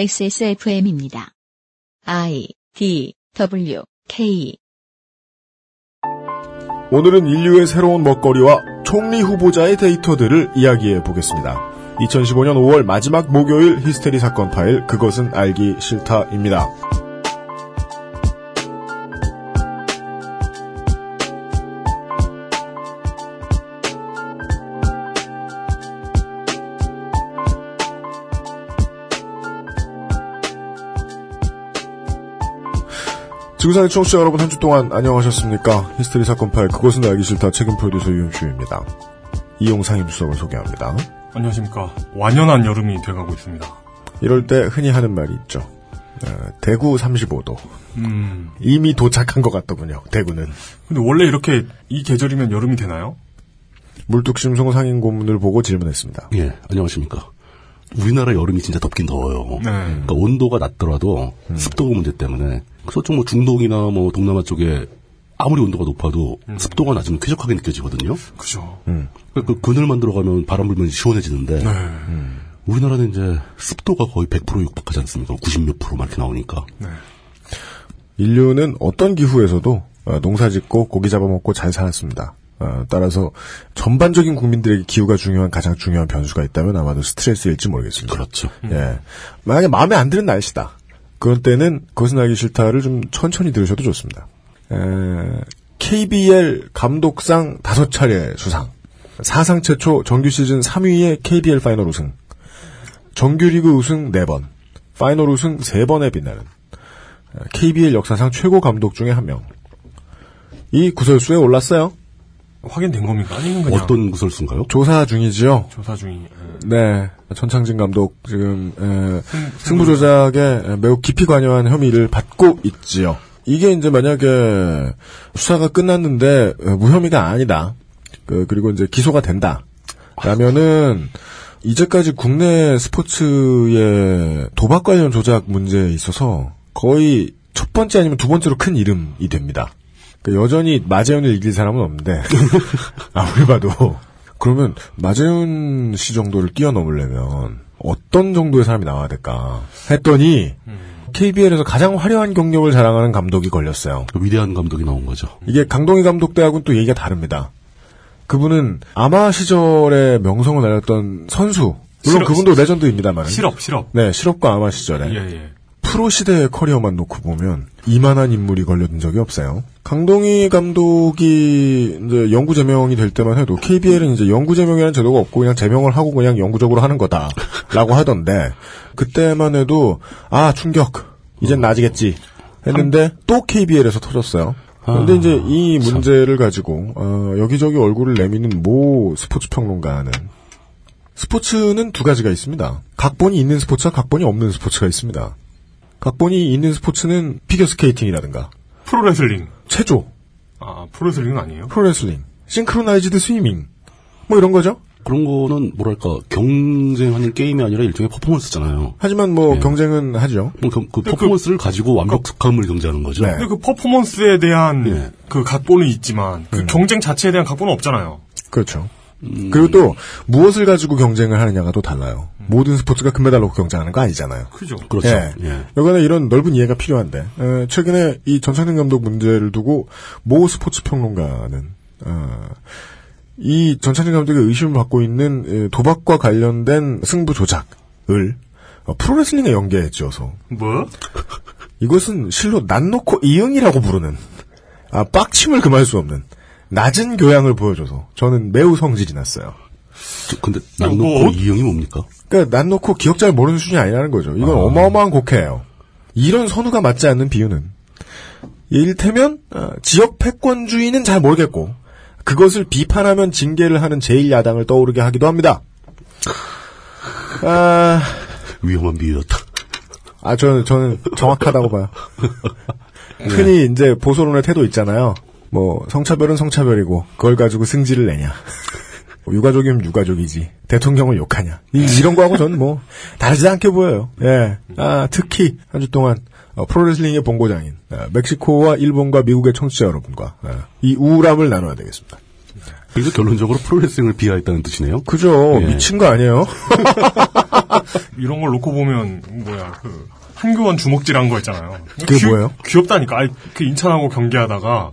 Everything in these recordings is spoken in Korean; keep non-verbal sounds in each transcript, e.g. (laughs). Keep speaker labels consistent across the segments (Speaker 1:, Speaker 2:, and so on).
Speaker 1: XSFM입니다. I D W K
Speaker 2: 오늘은 인류의 새로운 먹거리와 총리 후보자의 데이터들을 이야기해 보겠습니다. 2015년 5월 마지막 목요일 히스테리 사건 파일 그것은 알기 싫다입니다. 지구상의 청취자 여러분 한 주 동안 안녕하셨습니까? 히스테리 사건 파일 그것은 알기 싫다 책임 프로듀서 유영수입니다. 이용상임 수석을 소개합니다.
Speaker 3: 안녕하십니까. 완연한 여름이 돼가고 있습니다.
Speaker 2: 이럴 때 흔히 하는 말이 있죠. 어, 대구 35도.
Speaker 3: 음.
Speaker 2: 이미 도착한 것 같더군요. 대구는.
Speaker 3: 근데 원래 이렇게 이 계절이면 여름이 되나요?
Speaker 2: 물뚝심송 상인 고문을 보고 질문했습니다.
Speaker 4: 예, 안녕하십니까. 우리나라 여름이 진짜 덥긴 더워요.
Speaker 3: 네. 음.
Speaker 4: 그러니까 온도가 낮더라도 습도 문제 때문에 서쪽 뭐 중동이나 뭐 동남아 쪽에 아무리 온도가 높아도
Speaker 3: 음.
Speaker 4: 습도가 낮으면 쾌적하게 느껴지거든요.
Speaker 3: 그죠.
Speaker 4: 그러니까 그 그늘 만들어 가면 바람 불면 시원해지는데
Speaker 3: 네.
Speaker 4: 우리나라는 이제 습도가 거의 100% 육박하지 않습니까? 90몇 프로 막 이렇게 나오니까.
Speaker 3: 네.
Speaker 2: 인류는 어떤 기후에서도 어, 농사 짓고 고기 잡아먹고 잘 살았습니다. 어, 따라서 전반적인 국민들에게 기후가 중요한 가장 중요한 변수가 있다면 아마도 스트레스일지 모르겠습니다.
Speaker 4: 그렇죠.
Speaker 2: 예. 만약에 마음에 안 드는 날씨다. 그런 때는 그것은 알기 싫다를 좀 천천히 들으셔도 좋습니다. 에, KBL 감독상 다섯 차례 수상. 사상 최초 정규 시즌 3위의 KBL 파이널 우승. 정규리그 우승 4번. 파이널 우승 3번에 빛나는 에, KBL 역사상 최고 감독 중에 한 명. 이 구설수에 올랐어요.
Speaker 3: 확인된 겁니까? 아니면 그냥
Speaker 4: 어떤 구설수인가요?
Speaker 2: 조사 중이지요.
Speaker 3: 조사 중이. 예.
Speaker 2: 네, 전창진 감독 지금 에, 승부조작에 매우 깊이 관여한 혐의를 받고 있지요. 이게 이제 만약에 수사가 끝났는데 에, 무혐의가 아니다. 그, 리고 이제 기소가 된다. 라면은 이제까지 국내 스포츠의 도박 관련 조작 문제에 있어서 거의 첫 번째 아니면 두 번째로 큰 이름이 됩니다. 그 여전히 마재윤을 이길 사람은 없는데 아무리 봐도 그러면 마재윤 씨 정도를 뛰어넘으려면 어떤 정도의 사람이 나와야 될까 했더니 KBL에서 가장 화려한 경력을 자랑하는 감독이 걸렸어요.
Speaker 4: 위대한 감독이 나온 거죠.
Speaker 2: 이게 강동희 감독 때하고는 또 얘기가 다릅니다. 그분은 아마 시절에 명성을 날렸던 선수 물론
Speaker 3: 실업-
Speaker 2: 그분도 레전드입니다만
Speaker 3: 예. 실업, 실업.
Speaker 2: 네 실업과 아마 시절에
Speaker 3: 예, 예.
Speaker 2: 프로 시대의 커리어만 놓고 보면 이만한 인물이 걸려든 적이 없어요. 강동희 감독이 이제 영구 제명이 될 때만 해도 KBL은 이제 영구 제명이라는 제도가 없고 그냥 제명을 하고 그냥 영구적으로 하는 거다라고 하던데 그때만 해도 아 충격 이젠 나아지겠지 했는데 또 KBL에서 터졌어요. 근데 이제 이 문제를 가지고 어, 여기저기 얼굴을 내미는 모 스포츠 평론가는 스포츠는 두 가지가 있습니다. 각본이 있는 스포츠와 각본이 없는 스포츠가 있습니다. 각본이 있는 스포츠는 피겨스케이팅이라든가
Speaker 3: 프로레슬링.
Speaker 2: 체조,
Speaker 3: 아, 프로레슬링은 아니에요?
Speaker 2: 프로레슬링, 싱크로나이즈드 스위밍 뭐 이런 거죠.
Speaker 4: 그런 거는 뭐랄까 경쟁하는 게임이 아니라 일종의 퍼포먼스잖아요.
Speaker 2: 하지만 뭐 경쟁은 하죠.
Speaker 4: 뭐 그, 그 퍼포먼스를 가지고
Speaker 3: 그
Speaker 4: 완벽함을 경쟁하는 거죠.
Speaker 2: 네.
Speaker 3: 근데 그 퍼포먼스에 대한
Speaker 4: 예. 음.
Speaker 3: 그 각본은 있지만 그 경쟁 자체에 대한 각본은 없잖아요.
Speaker 2: 그렇죠. 그리고 또 무엇을 가지고 경쟁을 하느냐가 또 달라요. 모든 스포츠가 금메달 놓고 경쟁하는 거 아니잖아요.
Speaker 3: 그죠.
Speaker 4: 그렇죠.
Speaker 3: 네.
Speaker 2: 예.
Speaker 4: 예.
Speaker 2: 여간에 이런 넓은 이해가 필요한데 에, 최근에 이 전창진 감독 문제를 두고 모 스포츠 평론가는 어, 이 전창진 감독의 의심을 받고 있는 에, 도박과 관련된 승부 조작을 어, 프로레슬링에 연계해 지어서
Speaker 3: 뭐?
Speaker 2: 이것은 실로 난 놓고 이응이라고 부르는 아 빡침을 금할 수 없는 낮은 교양을 보여줘서 저는 매우 성질이 났어요.
Speaker 4: 저- 근데 난
Speaker 3: 요거-
Speaker 4: 놓고 이형이 뭡니까?
Speaker 2: 그러니까 난 놓고 기억 잘 모르는 수준이 아니라는 거죠. 이건 어마어마한 곡해예요. 이런 선우가 맞지 않는 비유는 이를테면 어, 지역 패권주의는 잘 모르겠고 그것을 비판하면 징계를 하는 제1야당을 떠오르게 하기도 합니다. 아,
Speaker 4: 위험한 비유였다.
Speaker 2: 아 저는 저는 정확하다고
Speaker 4: (laughs)
Speaker 2: 봐요.
Speaker 4: 예.
Speaker 2: 흔히 이제 보수론의 태도 있잖아요. 뭐 성차별은 성차별이고 그걸 가지고 승질을 내냐. 뭐 유가족이면 유가족이지. 대통령을 욕하냐. 이- 이런 거하고 저는 뭐 다르지 않게 보여요. 예. 아, 특히 한 주 동안 어, 프로레슬링의 본고장인 아, 어, 멕시코와 일본과 미국의 청취자 여러분과 어, 이 우울함을 나눠야 되겠습니다.
Speaker 4: 그래서 결론적으로 프로레슬링을 비하했다는 뜻이네요.
Speaker 2: 그죠.
Speaker 4: 예.
Speaker 2: 미친 거 아니에요?
Speaker 3: 이런 걸 놓고 보면 뭐야 그 한교원 주먹질한 거 있잖아요.
Speaker 2: 그게 뭐예요? 네.
Speaker 3: 귀엽다니까. 아이, 그 인천하고 경기하다가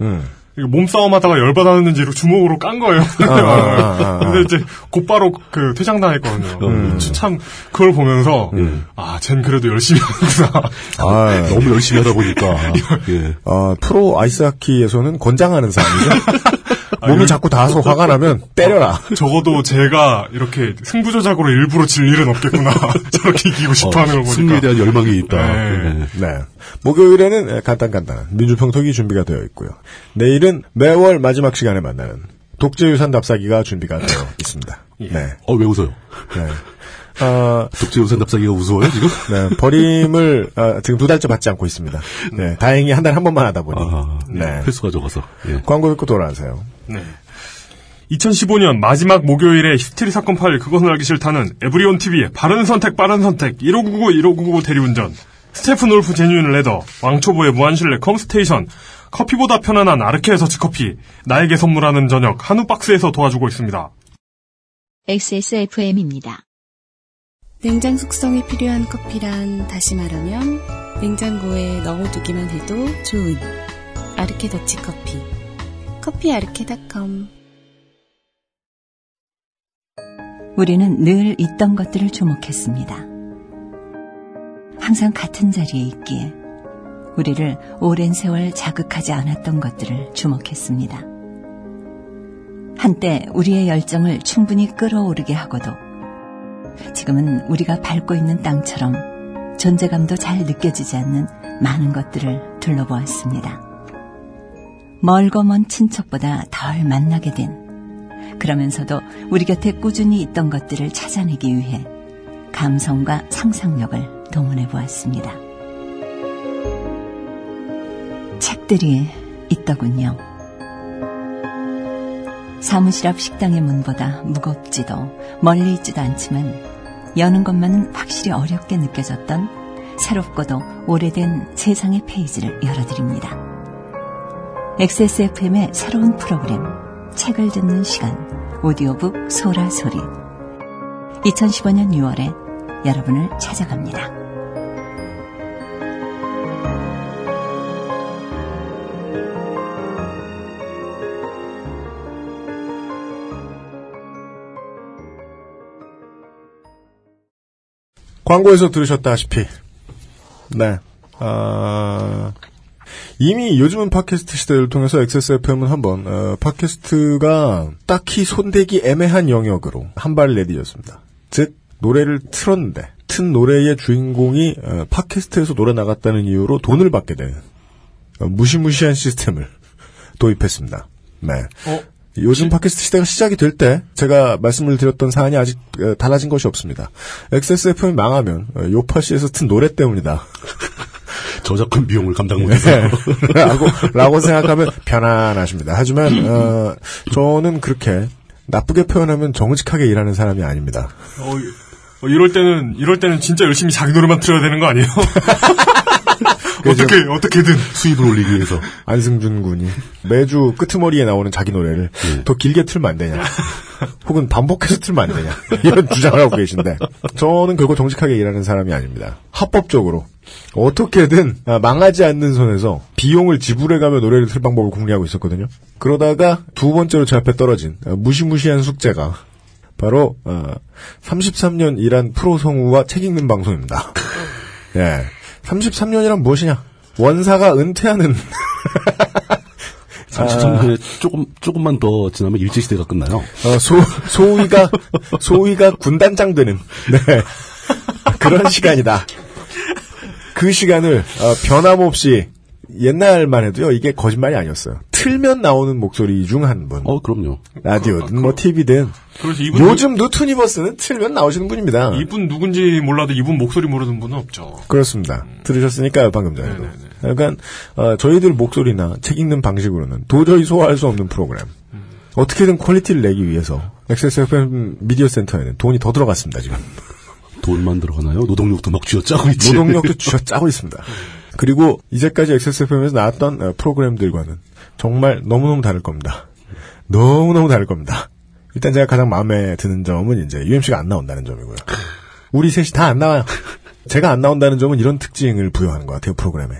Speaker 3: 이거 몸싸움하다가 열받았는지로 주먹으로 깐 거예요.
Speaker 2: 아, 음. 아, 아.
Speaker 3: (laughs) 근데 이제 곧바로 그 퇴장당했거든요. 참 그걸 보면서
Speaker 2: 음.
Speaker 3: 아, 쟨 그래도 열심히 하는구나. (laughs)
Speaker 2: 아,
Speaker 4: 너무 열심히
Speaker 2: (laughs)
Speaker 4: 하다 보니까 예.
Speaker 2: 아, 프로 아이스하키에서는 권장하는
Speaker 4: (laughs)
Speaker 2: 사람이죠. 몸이 자꾸 닿아서 화가 나면
Speaker 4: 아.
Speaker 2: 때려라.
Speaker 3: 적어도 제가 이렇게 승부조작으로 일부러 질 일은 없겠구나. (laughs) 저렇게 이기고 싶어 하는 걸 보니까.
Speaker 4: 승리에 대한 열망이 있다.
Speaker 3: 네.
Speaker 4: 예.
Speaker 2: 네. 목요일에는 예, 간단간단한 민주평통이 준비가 되어 있고요. 내일은 매월 마지막 시간에 만나는 독재유산 답사기가 준비가
Speaker 4: (laughs)
Speaker 2: 되어 있습니다. 네.
Speaker 4: 어, 왜 웃어요?
Speaker 2: 네. 아,
Speaker 4: 독재우산 답사기가 우스워요, 지금?
Speaker 2: 네, 버림을 아, 지금 두 달째 받지 않고 있습니다. 네, 다행히 한 달에 한 번만 하다 보니.
Speaker 4: 음. 아,
Speaker 2: 네.
Speaker 4: 횟수가 적어서. 예.
Speaker 2: 광고 듣고 돌아오세요.
Speaker 3: 2015년 마지막 목요일에 히스테리 사건 파일 그것은 알기 싫다는 에브리온 TV의 바른 선택 빠른 선택 1599 1599 대리운전 스테픈 울프 제뉴인 레더 왕초보의 무한실내 컴스테이션 커피보다 편안한 아르케에서 치커피 나에게 선물하는 저녁 한우 박스에서 도와주고 있습니다.
Speaker 1: XSFM입니다.
Speaker 5: 냉장 숙성이 필요한 커피란 다시 말하면 냉장고에 넣어두기만 해도 좋은 아르케 더치 커피 커피 아르케닷컴
Speaker 6: 우리는 늘 있던 것들을 주목했습니다. 항상 같은 자리에 있기에 우리를 오랜 세월 자극하지 않았던 것들을 주목했습니다. 한때 우리의 열정을 충분히 끌어오르게 하고도 지금은 우리가 밟고 있는 땅처럼 존재감도 잘 느껴지지 않는 많은 것들을 둘러보았습니다. 멀고 먼 친척보다 덜 만나게 된 그러면서도 우리 곁에 꾸준히 있던 것들을 찾아내기 위해 감성과 상상력을 동원해 보았습니다. 책들이 있더군요. 사무실 앞 식당의 문보다 무겁지도 멀리 있지도 않지만 여는 것만은 확실히 어렵게 느껴졌던 새롭고도 오래된 세상의 페이지를 열어드립니다. XSFM의 새로운 프로그램 책을 듣는 시간 오디오북 소라 소리 2015년 6월에 여러분을 찾아갑니다.
Speaker 2: 광고에서 들으셨다시피. 네. 아, 이미 요즘은 팟캐스트 시대를 통해서 XSFM은 한번 어, 팟캐스트가 딱히 손대기 애매한 영역으로 한 발을 내디뎠습니다. 즉 노래를 틀었는데 튼 노래의 주인공이 어, 팟캐스트에서 노래 나갔다는 이유로 돈을 받게 되는 어, 무시무시한 시스템을 도입했습니다. 네.
Speaker 3: 어?
Speaker 2: 요즘 팟캐스트 시대가 시작이 될 때 제가 말씀을 드렸던 사안이 아직 어, 달라진 것이 없습니다. XSFM이 망하면 어, 요파시에서 튼 노래 때문이다.
Speaker 4: 저작권 비용을
Speaker 3: 네.
Speaker 4: 감당 못해서.
Speaker 2: (laughs) 라고, 라고 생각하면 편안하십니다. 하지만, 어, 저는 그렇게 나쁘게 표현하면 정직하게 일하는 사람이 아닙니다.
Speaker 3: 어, 이- 어, 이럴 때는 이럴 때는 진짜 열심히 자기 노래만 틀어야 되는 거 (laughs) 아니에요? (laughs) 어떻게 어떻게든 아.
Speaker 4: 수입을 올리기 위해서.
Speaker 2: 안승준 군이 매주 끄트머리에 나오는 자기 노래를 더 길게 틀면 안 되냐. 혹은 반복해서 틀면 안 되냐. 이런 (laughs) 주장을 하고 계신데. 저는 결국 정직하게 일하는 사람이 아닙니다. 합법적으로. 어떻게든 아, 망하지 않는 선에서 비용을 지불해가며 노래를 틀 방법을 궁리하고 있었거든요. 그러다가 두 번째로 제 앞에 떨어진 아, 무시무시한 숙제가 바로 아, 33년 일한 프로 성우와 책 읽는 방송입니다. (laughs) 예. 33년이란 무엇이냐? 원사가 은퇴하는
Speaker 4: 33년에 조금, 조금만 더 지나면 일제시대가 끝나요.
Speaker 2: 어, 소, 소위가, 소위가 군단장 되는, 네. 그런 시간이다. 그 시간을, 어, 변함없이, 옛날만 해도요, 이게 거짓말이 아니었어요. 틀면 나오는 목소리 중 한 분.
Speaker 4: 어, 그럼요.
Speaker 2: 라디오든, 뭐, TV든.
Speaker 3: 아, 그래서 이분
Speaker 2: 요즘 누트니버스는 틀면 나오시는 분입니다.
Speaker 3: 이분 누군지 몰라도 이분 목소리 모르는 분은 없죠.
Speaker 2: 그렇습니다. 들으셨으니까요, 방금 전에도. 약간, 어, 저희들 목소리나 책 읽는 방식으로는 도저히 소화할 수 없는 프로그램. 어떻게든 퀄리티를 내기 위해서 XSFM 미디어 센터에는 돈이 더 들어갔습니다, 지금.
Speaker 4: 돈만 들어가나요? 노동력도 막 쥐어짜고 있지.
Speaker 2: 노동력도 (laughs) 쥐어짜고 있습니다. 그리고 이제까지 XSFM에서 나왔던 어, 프로그램들과는 정말 너무너무 다를 겁니다. 너무너무 다를 겁니다. 일단 제가 가장 마음에 드는 점은 이제 UMC가 안 나온다는 점이고요. 우리 셋이 다 안 나와요. 제가 안 나온다는 점은 이런 특징을 부여하는 것 같아요, 프로그램에.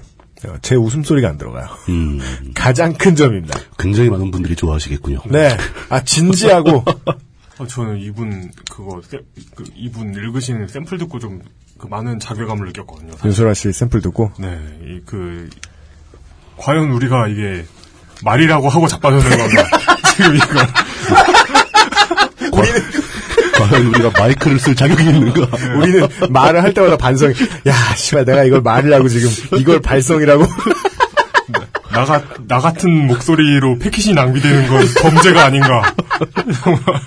Speaker 2: 어, 제 웃음소리가 안 들어가요.
Speaker 4: 음,
Speaker 2: 가장 큰 점입니다.
Speaker 4: (laughs) 굉장히 많은 분들이 좋아하시겠군요.
Speaker 2: 네. 아, 진지하고.
Speaker 3: 어, 저는 이분 그거 세- 그 이분 읽으시는 샘플 듣고 좀 그 많은 자괴감을 느꼈거든요. 사실.
Speaker 2: 윤소라 씨 샘플 듣고.
Speaker 3: 네, 이 그 과연 우리가 이게 말이라고 하고 자빠졌는 건가? (laughs) 지금 이거
Speaker 4: 과연 우리가 마이크를 쓸 자격이 있는가?
Speaker 3: 네.
Speaker 2: 우리는 말을 할 때마다 반성이, 야, 씨발, 내가 이걸 말이라고 지금, 이걸 발성이라고.
Speaker 3: 나 같 나 같은 목소리로 패킷이 낭비되는 건 범죄가 아닌가? 그러니까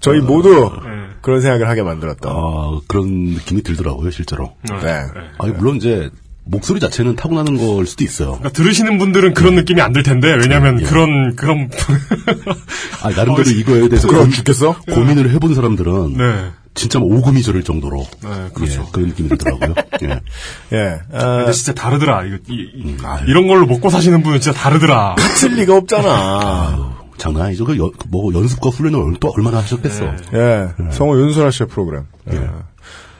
Speaker 2: 저희 모두
Speaker 3: 네.
Speaker 2: 그런 생각을 하게 만들었던.
Speaker 4: 아, 그런 느낌이 들더라고요, 실제로.
Speaker 2: 어. 네.
Speaker 4: 아니, 물론 이제, 목소리 자체는 타고나는 걸 수도 있어요.
Speaker 3: 그러니까 들으시는 분들은 그런 느낌이 안 들 텐데 왜냐하면 그런 그런 (laughs)
Speaker 4: 아니, 나름대로 이거에 대해서
Speaker 2: 부끄러워
Speaker 4: 고민-
Speaker 2: 죽겠어?
Speaker 4: 고민을 해본 사람들은
Speaker 3: 네.
Speaker 4: 진짜 뭐 오금이 저릴 정도로
Speaker 3: 네, 그렇죠.
Speaker 4: 예, 그런 느낌이 들더라고요. 예.
Speaker 2: 예. 아,
Speaker 3: 근데 진짜 다르더라. 이거 이,
Speaker 4: 아유.
Speaker 3: 런 걸로 먹고 사시는 분은 진짜 다르더라.
Speaker 2: 틀 리가 없잖아.
Speaker 4: 아유, 장난 아니죠. 그 연- 그뭐 연습과 훈련을 얼- 또 얼마나 하셨겠어.
Speaker 3: 네.
Speaker 2: 예. 성우 윤소라 씨의 프로그램. 예.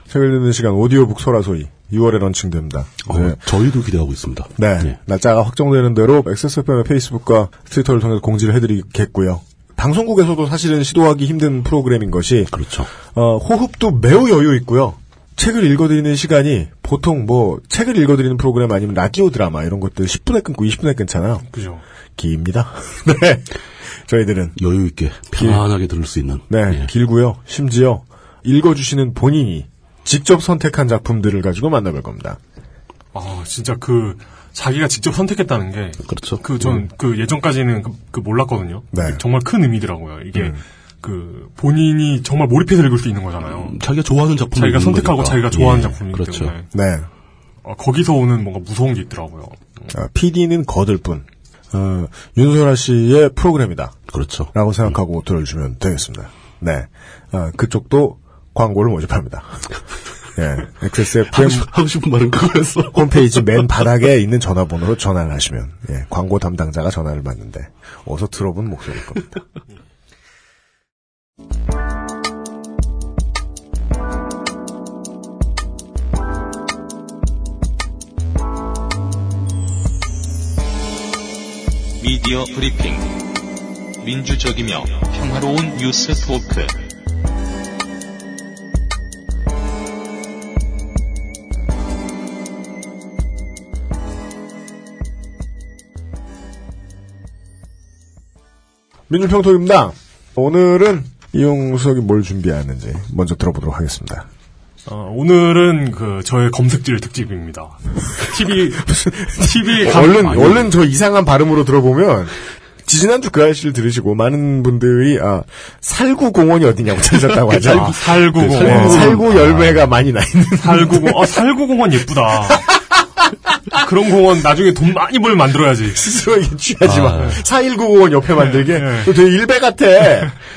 Speaker 2: 책을 읽는 시간 오디오북 소라 소이 6월에 런칭됩니다.
Speaker 4: 어,
Speaker 2: 네.
Speaker 4: 저희도 기대하고 있습니다.
Speaker 2: 네.
Speaker 4: 예.
Speaker 2: 날짜가 확정되는 대로 XSFM의 페이스북과 트위터를 통해서 공지를 해드리겠고요. 방송국에서도 사실은 시도하기 힘든 프로그램인 것이
Speaker 4: 그렇죠.
Speaker 2: 어, 호흡도 매우 여유 있고요. 책을 읽어드리는 시간이 보통 뭐 책을 읽어드리는 프로그램 아니면 라디오 드라마 이런 것들 10분에 끊고 20분에 끊잖아요.
Speaker 3: 그죠?
Speaker 2: 깁니다. (laughs) 네. 저희들은
Speaker 4: 여유 있게 편안하게 들을 수 있는.
Speaker 2: 네,
Speaker 4: 예.
Speaker 2: 길고요. 심지어 읽어주시는 본인이 직접 선택한 작품들을 가지고 만나볼 겁니다.
Speaker 3: 아 진짜 그 자기가 직접 선택했다는 게
Speaker 4: 그렇죠.
Speaker 3: 그, 전, 그, 예전까지는 그, 그 몰랐거든요.
Speaker 2: 네. 음.
Speaker 3: 정말 큰 의미더라고요. 이게, 그, 본인이 정말 몰입해서 읽을 수 있는 거잖아요.
Speaker 4: 음,
Speaker 2: 음,
Speaker 4: 자기가 좋아하는 작품.
Speaker 3: 자기가 선택하고 자기가
Speaker 2: 예,
Speaker 3: 좋아하는 작품이기
Speaker 4: 그렇죠.
Speaker 3: 때문에.
Speaker 2: 네,
Speaker 3: 아, 거기서 오는 뭔가 무서운 게 있더라고요.
Speaker 2: PD는 아, 거들 뿐. 어, 윤소라 씨의 프로그램이다.
Speaker 4: 그렇죠.
Speaker 2: 라고 생각하고 들어주시면 되겠습니다. 네. 어, 그쪽도 광고를 모집합니다. (laughs) 예. XSFM
Speaker 4: 하고, 싶, 뭐 하고 싶은 말은 그거였어.
Speaker 2: 홈페이지 맨 바닥에 있는 전화번호로 전화를 하시면, 예, 광고 담당자가 전화를 받는데, 어서 들어본 목소리일 겁니다.
Speaker 7: 미디어 브리핑. 민주적이며 평화로운 뉴스 토크.
Speaker 2: 민주평통입니다. 오늘은 이용석이 뭘 준비하는지 먼저 들어보도록 하겠습니다.
Speaker 3: 어, 오늘은 그, 저의 검색질 특집입니다. 그 TV, (laughs) TV 가-
Speaker 2: 얼른
Speaker 3: 아니,
Speaker 2: 얼른 저 이상한 발음으로 들어보면 지난주 그 아저씨를 들으시고 많은 분들이 아 살구 공원이 어디냐고 찾으셨다고 하죠.
Speaker 3: 아, 살구공.
Speaker 2: 네, 살구,
Speaker 3: 아.
Speaker 2: 열매가 많이 나 있는. (laughs)
Speaker 3: 살구공. 어, 살구공원 예쁘다. 그런 공원 나중에 돈 많이 벌 만들어야지.
Speaker 2: 스스로에게 취하지
Speaker 4: 아,
Speaker 2: 마.
Speaker 4: 네.
Speaker 2: 419 공원 옆에 만들게.
Speaker 3: 네.
Speaker 2: 그거 되게 일배
Speaker 3: (laughs)
Speaker 2: 같아.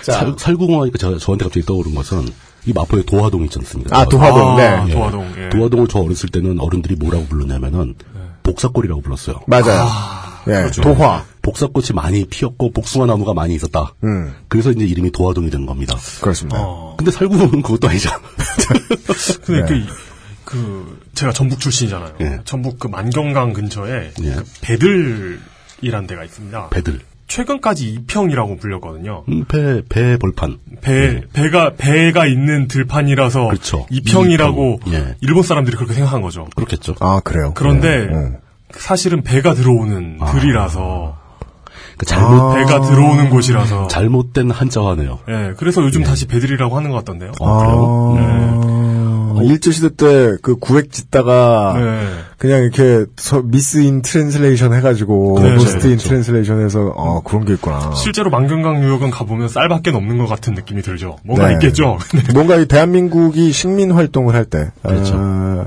Speaker 2: 자,
Speaker 4: 살, 살구공하니까 제가 저한테 갑자기 떠오른 것은 이 마포의 도화동 있지 않습니까?
Speaker 2: 아, 도화동,
Speaker 3: 아,
Speaker 2: 네.
Speaker 3: 도화동. 예.
Speaker 4: 도화동을 저 어렸을 때는 어른들이 뭐라고 불렀냐면은 복사골이라고 불렀어요.
Speaker 2: 맞아요. 예,
Speaker 3: 그렇죠.
Speaker 2: 도화.
Speaker 4: 복사꽃이 많이 피었고 복숭아 나무가 많이 있었다.
Speaker 3: 네.
Speaker 2: 음.
Speaker 4: 그래서 이제 이름이 도화동이 된 겁니다.
Speaker 2: 그렇습니다.
Speaker 3: 어.
Speaker 4: 근데 살구공은 그것도 아니잖아. (laughs)
Speaker 3: 근데 그, 그, 제가 전북 출신이잖아요.
Speaker 4: 네. 예.
Speaker 3: 전북 그 만경강 근처에
Speaker 4: 예.
Speaker 3: 그 배들이란 데가 있습니다.
Speaker 4: 배들.
Speaker 3: 최근까지 이평이라고 불렸거든요.
Speaker 4: 음, 배, 배 벌판.
Speaker 3: 배, 배가, 배가 있는 들판이라서
Speaker 4: 예. 그렇죠.
Speaker 3: 이평이라고
Speaker 4: 이평. 예.
Speaker 3: 일본 사람들이 그렇게 생각한 거죠.
Speaker 4: 그렇겠죠.
Speaker 2: 아 그래요.
Speaker 3: 그런데
Speaker 2: 네,
Speaker 4: 예.
Speaker 2: 음.
Speaker 3: 사실은 배가 들어오는
Speaker 4: 아.
Speaker 3: 들이라서
Speaker 4: 그 잘못,
Speaker 3: 배가 들어오는 곳이라서
Speaker 4: 잘못된 한자화네요.
Speaker 3: 예, 그래서 요즘 다시 배들이라고 하는 것 같던데요.
Speaker 4: 아, 그래요?
Speaker 2: 아. 일제 시대 때 그 구획 짓다가
Speaker 3: 네.
Speaker 2: 그냥 이렇게 서- 미스 인 트랜슬레이션 해가지고
Speaker 3: 네,
Speaker 2: 로스트
Speaker 3: 네,
Speaker 2: 인 트랜슬레이션 해서 아 그런 게 있구나.
Speaker 3: 어. 실제로 만경강 유역은 가보면 쌀밖에 없는 것 같은 느낌이 들죠. 뭔가
Speaker 2: 네.
Speaker 3: 있겠죠. (laughs) 근데
Speaker 2: 뭔가 이 대한민국이 식민 활동을 할 때,
Speaker 4: 그렇죠.
Speaker 2: 어,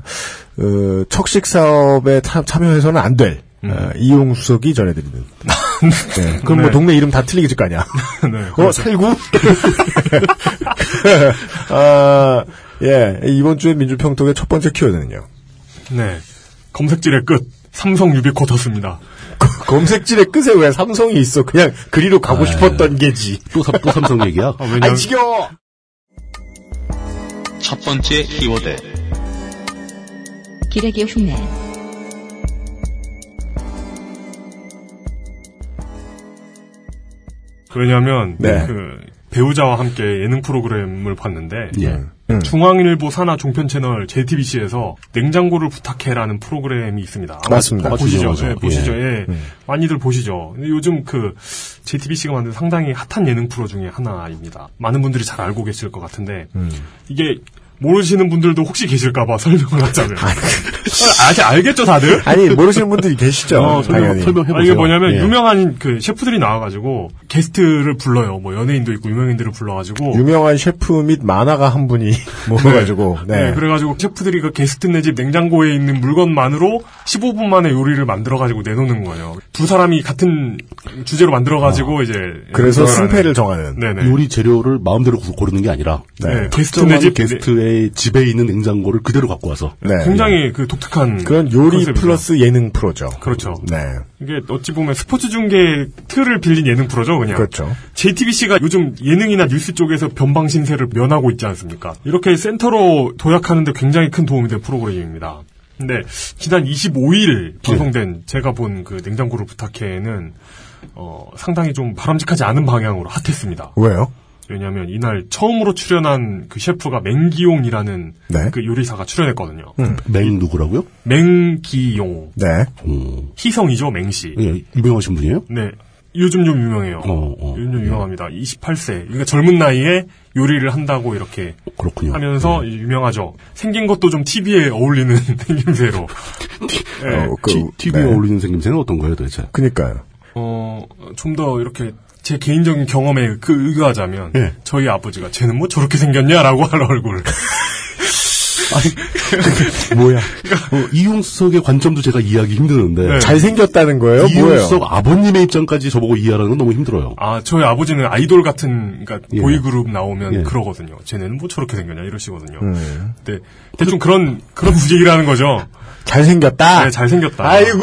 Speaker 2: 어, 척식 사업에 참, 참여해서는 안 될, 어, 이용수석이 전해드리는. (laughs) 네, 그럼 뭐
Speaker 3: 네.
Speaker 2: 동네 이름 다 틀리게 질 거 아니야.
Speaker 3: 네,
Speaker 2: (laughs) 어, (laughs) 살구? 아, 예, 이번 주에 민주평통의 첫 번째 키워드는요.
Speaker 3: 네. 검색질의 끝. 삼성 유비쿼터스입니다.
Speaker 2: 검색질의 끝에 왜 삼성이 있어? 그냥 그리로 가고
Speaker 4: 아,
Speaker 2: 싶었던
Speaker 3: 예.
Speaker 2: 게지.
Speaker 4: 또, 삼- 또 삼성 얘기야?
Speaker 2: 아 지겨워.
Speaker 7: 첫 번째 키워드.
Speaker 1: 기레기 흉내.
Speaker 3: 왜냐하면
Speaker 2: 네.
Speaker 3: 그 배우자와 함께 예능 프로그램을 봤는데
Speaker 4: 예.
Speaker 2: 음.
Speaker 3: 중앙일보 산하 종편 채널 JTBC에서 냉장고를 부탁해라는 프로그램이 있습니다.
Speaker 2: 맞습니다.
Speaker 3: 아마 보시죠.
Speaker 4: 맞아요.
Speaker 3: 예, 보시죠.
Speaker 4: 예.
Speaker 3: 예. 많이들 보시죠. 근데 요즘 그 JTBC가 만든 상당히 핫한 예능 프로 중에 하나입니다. 많은 분들이 잘 알고 계실 것 같은데 이게 모르시는 분들도 혹시 계실까봐 (laughs) 설명을 하자면 아, 아직 알겠죠 다들?
Speaker 2: 아니 모르시는 분들이 계시죠.
Speaker 4: 어, 설명,
Speaker 2: 당연히.
Speaker 4: 설명해보세요.
Speaker 3: 아, 이게 뭐냐면
Speaker 2: 예.
Speaker 3: 유명한 그 셰프들이 나와가지고 게스트를 불러요. 뭐 연예인도 있고 유명인들을 불러가지고
Speaker 2: 유명한 셰프 및 만화가 한 분이 모여가지고 네.
Speaker 3: 네, 그래가지고 셰프들이 그 게스트 내 집 냉장고에 있는 물건만으로 15분 만에 요리를 만들어가지고 내놓는 거예요. 두 사람이 같은 주제로 만들어가지고 이제
Speaker 2: 아. 그래서
Speaker 3: 요리를
Speaker 2: 승패를 정하는.
Speaker 3: 하는. 네네.
Speaker 4: 요리 재료를 마음대로 구- 고르는 게 아니라
Speaker 3: 네,
Speaker 2: 네.
Speaker 3: 게스트
Speaker 4: 특정한
Speaker 3: 내 집 네.
Speaker 4: 게스트의 집에 있는 냉장고를 그대로 갖고 와서
Speaker 2: 네.
Speaker 3: 굉장히 그 독특한
Speaker 2: 그런 요리
Speaker 3: 컨셉이죠.
Speaker 2: 플러스 예능 프로죠.
Speaker 3: 그렇죠.
Speaker 2: 네.
Speaker 3: 이게 어찌 보면 스포츠 중계 틀을 빌린 예능 프로죠, 그냥.
Speaker 2: 그렇죠.
Speaker 3: JTBC가 요즘 예능이나 뉴스 쪽에서 변방 신세를 면하고 있지 않습니까? 이렇게 센터로 도약하는데 굉장히 큰 도움이 된 프로그램입니다. 근데 지난 25일 방송된 제가 본 그 냉장고를 부탁해는 어, 상당히 좀 바람직하지 않은 방향으로 핫했습니다.
Speaker 2: 왜요?
Speaker 3: 왜냐하면 이날 처음으로 출연한 그 셰프가 맹기용이라는
Speaker 2: 네.
Speaker 3: 그 요리사가 출연했거든요.
Speaker 4: 맹 누구라고요?
Speaker 3: 맹기용
Speaker 2: 네.
Speaker 4: 음,
Speaker 3: 희성이죠, 맹씨.
Speaker 4: 예, 유명하신 분이에요?
Speaker 3: 네. 요즘 좀 유명해요.
Speaker 4: 어, 어.
Speaker 3: 요즘 좀 유명합니다. 28세. 그러니까 젊은 나이에 요리를 한다고 이렇게
Speaker 4: 그렇군요. 예.
Speaker 3: 하면서 유명하죠. 생긴 것도 좀 TV에 어울리는 (laughs) 생김새로. 네.
Speaker 2: 어, 그,
Speaker 4: TV에
Speaker 2: 네.
Speaker 4: 어울리는 생김새는 어떤 거예요 도대체?
Speaker 2: 그니까요.
Speaker 3: 어, 좀 더 이렇게 제 개인적인 경험에 그 의거하자면
Speaker 4: 예.
Speaker 3: 저희 아버지가 쟤는 뭐 저렇게 생겼냐라고 (laughs) 하는 얼굴.
Speaker 4: (laughs) 뭐야? 어, 이용석의 관점도 제가 이해하기 힘드는데
Speaker 3: 네.
Speaker 2: 잘생겼다는 거예요? 뭐예요?
Speaker 4: 이용석 아버님의 입장까지 저보고 이해하라는 건 너무 힘들어요.
Speaker 3: 아, 저희 아버지는 아이돌 같은 그러니까
Speaker 4: 예.
Speaker 3: 보이그룹 나오면
Speaker 4: 예.
Speaker 3: 그러거든요. 쟤네는 뭐 저렇게 생겼냐 이러시거든요. 네. 대충 그런 그런 (laughs) 분위기라는 거죠.
Speaker 2: 잘생겼다?
Speaker 3: 네, 잘생겼다.
Speaker 2: 아이고!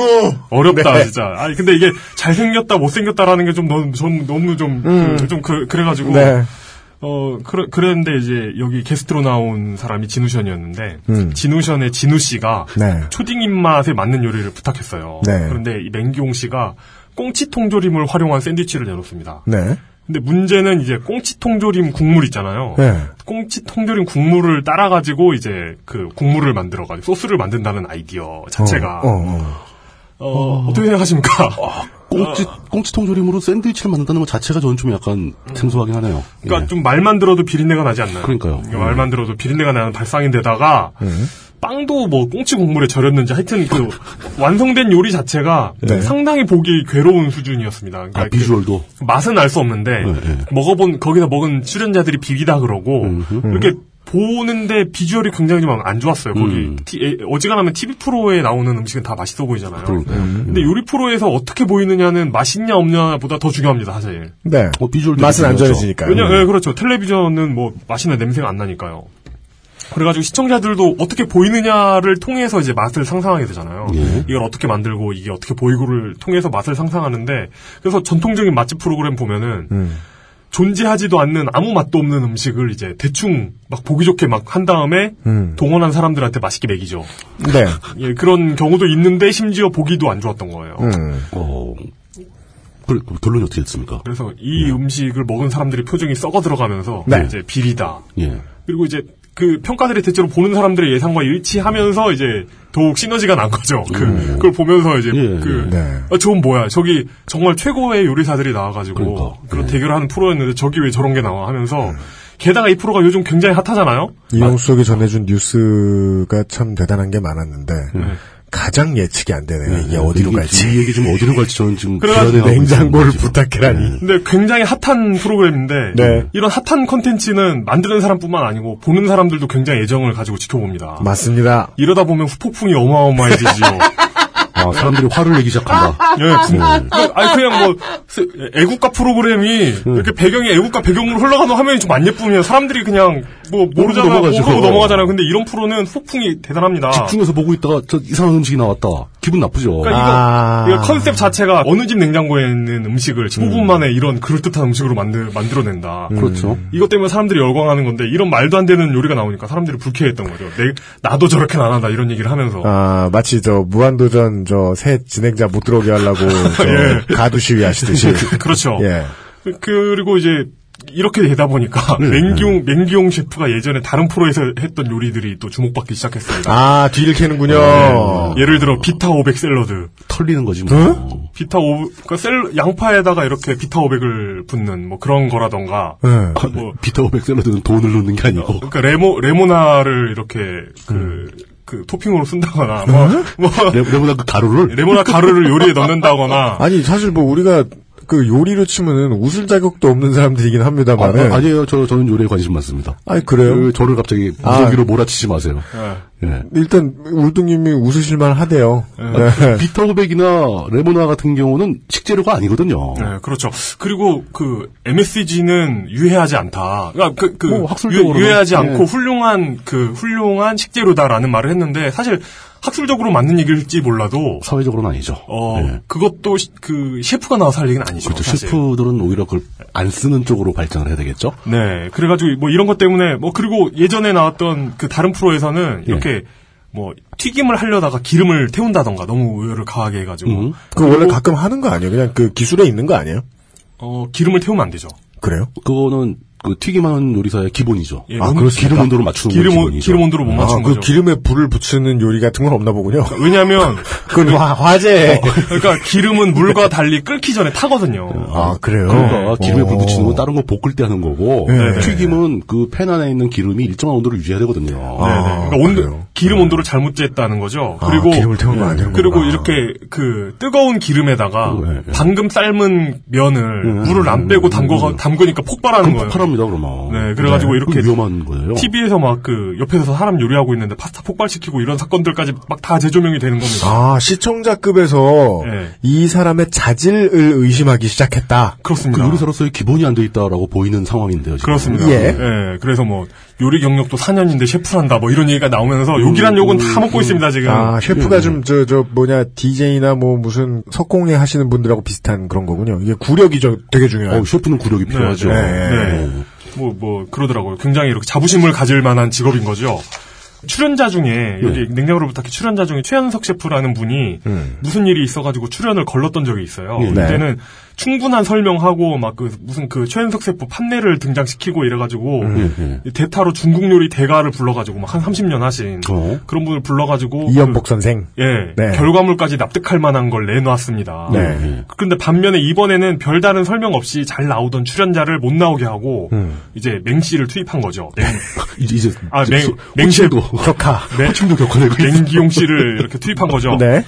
Speaker 3: 어렵다
Speaker 2: 네.
Speaker 3: 진짜. 아니 근데 이게 잘생겼다 못생겼다라는 게 좀 너무 좀 너무 좀좀 그, 래가지고
Speaker 2: 음. 네.
Speaker 3: 어 그래 그랬는데 이제 여기 게스트로 나온 사람이 진우션이었는데 진우션의 진우 씨가
Speaker 2: 음. 네.
Speaker 3: 초딩 입맛에 맞는 요리를 부탁했어요.
Speaker 2: 네.
Speaker 3: 그런데 이 맹기용 씨가 꽁치 통조림을 활용한 샌드위치를 내놓습니다.
Speaker 2: 네.
Speaker 3: 근데 문제는 이제 꽁치 통조림 국물 있잖아요.
Speaker 2: 네.
Speaker 3: 꽁치 통조림 국물을 따라 가지고 이제 그 국물을 만들어 가지고 소스를 만든다는 아이디어 자체가
Speaker 2: 어, 어.
Speaker 3: 어, 어떻게 생각하십니까? 아,
Speaker 4: 꽁치 꽁치 통조림으로 샌드위치를 만든다는 것 자체가 저는 좀 약간 생소하긴 하네요.
Speaker 3: 음. 그러니까
Speaker 4: 예.
Speaker 3: 좀 말만 들어도 비린내가 나지 않나요?
Speaker 4: 그러니까요. 음. 예.
Speaker 3: 이게 말만 들어도 비린내가 나는 발상인데다가 빵도 뭐 꽁치 국물에 절였는지 하여튼 그 완성된 요리 자체가
Speaker 2: 네.
Speaker 3: 상당히 보기 괴로운 수준이었습니다. 그러니까
Speaker 4: 아,
Speaker 3: 그
Speaker 4: 비주얼도
Speaker 3: 맛은 알 수 없는데
Speaker 4: 네.
Speaker 3: 먹어본 거기서 먹은 출연자들이 비비다 그러고
Speaker 4: 음.
Speaker 3: 이렇게 보는데 비주얼이 굉장히 좀 안 좋았어요. 거기
Speaker 4: 음.
Speaker 3: 티- 에, 어지간하면 TV 프로에 나오는 음식은 다 맛있어 보이잖아요.
Speaker 4: 그러니까요. 음.
Speaker 3: 근데 요리 프로에서 어떻게 보이느냐는 맛있냐 없냐보다 더 중요합니다, 사실.
Speaker 2: 네.
Speaker 4: 어, 비주얼도
Speaker 2: 맛은 안
Speaker 4: 중요하죠.
Speaker 2: 전해지니까요.
Speaker 3: 왜냐, 예, 그렇죠. 텔레비전은 뭐 맛이나 냄새가 안 나니까요. 그래가지고 시청자들도 어떻게 보이느냐를 통해서 이제 맛을 상상하게 되잖아요.
Speaker 4: 예.
Speaker 3: 이걸 어떻게 만들고 이게 어떻게 보이고를 통해서 맛을 상상하는데 그래서 전통적인 맛집 프로그램 보면은
Speaker 2: 음.
Speaker 3: 존재하지도 않는 아무 맛도 없는 음식을 이제 대충 막 보기 좋게 막 한 다음에
Speaker 2: 음.
Speaker 3: 동원한 사람들한테 맛있게 먹이죠.
Speaker 2: 네.
Speaker 3: 예, 그런 경우도 있는데 심지어 보기도 안 좋았던 거예요.
Speaker 2: 음.
Speaker 4: 어, 그, 그 결론이 어떻게 됐습니까?
Speaker 3: 그래서 이 음식을 먹은 사람들의 표정이 썩어 들어가면서
Speaker 2: 네.
Speaker 3: 이제 비리다,
Speaker 4: 예.
Speaker 3: 그리고 이제 그 평가들이 대체로 보는 사람들의 예상과 일치하면서 이제 더욱 시너지가 난 거죠. (laughs) 그, 그걸 보면서 이제
Speaker 4: 음. 예,
Speaker 3: 그,
Speaker 2: 네.
Speaker 3: 아, 저건 뭐야. 저기 정말 최고의 요리사들이 나와가지고
Speaker 4: 그러니까. 예.
Speaker 3: 그런 대결을 하는 프로였는데 저기 왜 저런 게 나와 하면서 게다가 이 프로가 요즘 굉장히 핫하잖아요?
Speaker 2: 이용석이 전해준 뉴스가 참 대단한 게 많았는데, 가장 예측이 안 되네요. 이게 어디로
Speaker 4: 이-
Speaker 2: 갈지.
Speaker 4: 이 얘기 좀 어디로 갈지 저는 지금
Speaker 3: 그래가지고
Speaker 2: (laughs)
Speaker 4: 불안해하고
Speaker 2: 냉장고를
Speaker 4: 있습니다, 지금.
Speaker 2: 부탁해라니.
Speaker 3: 근데 굉장히 핫한 프로그램인데
Speaker 2: 네.
Speaker 3: 이런 핫한 컨텐츠는 만드는 사람뿐만 아니고 보는 사람들도 굉장히 애정을 가지고 지켜봅니다.
Speaker 2: 맞습니다.
Speaker 3: 이러다 보면 후폭풍이 어마어마해지지요.
Speaker 4: (laughs) 아, 사람들이 화를 내기 시작한다.
Speaker 3: 예, 분- 그- 아니 그냥 뭐 스- 애국가 프로그램이
Speaker 4: 음.
Speaker 3: 이렇게 배경이 애국가 배경으로 흘러가는 화면이 좀 안 예쁘면 사람들이 그냥 뭐 모르잖아
Speaker 4: 넘어가죠.
Speaker 3: 모르고 넘어가잖아요. 근데 이런 프로는 후풍이 대단합니다.
Speaker 4: 집중해서 보고 있다가 저 이상한 음식이 나왔다. 기분 나쁘죠.
Speaker 3: 그러니까
Speaker 2: 아.
Speaker 3: 이거, 이거 컨셉 자체가 어느 집 냉장고에 있는 음식을 15분 만에 이런 그럴듯한 음식으로 만들, 만들어낸다.
Speaker 4: 그렇죠.
Speaker 3: 이것 때문에 사람들이 열광하는 건데 이런 말도 안 되는 요리가 나오니까 사람들이 불쾌했던 거죠. 내, 나도 저렇게는 안 한다 이런 얘기를 하면서.
Speaker 2: 아, 마치 저 무한도전 저 새 진행자 못 들어오게 하려고 저 가두 시위 하시듯이.
Speaker 3: (laughs) 그렇죠.
Speaker 2: 예.
Speaker 3: 그- 그리고 이제 이렇게 되다 보니까
Speaker 2: 음,
Speaker 3: 맹기용 맹기용 셰프가 예전에 다른 프로에서 했던 요리들이 또 주목받기 시작했습니다.
Speaker 2: 아, 뒤를 캐는군요. 아.
Speaker 3: 예를 들어 비타 500 샐러드,
Speaker 4: 털리는 거지 뭐.
Speaker 3: 비타 5 그러니까 샐 양파에다가 이렇게 비타 500을 붓는 뭐 그런 거라던가
Speaker 2: 예.
Speaker 3: 뭐
Speaker 4: 아, 비타 오백 샐러드는 돈을 넣는 게 아니고
Speaker 3: 그러니까 레모 레모나를 이렇게 그 그
Speaker 2: 음.
Speaker 3: 토핑으로 쓴다거나 뭐, 뭐 (laughs)
Speaker 4: 레- 레모나 그 가루를
Speaker 3: 레모나 가루를 요리에 넣는다거나
Speaker 2: 아니, 사실 뭐 우리가 그 요리로 치면은 웃을 자격도 없는 사람들이긴
Speaker 4: 아,
Speaker 2: 합니다만은.
Speaker 4: 아, 니에요저 저는 요리에 관심 많습니다.
Speaker 2: 아니, 그래요?
Speaker 4: 그 저를 갑자기 무더기로 몰아치지 마세요.
Speaker 3: 네.
Speaker 4: 예.
Speaker 2: 일단 울뚱님이 웃으실만 하대요. 네.
Speaker 4: 아, 비타 오백이나 레모나 같은 경우는 식재료가 아니거든요.
Speaker 3: 네, 그렇죠. 그리고 그 MSG는 유해하지 않다. 그러니까 그, 그
Speaker 4: 뭐 학술적으로는.
Speaker 3: 유, 해하지
Speaker 4: 예.
Speaker 3: 않고 훌륭한 그 훌륭한 식재료다라는 말을 했는데 사실 학술적으로 맞는 얘기일지 몰라도
Speaker 4: 사회적으로는 아니죠.
Speaker 3: 어
Speaker 4: 예.
Speaker 3: 그것도 시- 그 셰프가 나와서 할 얘기는 아니죠.
Speaker 4: 그렇죠.
Speaker 3: 사실.
Speaker 4: 셰프들은 오히려 그걸 안 쓰는 쪽으로 발전을 해야 되겠죠.
Speaker 3: 네, 그래가지고 뭐 이런 것 때문에 뭐 그리고 예전에 나왔던 그 다른
Speaker 4: 예.
Speaker 3: 프로에서는 이렇게 뭐 튀김을 하려다가 기름을 태운다던가 너무 우열을 가하게 해가지고
Speaker 4: 음.
Speaker 2: 그 원래 가끔 하는 거 아니에요? 그냥 그 기술에 있는 거 아니에요?
Speaker 3: 어 기름을 태우면 안 되죠.
Speaker 2: 그래요?
Speaker 4: 그거는 그 튀김하는 요리사의 기본이죠.
Speaker 3: 예,
Speaker 2: 아,
Speaker 3: 온-
Speaker 2: 그렇습니까?
Speaker 4: 기름 온도를 맞추는 건
Speaker 3: 기름 온-
Speaker 4: 기본이죠.
Speaker 3: 기름 온도를 못 맞추는
Speaker 2: 아, 그
Speaker 3: 거죠.
Speaker 2: 기름에 불을 붙이는 요리 같은 건 없나 보군요.
Speaker 4: 그
Speaker 3: 왜냐하면
Speaker 2: (laughs) 그건 화, 화재.
Speaker 3: 그러니까 기름은 물과 달리 끓기 전에 타거든요.
Speaker 2: 아, 그래요?
Speaker 4: 어.
Speaker 3: 네.
Speaker 4: 그러니까 기름에 불
Speaker 2: 어.
Speaker 4: 붙이는 건 다른 거 볶을 때 하는 거고
Speaker 2: 네.
Speaker 4: 튀김은 그 팬 안에 있는 기름이 일정한 온도를 유지해야 되거든요.
Speaker 3: 네네. 그러니까 온도-
Speaker 2: 그래요?
Speaker 3: 기름 온도를 잘못 쟀다는 거죠.
Speaker 2: 아,
Speaker 3: 그리고
Speaker 2: 기름을 태우면 안 되는
Speaker 3: 그리고 이렇게 그 뜨거운 기름에다가 방금 삶은 면을 물을 안 빼고 담궈 담그니까 폭발하는
Speaker 4: 그럼
Speaker 3: 거예요.
Speaker 4: 폭발합니다 그러면.
Speaker 3: 네, 그래가지고 이렇게
Speaker 4: 그건 위험한 거예요.
Speaker 3: TV에서 막 그 옆에서 사람 요리하고 있는데 파스타 폭발시키고 이런 사건들까지 막 다 재조명이 되는 겁니다.
Speaker 2: 아, 시청자급에서
Speaker 3: 네.
Speaker 2: 이 사람의 자질을 의심하기 시작했다.
Speaker 4: 그
Speaker 3: 그렇습니다.
Speaker 4: 요리사로서의 기본이 안 돼 있다라고 보이는 상황인데요. 지금.
Speaker 3: 그렇습니다.
Speaker 2: 예.
Speaker 3: 그래서 뭐 요리 경력도 4년인데 셰프한다 뭐 이런 얘기가 나오면서 욕이란 욕은 다 먹고 있습니다 지금.
Speaker 2: 아,
Speaker 4: 음.
Speaker 2: 셰프가 좀, 저, 저, 뭐냐, DJ나 뭐, 무슨, 석공예 하시는 분들하고 비슷한 그런 거군요. 이게 구력이 저, 되게 중요해요.
Speaker 4: 어, 셰프는 구력이 필요하죠.
Speaker 3: 네, 네. 뭐, 뭐, 그러더라고요. 굉장히 이렇게 자부심을 가질 만한 직업인 거죠. 출연자 중에, 여기 냉장고로 부탁해 출연자 중에 최현석 셰프라는 분이 무슨 일이 있어가지고 출연을 걸렀던 적이 있어요.
Speaker 4: 네.
Speaker 3: 그때는 충분한 설명하고 막 그 무슨 그 최현석 셰프 판넬을 등장시키고 이래가지고 대타로 중국 요리 대가를 불러가지고 막 한 30년 하신
Speaker 4: 어.
Speaker 3: 그런 분을 불러가지고
Speaker 2: 이연복 선생.
Speaker 3: 예,
Speaker 2: 네.
Speaker 3: 결과물까지 납득할 만한 걸 내놨습니다.
Speaker 2: 네.
Speaker 3: 그런데 반면에 이번에는 별다른 설명 없이 잘 나오던 출연자를 못 나오게 하고
Speaker 2: 음.
Speaker 3: 이제 맹씨를 투입한 거죠. 맹,
Speaker 4: (laughs) 이제 이제
Speaker 3: 아, 맹-
Speaker 4: 호-
Speaker 3: 맹셰프.
Speaker 4: 호칭도-
Speaker 2: 격하.
Speaker 3: 맹-
Speaker 4: 호칭도 겪어내고 있어요.
Speaker 3: 맹기용 씨를 이렇게 투입한
Speaker 4: 어.
Speaker 3: 거죠.
Speaker 2: 네.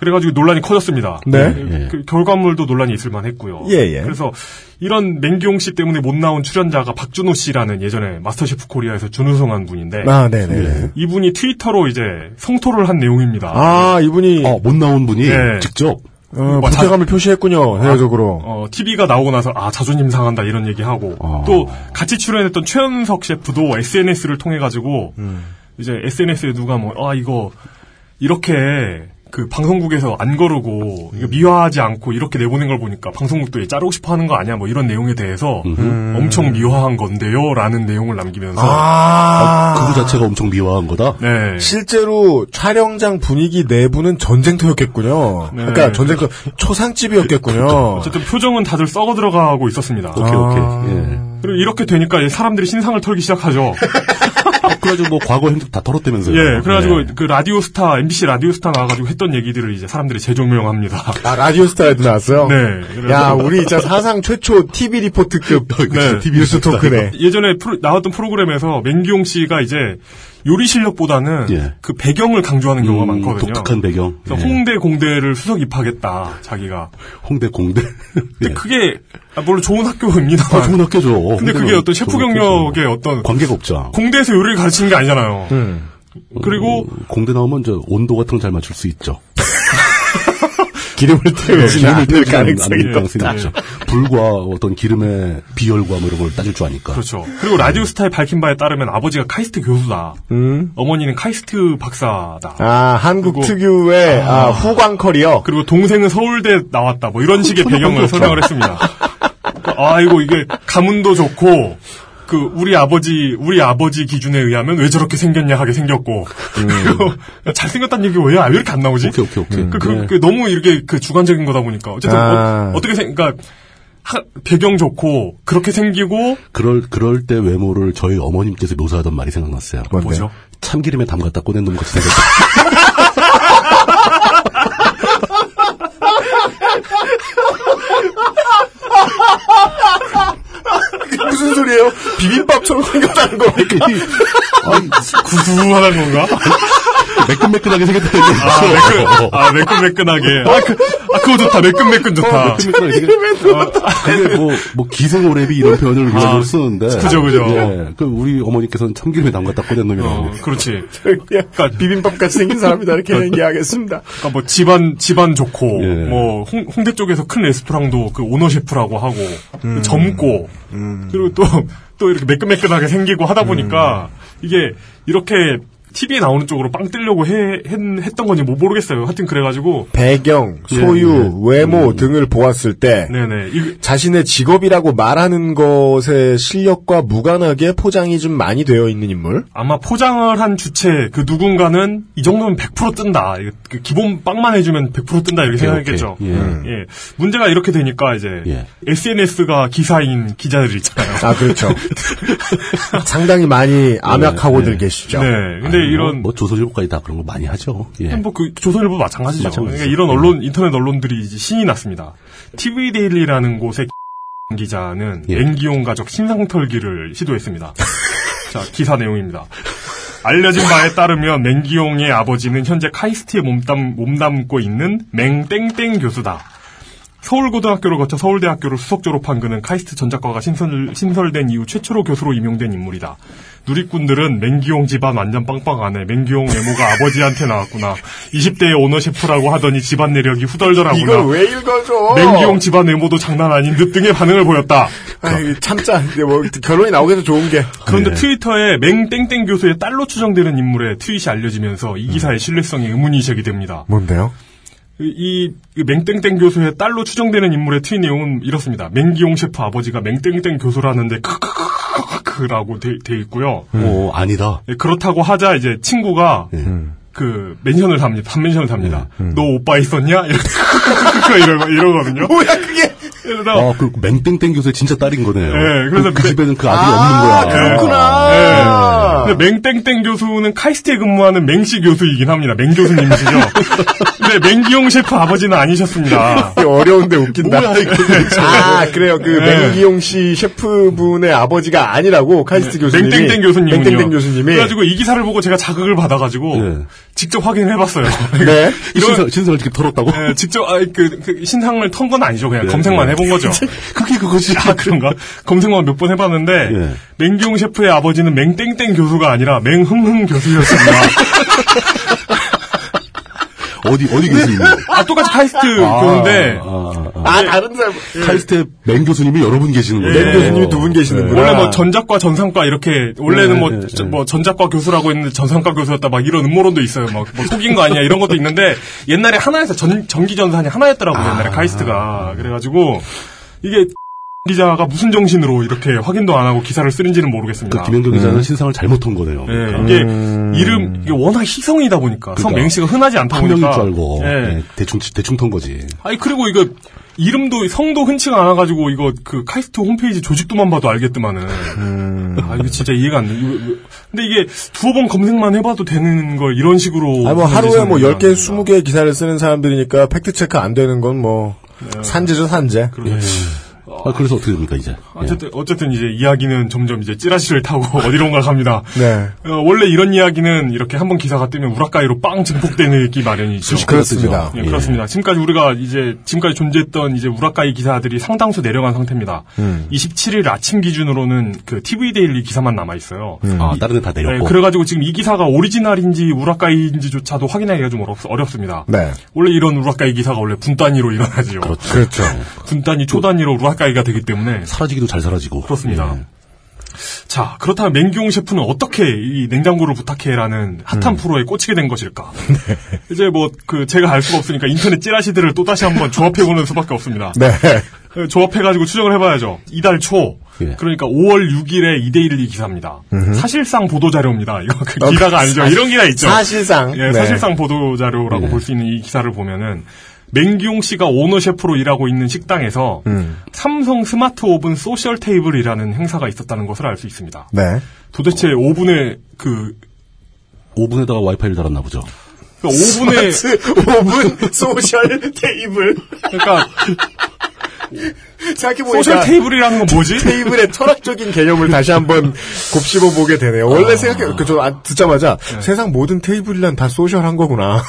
Speaker 3: 그래가지고 논란이 커졌습니다.
Speaker 2: 네.
Speaker 3: 그- 그 결과물도 논란이 있을 만했고요.
Speaker 2: 예, 예.
Speaker 3: 그래서 이런 맹기용 씨 때문에 못 나온 출연자가 박준호 씨라는 예전에 마스터셰프 코리아에서 준우승한 분인데
Speaker 2: 아, 네네.
Speaker 3: 이분이 트위터로 이제 성토를 한 내용입니다.
Speaker 2: 아, 이분이,
Speaker 4: 어, 못 나온 분이
Speaker 3: 네.
Speaker 4: 직접
Speaker 2: 어,
Speaker 3: 뭐 자-
Speaker 2: 부패감을 표시했군요,
Speaker 4: 아.
Speaker 2: 대외적으로.
Speaker 3: 어, TV가 나오고 나서 아 자존심 상한다 이런 얘기하고
Speaker 4: 아.
Speaker 3: 또 같이 출연했던 최현석 셰프도 SNS를 통해 가지고 이제 SNS에 누가 뭐 아 이거 이렇게 그 방송국에서 안 거르고 이거 미화하지 않고 이렇게 내보낸 걸 보니까 방송국도 얘 자르고 싶어 하는 거 아니야 뭐 이런 내용에 대해서 엄청 미화한 건데요라는 내용을 남기면서
Speaker 2: 아,
Speaker 4: 그거 자체가 엄청 미화한 거다.
Speaker 3: 네.
Speaker 2: 실제로 촬영장 분위기 내부는 전쟁터였겠군요.
Speaker 3: 네.
Speaker 2: 그러니까 전쟁터 초상집이었겠군요.
Speaker 3: 어쨌든 표정은 다들 썩어 들어가고 있었습니다.
Speaker 4: 오케이 오케이. 예.
Speaker 3: 그리고 이렇게 되니까 사람들이 신상을 털기 시작하죠.
Speaker 4: 아, 그래가지고 뭐 과거 행적 다 털었다면서요.
Speaker 3: 예, 그래가지고
Speaker 4: 네.
Speaker 3: 그 라디오스타 MBC 라디오스타 나와가지고 했던 얘기들을 이제 사람들이 재조명합니다. (laughs)
Speaker 2: 아, 라디오스타에도 나왔어요?
Speaker 3: 네. 그래서
Speaker 2: 야, 우리 진짜 사상 최초 TV 리포트급
Speaker 3: 네.
Speaker 2: 어, TV 뉴스 토크네.
Speaker 3: 예전에 프로- 나왔던 프로그램에서 맹기용 씨가 이제 요리 실력보다는
Speaker 4: 예.
Speaker 3: 그 배경을 강조하는 경우가
Speaker 4: 음,
Speaker 3: 많거든요.
Speaker 4: 독특한 배경.
Speaker 3: 그래서
Speaker 4: 예.
Speaker 3: 홍대 공대를 수석 입학했다 자기가.
Speaker 4: 홍대 공대.
Speaker 3: 근데
Speaker 4: 예.
Speaker 3: 그게 아, 물론 좋은
Speaker 4: 아,
Speaker 3: 학교입니다만
Speaker 4: 좋은 학교죠.
Speaker 3: 근데 그게
Speaker 4: 홍대는
Speaker 3: 어떤 셰프
Speaker 4: 좋은
Speaker 3: 경력의
Speaker 4: 학교죠.
Speaker 3: 어떤
Speaker 4: 관계가 없죠.
Speaker 3: 공대에서 요리를 가르치는 게 아니잖아요.
Speaker 4: 음.
Speaker 3: 그리고 (laughs)
Speaker 4: 공대 나오면 저 온도 같은 거 잘 맞출 수 있죠.
Speaker 2: 기름을
Speaker 3: 예,
Speaker 2: 태우지 않을 가능성이
Speaker 4: 가능성이
Speaker 2: 높다.
Speaker 4: 높죠. 불과 어떤 기름의 비열과 뭐 이런 걸 따질 줄 아니까.
Speaker 3: 그렇죠. 그리고 라디오 스타의 밝힌 바에 따르면 아버지가 카이스트 교수다.
Speaker 2: 음.
Speaker 3: 어머니는 카이스트 박사다.
Speaker 2: 아, 한국
Speaker 3: 그리고-
Speaker 2: 특유의 아, 후광 커리어.
Speaker 3: 그리고 동생은 서울대 나왔다. 뭐 이런 식의
Speaker 4: 전혀
Speaker 3: 배경을
Speaker 4: 관계없죠.
Speaker 3: 설명을 했습니다. 그러니까 아이고 이게 가문도 좋고 그 우리 아버지 우리 아버지 기준에 의하면 왜 저렇게 생겼냐 하게 생겼고 (laughs) 잘 생겼다는 얘기 왜왜 이렇게 안 나오지?
Speaker 4: 오케이, 네. 오케이, 오케이.
Speaker 3: 그, 그- 그 너무 이렇게 그 주관적인 거다 보니까 어쨌든
Speaker 2: 아.
Speaker 3: 어, 떻게 생, 그러니까 하- 배경 좋고 그렇게 생기고
Speaker 4: 그럴 그럴 때 외모를 저희 어머님께서 묘사하던 말이 생각났어요.
Speaker 2: 뭔데요?
Speaker 3: 뭐죠?
Speaker 4: 참기름에 담갔다 꺼낸 놈 같이 생겼다.
Speaker 2: 무슨 소리예요? 비빔밥처럼 생겼다는 겁니까?
Speaker 3: 구수하다는 건가?
Speaker 4: (laughs) 매끈매끈하게 생겼다.
Speaker 3: 아,
Speaker 4: 어,
Speaker 3: 매끈, 아 매끈매끈하게 아, 그, 아 그거 좋다 매끈매끈 좋다
Speaker 4: 매끈매끈하게 생겼다. 그게 뭐, 뭐 기생오래비 이런 표현을 위해서
Speaker 3: 아,
Speaker 4: 쓰는데.
Speaker 3: 그죠, 그죠.
Speaker 4: 예, 그 우리 어머니께서는 참기름에 담갔다 꺼낸 놈이라고.
Speaker 3: 어, 그렇지
Speaker 2: (laughs) 그러니까 비빔밥 같이 생긴 사람이다 이렇게 얘기하겠습니다.
Speaker 3: 그러니까 뭐 집안 집안 좋고
Speaker 4: 예.
Speaker 3: 뭐 홍, 대 쪽에서 큰 레스토랑도 그 오너셰프라고 하고
Speaker 4: 음.
Speaker 3: 젊고 그리고 또 (laughs) 또 이렇게 매끈매끈하게 생기고 하다 보니까
Speaker 4: 음.
Speaker 3: 이게 이렇게 TV에 나오는 쪽으로 빵 뜨려고 해, 했, 던 건지 뭐 모르겠어요. 하여튼 그래가지고
Speaker 2: 배경, 소유, 외모 등을 보았을 때
Speaker 3: 네네 이-
Speaker 2: 자신의 직업이라고 말하는 것의 실력과 무관하게 포장이 좀 많이 되어 있는 인물.
Speaker 3: 아마 포장을 한 주체 그 누군가는 이 정도면 100% 뜬다. 이거 그 기본 빵만 해주면 100% 뜬다 이렇게 생각했겠죠.
Speaker 4: 오케이. 예.
Speaker 3: 예. 문제가 이렇게 되니까 이제
Speaker 4: 예.
Speaker 3: SNS가 기사인 기자들
Speaker 4: (laughs)
Speaker 3: 있잖아요.
Speaker 2: 아 그렇죠. (laughs) 상당히 많이 암약하고들 계시죠.
Speaker 3: 네. 근데
Speaker 4: 아니, 뭐,
Speaker 3: 이런
Speaker 4: 뭐 조선일보까지 다 그런 거 많이 하죠. 예.
Speaker 3: 뭐 그 조선일보 마찬가지죠.
Speaker 4: 마찬가지죠.
Speaker 3: 그러니까 이런 언론 인터넷 언론들이 이제 신이 났습니다. TV 데일리라는 곳의 (laughs) 기자는
Speaker 4: 예.
Speaker 3: 앵기용 가족 신상털기를 시도했습니다. (laughs) 자 기사 내용입니다. 알려진 바에 따르면 맹기용의 아버지는 현재 카이스트에 몸담, 몸담고 있는 맹땡땡 교수다. 서울고등학교를 거쳐 서울대학교를 수석 졸업한 그는 카이스트 전작과가 신설, 신설된 이후 최초로 교수로 임용된 인물이다. 누리꾼들은 맹기용 집안 완전 빵빵하네. 맹기용 외모가 아버지한테 나왔구나. 20대의 오너셰프라고 하더니 집안 내력이 후덜덜하구나.
Speaker 2: 이걸 왜 읽어줘?
Speaker 3: 맹기용 집안 외모도 장난 아닌 듯 등의 반응을 보였다.
Speaker 2: 아이, 참자. 이제 뭐 결론이 나오기도 좋은 게
Speaker 3: 그런데 트위터에 맹땡땡 교수의 딸로 추정되는 인물의 트윗이 알려지면서 이 기사의 신뢰성에 의문이
Speaker 2: 네.
Speaker 3: 제기됩니다.
Speaker 2: 뭔데요?
Speaker 3: 이, 이 맹땡땡 교수의 딸로 추정되는 인물의 트윗 내용은 이렇습니다. 맹기용 셰프 아버지가 맹땡땡 교수라는데 크크크크크라고 돼, 돼 있고요.
Speaker 4: 오, 어, 아니다.
Speaker 3: 예, 그렇다고 하자 이제 친구가 그 맨션을 삽니다. 반맨션을 삽니다. 너 오빠 있었냐? 이렇게 크크크크크 이러거 이러거든요.
Speaker 2: 뭐야 그게?
Speaker 3: 이러다
Speaker 4: 아, 그 맹땡땡 교수의 진짜 딸인 거네요.
Speaker 3: 음. 예, 그래서
Speaker 4: 그, 그
Speaker 3: 맹-
Speaker 4: 집에는 그 아들이
Speaker 2: 아 네.
Speaker 4: 없는 거야. 예.
Speaker 2: 그렇구나.
Speaker 3: 근데 맹땡땡 교수는 카이스트에 근무하는 맹씨 교수이긴 합니다. 맹 교수님이시죠. 근데 맹기용 셰프 아버지는 아니셨습니다.
Speaker 2: 이게 어려운데 웃긴다.
Speaker 4: 뭐야, 이거.
Speaker 2: 아, 그래요. 그
Speaker 3: 네.
Speaker 2: 맹기용 씨 셰프분의 아버지가 아니라고 카이스트 교수님이
Speaker 3: 맹땡땡 교수님은요.
Speaker 2: 맹땡땡 교수님이
Speaker 3: 그래가지고 이 기사를 보고 제가 자극을 받아가지고
Speaker 4: 네.
Speaker 3: 직접 확인해봤어요.
Speaker 2: 네.
Speaker 4: 이 신설, 신설 이렇게 털었다고?
Speaker 3: 네, 직접 아, 그, 그 신상을 턴 건 아니죠. 그냥 검색만
Speaker 4: 네.
Speaker 3: 해본 거죠. 그게 그거지. 아 그런가? 검색만 몇 번 해봤는데
Speaker 4: 네.
Speaker 3: 맹기용 셰프의 아버지는 맹땡땡 교수가 아니라 맹흥흥 교수였습니다.
Speaker 4: (laughs) 어디, 어디 교수님?
Speaker 3: 아 똑같이 카이스트 교수인데
Speaker 2: 아 다른 사람
Speaker 3: 예.
Speaker 4: 카이스트의 맹 교수님이 여러 분 계시는 거예요.
Speaker 2: 맹 네. 교수님이 두 분 계시는구나.
Speaker 3: 네. 원래 뭐 전작과 전상과 이렇게 원래는
Speaker 4: 아. 네,
Speaker 3: 뭐,
Speaker 4: 네,
Speaker 3: 저- 뭐 전작과 교수라고 했는데 전상과 교수였다 막 이런 음모론도 있어요. 막뭐 속인 거 아니야 이런 것도 있는데 옛날에 하나에서 전 전기 전산이 하나였더라고요. 옛날에
Speaker 4: 아.
Speaker 3: 카이스트가 그래가지고 이게 기자가 무슨 정신으로 이렇게 확인도 안 하고 기사를 쓰는지는 모르겠습니다.
Speaker 4: 그 김현경 기자는 신상을 잘못한 거네요.
Speaker 3: 예, 이게 이름 이게 워낙 희성이다 보니까 성
Speaker 4: 그러니까.
Speaker 3: 맹씨가 흔하지 않다
Speaker 4: 한 명일 줄
Speaker 3: 보니까
Speaker 4: 알고
Speaker 3: 예.
Speaker 4: 예, 대충 대충 턴 거지.
Speaker 3: 아니 그리고 이거 이름도 성도 흔치가 않아가지고 이거 그 카이스트 홈페이지 조직도만 봐도 알겠더만은
Speaker 2: 음.
Speaker 3: 아 이거 진짜 이해가 안 돼. 이거, 이거. 근데 이게 두어 번 검색만 해봐도 되는 걸 이런 식으로
Speaker 2: 아니 뭐 하루에 뭐 10개,
Speaker 3: 스 네.
Speaker 2: 20개 기사를 쓰는 사람들이니까 팩트 체크 안 되는 건 뭐 산재죠, 산재.
Speaker 3: 그러네.
Speaker 4: 아, 그래서 어떻게 됩니까, 이제?
Speaker 3: 어쨌든, 어쨌든 이제 이야기는 점점 이제 찌라시를 타고 (laughs) 어디론가 갑니다.
Speaker 2: 네.
Speaker 3: 어, 원래 이런 이야기는 이렇게 한 번 기사가 뜨면 우라카이로 빵 증폭되기 마련이죠.
Speaker 4: 수십
Speaker 2: 그렇습니다.
Speaker 3: 예, 그렇습니다. 지금까지 우리가 이제 지금까지 존재했던 이제 우라카이 기사들이 상당수 내려간 상태입니다.
Speaker 2: 음.
Speaker 3: 27일 아침 기준으로는 그 TV 데일리 기사만 남아 있어요.
Speaker 2: 음.
Speaker 4: 아, 다른 데다
Speaker 3: 네,
Speaker 4: 내렸고.
Speaker 3: 그래가지고 지금 이 기사가 오리지널인지 우라카이인지조차도 확인하기가 좀 어렵, 어렵습니다.
Speaker 2: 네.
Speaker 3: 원래 이런 우라카이 기사가 원래 분단위로 일어나지요.
Speaker 2: 그렇죠.
Speaker 3: 분단위 초단위로 우라카이가 되기 때문에
Speaker 4: 사라지기도 잘 사라지고.
Speaker 3: 그렇습니다.
Speaker 4: 예.
Speaker 3: 자, 그렇다면 맹기용 셰프는 어떻게 이 냉장고를 부탁해라는 핫한 프로에 꽂히게 된 것일까? (laughs) 이제 뭐 그 제가 알 수가 없으니까 인터넷 찌라시들을 또 다시 한번 조합해 보는 수밖에 없습니다.
Speaker 2: 네.
Speaker 3: 에, 조합해가지고 추정을 해봐야죠. 이달 초.
Speaker 4: 예.
Speaker 3: 그러니까 5월 6일에 2대1 기사입니다. 사실상 보도자료입니다. (laughs) 이거 그 기사가 아니죠. 이런 기사 있죠.
Speaker 2: 사실상.
Speaker 3: 예,
Speaker 2: 네.
Speaker 3: 사실상 보도자료라고 볼 수 있는 이 기사를 보면은 맹기용 씨가 오너 셰프로 일하고 있는 식당에서 삼성 스마트 오븐 소셜 테이블이라는 행사가 있었다는 것을 알 수 있습니다.
Speaker 2: 네.
Speaker 3: 도대체 오븐에 그
Speaker 4: 오븐에다가 와이파이를 달았나 보죠.
Speaker 3: 그러니까 오븐에
Speaker 2: (laughs) 5분 소셜 테이블.
Speaker 3: 그러니까
Speaker 2: 생각해보니까.
Speaker 3: 소셜 테이블이라는 건 뭐지?
Speaker 2: 테이블의 철학적인 개념을 다시 한번 곱씹어 보게 되네요. 원래 생각해, 그, 저, 아, 듣자마자
Speaker 3: 네.
Speaker 2: 세상 모든 테이블이란 다 소셜한 거구나.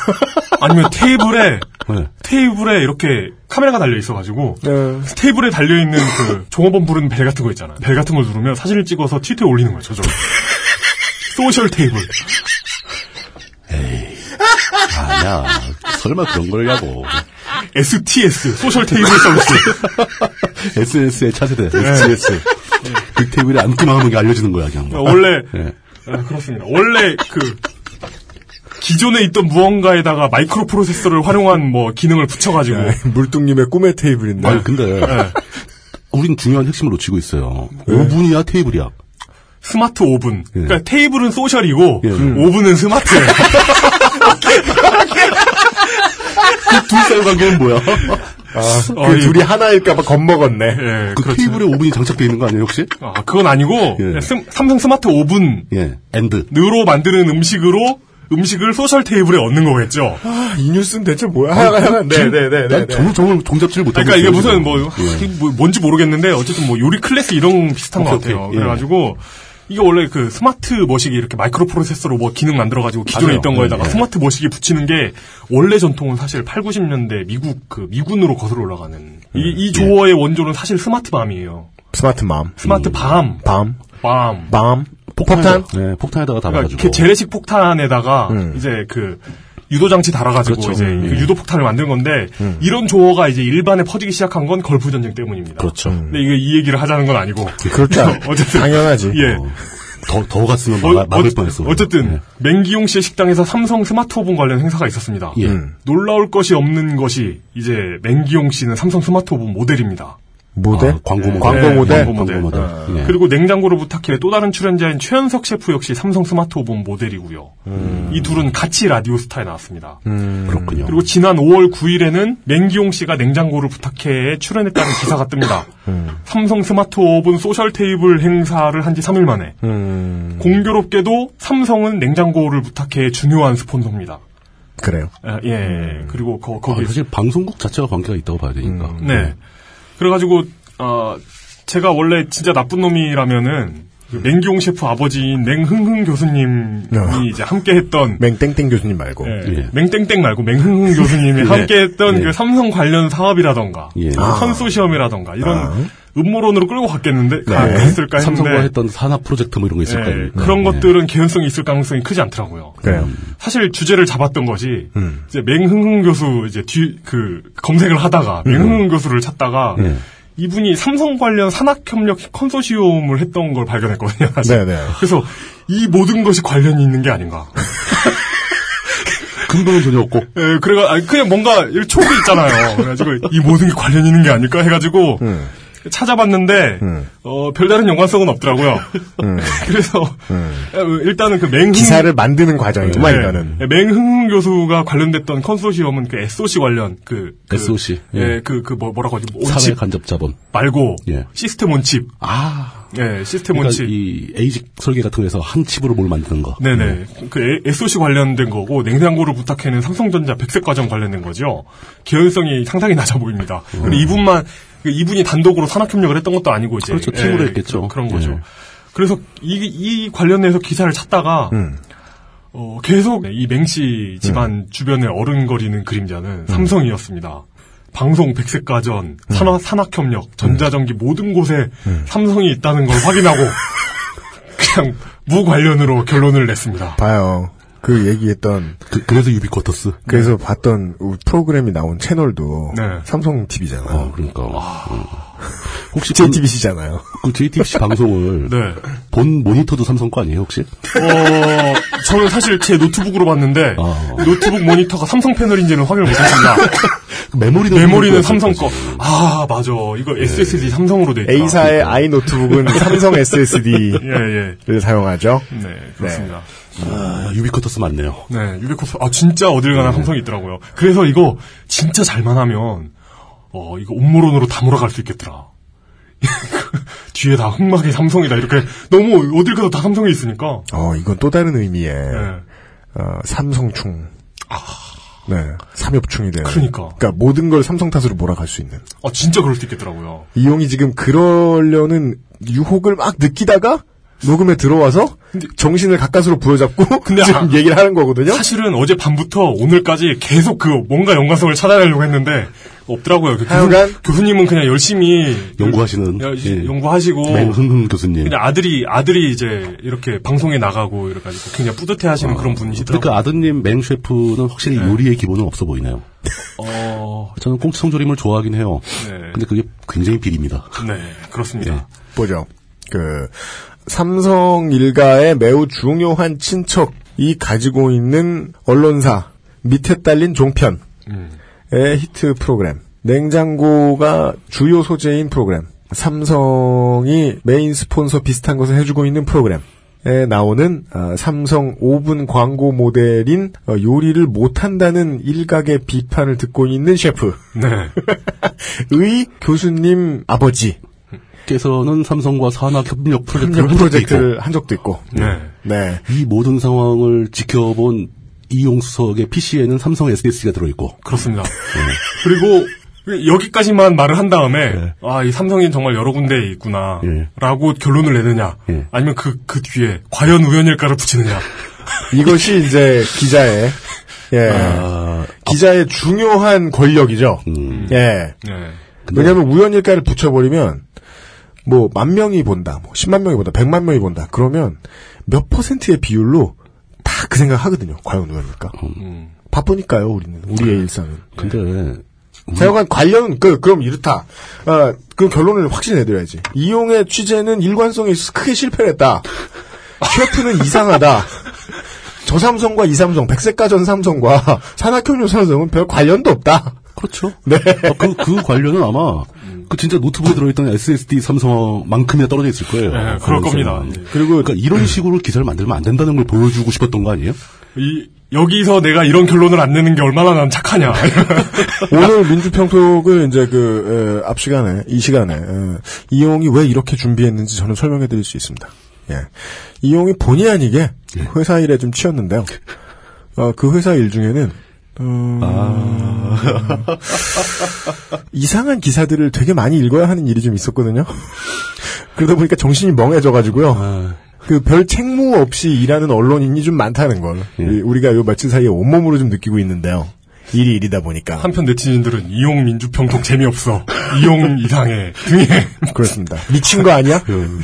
Speaker 3: 아니면 테이블에
Speaker 4: 네.
Speaker 3: 테이블에 이렇게 카메라가 달려 있어가지고
Speaker 2: 네.
Speaker 3: 테이블에 달려 있는 그 종업원 부르는 벨 같은 거 있잖아. 요벨 같은 걸 누르면 사진을 찍어서 트위터에 올리는 거예요. 저절로. 소셜 테이블.
Speaker 4: 아니야. 설마 그런 거냐고.
Speaker 3: STS 소셜 테이블 서비스.
Speaker 4: SNS의 차세대.
Speaker 3: 네.
Speaker 4: SNS. 그 테이블에 앉기만 하면 이게 알려지는 거야, 그냥.
Speaker 3: 어, 원래
Speaker 4: 예.
Speaker 3: 아, 그렇습니다. 원래 그 기존에 있던 무언가에다가 마이크로 프로세서를 활용한 뭐 기능을 붙여가지고
Speaker 2: (laughs)
Speaker 4: 예.
Speaker 2: 물뚱님의 꿈의 테이블인데.
Speaker 3: 네.
Speaker 4: 아니, 근데. 우린 중요한 핵심을 놓치고 있어요.
Speaker 3: 네.
Speaker 4: 오븐이야, 테이블이야.
Speaker 3: 스마트 오븐. 그러니까 테이블은 소셜이고
Speaker 4: 예.
Speaker 3: 오븐은 스마트예요.
Speaker 4: 그 둘 사이 관계는 뭐야?
Speaker 2: 아, 그
Speaker 3: 어, 이-
Speaker 2: 둘이 하나일까봐 겁먹었네.
Speaker 3: 예,
Speaker 4: (laughs) 그
Speaker 3: 그렇죠.
Speaker 4: 테이블에 오븐이 장착되어 있는 거 아니에요, 혹시?
Speaker 3: 아, 그건 아니고
Speaker 4: 예.
Speaker 3: 스- 삼성 스마트 오븐
Speaker 4: 예. 엔드.
Speaker 3: 으로 만드는 음식으로 음식을 소셜 테이블에 얻는 거겠죠.
Speaker 2: 아, 이 뉴스는 대체 뭐야? 하여간, 네, 네, 네, 네.
Speaker 4: 난
Speaker 2: 네.
Speaker 4: 정말 정말 종잡지를 못하고
Speaker 3: 그러니까 이게
Speaker 4: 있어요,
Speaker 3: 무슨
Speaker 4: 지금.
Speaker 3: 뭐, 하,
Speaker 4: 예.
Speaker 3: 이게 뭐 뭔지 모르겠는데 어쨌든 뭐 요리 클래스 이런 거 비슷한 것
Speaker 4: 오케이,
Speaker 3: 같아요.
Speaker 4: 오케이. 예.
Speaker 3: 그래가지고 이게 원래 그 스마트 머시기 이렇게 마이크로 프로세서로 뭐 기능 만들어가지고 기존에
Speaker 4: 맞아요.
Speaker 3: 있던 거에다가
Speaker 4: 예, 예.
Speaker 3: 스마트 머시기 붙이는 게 원래 전통은 사실 8, 90년대 미국 그 미군으로 거슬러 올라가는 이,
Speaker 4: 네. 예.
Speaker 3: 이 조어의 원조는 사실 스마트 밤이에요.
Speaker 2: 스마트 맘.
Speaker 3: 스마트
Speaker 4: 음.
Speaker 3: 밤,
Speaker 2: 밤.
Speaker 3: 밤.
Speaker 2: 밤. 폭탄.
Speaker 4: 네,
Speaker 3: 그러니까
Speaker 4: 폭탄에다가 담아가지고. 네.
Speaker 3: 이렇게 재래식 폭탄에다가 이제 그 유도 장치 달아가지고
Speaker 4: 그렇죠.
Speaker 3: 이제
Speaker 4: 예. 음.
Speaker 3: 그 유도 폭탄을 만든 건데 이런 조어가 이제 일반에 퍼지기 시작한 건 걸프 전쟁 때문입니다.
Speaker 4: 그렇죠.
Speaker 2: 네.
Speaker 3: 근데 이게 이 얘기를 하자는 건 아니고.
Speaker 2: 그렇죠. (laughs)
Speaker 3: 어쨌든.
Speaker 2: 당연하지.
Speaker 3: 예.
Speaker 4: 더, 더 갔으면
Speaker 3: 어,
Speaker 4: 막, 막을
Speaker 3: 어쨌-
Speaker 4: 뻔했어.
Speaker 3: 어쨌든
Speaker 4: 예.
Speaker 3: 맹기용 씨의 식당에서 삼성 스마트폰 관련 행사가 있었습니다.
Speaker 4: 예.
Speaker 3: 놀라울 것이 없는 것이 이제 맹기용 씨는 삼성 스마트폰 모델입니다.
Speaker 2: 모델?
Speaker 4: 아, 광고 모델.
Speaker 2: 광고
Speaker 3: 네,
Speaker 2: 모델.
Speaker 3: 광고 모델.
Speaker 4: 광고 모델. 예.
Speaker 3: 그리고 냉장고를 부탁해 또 다른 출연자인 최현석 셰프 역시 삼성 스마트폰 모델이고요.
Speaker 4: 음.
Speaker 3: 이 둘은 같이 라디오스타에 나왔습니다.
Speaker 4: 그렇군요.
Speaker 3: 그리고 지난 5월 9일에는 맹기용 씨가 냉장고를 부탁해에 출연했다는 기사가 뜹니다.
Speaker 4: 음.
Speaker 3: 삼성 스마트 오븐 소셜 테이블 행사를 한 지 3일 만에
Speaker 2: 음,
Speaker 3: 공교롭게도 삼성은 냉장고를 부탁해의 중요한 스폰서입니다.
Speaker 2: 그래요.
Speaker 3: 아, 예, 그리고 거,
Speaker 4: 아,
Speaker 3: 거기
Speaker 4: 사실 방송국 자체가 관계가 있다고 봐야 되니까. 그러니까
Speaker 3: 네. 그래가지고, 아, 제가 원래 진짜 나쁜 놈이라면은, 그 맹기용 셰프 아버지인 맹흥흥 교수님이
Speaker 2: 네.
Speaker 3: 이제 함께 했던,
Speaker 2: 맹땡땡 교수님 말고.
Speaker 3: 예,
Speaker 4: 어. 예.
Speaker 3: 맹땡땡 말고 맹흥흥 교수님이 함께 했던
Speaker 4: (laughs) 예.
Speaker 3: 그 삼성 관련 사업이라던가,
Speaker 4: 예. 아.
Speaker 3: 뭐 컨소시엄이라던가, 이런 음모론으로 끌고 갔겠는데, 갔을까 했는데,
Speaker 4: 네. 삼성과 했던 산업 프로젝트 뭐 이런 거 있을
Speaker 3: 예,
Speaker 4: 거 아닙니까?
Speaker 3: 그러니까 그런
Speaker 4: 예.
Speaker 3: 것들은 개연성이 있을 가능성이 크지 않더라고요.
Speaker 4: 네.
Speaker 2: 그래요.
Speaker 3: 사실 주제를 잡았던 것이
Speaker 2: 음.
Speaker 3: 이제 맹흥흥 교수 이제 뒤 그 검색을 하다가
Speaker 2: 음.
Speaker 3: 맹흥흥 교수를 찾다가
Speaker 4: 네.
Speaker 3: 이분이 삼성 관련 산학협력 컨소시엄을 했던 걸 발견했거든요. 사실.
Speaker 2: 네네.
Speaker 3: 그래서 이 모든 것이 관련이 있는 게 아닌가.
Speaker 4: 근거는 전혀
Speaker 3: (laughs)
Speaker 4: 없고.
Speaker 3: 예, 그래가 아니, 그냥 뭔가 이 촉이 있잖아요. 그래가지고 이 모든 게 관련 있는 게 아닐까 해가지고
Speaker 2: 음.
Speaker 3: 찾아봤는데 어, 별다른 연관성은 없더라고요. (laughs) 그래서 일단은 그 맹흥
Speaker 2: 음. 기사를 만드는 과정이구만,
Speaker 3: 네.
Speaker 2: 이거는.
Speaker 3: 네, 맹흥 교수가 관련됐던 컨소시엄은 그 SOC 관련 그, 그
Speaker 4: SOC,
Speaker 3: 예,
Speaker 4: 예.
Speaker 3: 그 그 뭐, 뭐라고 하지?
Speaker 4: 사회
Speaker 3: 온칩
Speaker 4: 간접 자본.
Speaker 3: 말고
Speaker 4: 예.
Speaker 3: 시스템 온칩.
Speaker 4: 아.
Speaker 3: 네, 시스템
Speaker 4: 그러니까
Speaker 3: 원칙.
Speaker 4: 이 에이직 설계 같은 거에서 한 칩으로 뭘 만드는 거.
Speaker 3: 네네.
Speaker 4: 예.
Speaker 3: 그 에- SOC 관련된 거고 냉장고를 부탁해는 삼성전자 백색 과정 관련된 거죠. 개연성이 상당히 낮아 보입니다.
Speaker 4: 음.
Speaker 3: 근데 이분만 그 이분이 단독으로 산학협력을 했던 것도 아니고 이제
Speaker 4: 그렇죠. 팀으로 했겠죠.
Speaker 3: 그런 거죠.
Speaker 4: 예.
Speaker 3: 그래서 이, 이 관련해서 기사를 찾다가
Speaker 4: 음.
Speaker 3: 어, 계속 이 맹씨 집안 주변에 어른거리는 그림자는
Speaker 4: 음.
Speaker 3: 삼성이었습니다. 방송, 백색가전, 산화, 산학협력,
Speaker 4: 음.
Speaker 3: 전자전기 모든 곳에 삼성이 있다는 걸 확인하고
Speaker 4: (laughs)
Speaker 3: 그냥 무관련으로 결론을 냈습니다.
Speaker 2: 봐요. 그 얘기했던
Speaker 4: 그, 래서 유비쿼터스.
Speaker 2: 그래서 봤던 우리 프로그램이 나온 채널도
Speaker 3: 네.
Speaker 2: 삼성 TV잖아.
Speaker 4: 아,
Speaker 2: 요
Speaker 4: 그러니까. 음. 혹시 그-
Speaker 2: JTBC잖아요.
Speaker 3: (laughs)
Speaker 4: 그 JTBC 방송을
Speaker 3: 네.
Speaker 4: 본 모니터도 삼성 거 아니에요, 혹시?
Speaker 3: 어, 저는 사실 제 노트북으로 봤는데
Speaker 4: 아.
Speaker 3: 노트북 모니터가 삼성 패널인지는 확인을
Speaker 4: (laughs)
Speaker 3: 못했습니다.
Speaker 4: 그 메모리는
Speaker 3: 메모리는
Speaker 4: 삼성
Speaker 3: 삼성 거. 아 맞아. 이거 SSD 삼성으로 돼 있다.
Speaker 2: 예. A사의 아이 노트북은 (laughs) 삼성 SSD를
Speaker 3: 예 예.
Speaker 2: 사용하죠.
Speaker 3: 네 그렇습니다.
Speaker 4: 아, 유비쿼터스 맞네요.
Speaker 3: 네, 유비코스. 아, 진짜 어딜
Speaker 2: 네.
Speaker 3: 가나 삼성이 있더라고요. 그래서 이거 진짜 잘만 하면, 어, 이거 음모론으로 다 몰아갈 수 있겠더라. (laughs) 뒤에 다 흑막이 삼성이다. 이렇게 너무 어딜 가도 다 삼성이 있으니까.
Speaker 2: 어 이건 또 다른 의미의
Speaker 3: 네.
Speaker 2: 어, 삼성충. 네, 삼엽충이 되는.
Speaker 3: 아. 그러니까.
Speaker 2: 그러니까 모든 걸 삼성 탓으로 몰아갈 수 있는.
Speaker 3: 어, 진짜 그럴 수 있겠더라고요.
Speaker 2: 이용이 지금 그러려는 유혹을 막 느끼다가 녹음에 들어와서 정신을 가까스로 부여잡고 (laughs) 지금
Speaker 3: 아-
Speaker 2: 얘기를 하는 거거든요.
Speaker 3: 사실은 어제 밤부터 오늘까지 계속 그 뭔가 연관성을 찾아내려고 했는데, 없더라고요. 그
Speaker 2: 하여간-
Speaker 3: 교수, 님은 그냥 열심히.
Speaker 4: 연구하시는.
Speaker 3: 여-
Speaker 4: 예.
Speaker 3: 연구하시고.
Speaker 4: 맹흥흥 교수님.
Speaker 3: 근데 아들이, 아들이 이제 이렇게 방송에 나가고 이래가지고 굉장히 뿌듯해 하시는 아, 그런 분이시더라고요. 네.
Speaker 4: 그러니까 아드님 맹 셰프는 확실히 요리의 기본은 없어 보이네요. 그러니까,
Speaker 3: 어,
Speaker 4: 저는 꽁치 성조림을 좋아하긴 해요.
Speaker 3: 네.
Speaker 4: 근데 그게 굉장히 비립니다.
Speaker 3: 네, 그렇습니다.
Speaker 2: 보죠. 그 삼성 일가의 매우 중요한 친척이 가지고 있는 언론사 밑에 딸린 종편의 히트 프로그램 냉장고가 주요 소재인 프로그램 삼성이 메인 스폰서 비슷한 것을 해주고 있는 프로그램에 나오는 아, 삼성 5분 광고 모델인 어, 요리를 못한다는 일각의 비판을 듣고 있는 셰프의 (laughs)
Speaker 3: 네.
Speaker 2: 교수님 아버지
Speaker 4: 께서는 삼성과 산학 협력 프로젝트를
Speaker 2: 협력
Speaker 4: 한 적도 있고
Speaker 2: 프로젝트를 한 적도 있고.
Speaker 3: 네.
Speaker 2: 네.
Speaker 4: 이 모든 상황을 지켜본 이용수석의 PC에는 삼성 SDS가 들어있고
Speaker 3: 그렇습니다.
Speaker 4: 네.
Speaker 3: 그리고 여기까지만 말을 한 다음에 아, 이 삼성이 정말 여러 군데에 있구나.
Speaker 4: 예.
Speaker 3: 라고 결론을 내느냐.
Speaker 4: 예.
Speaker 3: 아니면 그 그 뒤에 과연 우연일까를 붙이느냐.
Speaker 2: 이것이 이제 기자의, 예.
Speaker 4: 아,
Speaker 3: 아,
Speaker 2: 기자의 중요한 권력이죠.
Speaker 4: 음.
Speaker 2: 예.
Speaker 3: 네.
Speaker 2: 왜냐면 하 우연일까를 붙여버리면, 뭐, 만 명이 본다, 뭐, 10만 명이 본다, 100만 명이 본다. 그러면 몇 퍼센트의 비율로 다 그 생각 하거든요. 과연 우연일까?
Speaker 4: 음.
Speaker 2: 바쁘니까요, 우리는.
Speaker 4: 네.
Speaker 2: 우리의 일상은.
Speaker 3: 네.
Speaker 4: 근데
Speaker 2: 하여간 관련은 그 그럼 이렇다. 아, 그 결론을 확실히 내드려야지. 이용의 취재는 일관성이 있어서 크게 실패했다. 셰프는 이상하다. 저 삼성과 이 삼성, 백색가전 삼성과 산학현료 삼성은 별 관련도 없다.
Speaker 4: 그렇죠.
Speaker 3: 네.
Speaker 4: 아, 그, 그 관련은 아마 그 진짜 노트북에 들어있던 SSD 삼성만큼이나 떨어져 있을 거예요.
Speaker 3: 네, 그럴 겁니다.
Speaker 4: 그래서.
Speaker 3: 예.
Speaker 4: 그리고 그러니까 이런 식으로 기사를 만들면 안 된다는 걸 보여주고 싶었던 거 아니에요?
Speaker 3: 이 여기서 내가 이런 결론을 안 내는 게 얼마나 난 착하냐. (laughs)
Speaker 2: 오늘 민주평톡을 이제 그, 에, 앞 시간에, 이 시간에, 에, 이용이 왜 이렇게 준비했는지 저는 설명해 드릴 수 있습니다. 예. 이용이 본의 아니게 회사 일에 좀 치였는데요. 어, 그 회사 일 중에는, 음, 이상한 기사들을 되게 많이 읽어야 하는 일이 좀 있었거든요. 그러다 보니까 정신이 멍해져가지고요. 그 별 책무 없이 일하는 언론인이 좀 많다는 걸 우리- 우리가 요 며칠 사이에 온몸으로 좀 느끼고 있는데요. 일이 일이다 보니까.
Speaker 3: 한편 네티즌들은 이용 민주평통 재미없어. 이용 이상해. 등의
Speaker 2: 그렇습니다. 미친 거 아니야?
Speaker 3: 그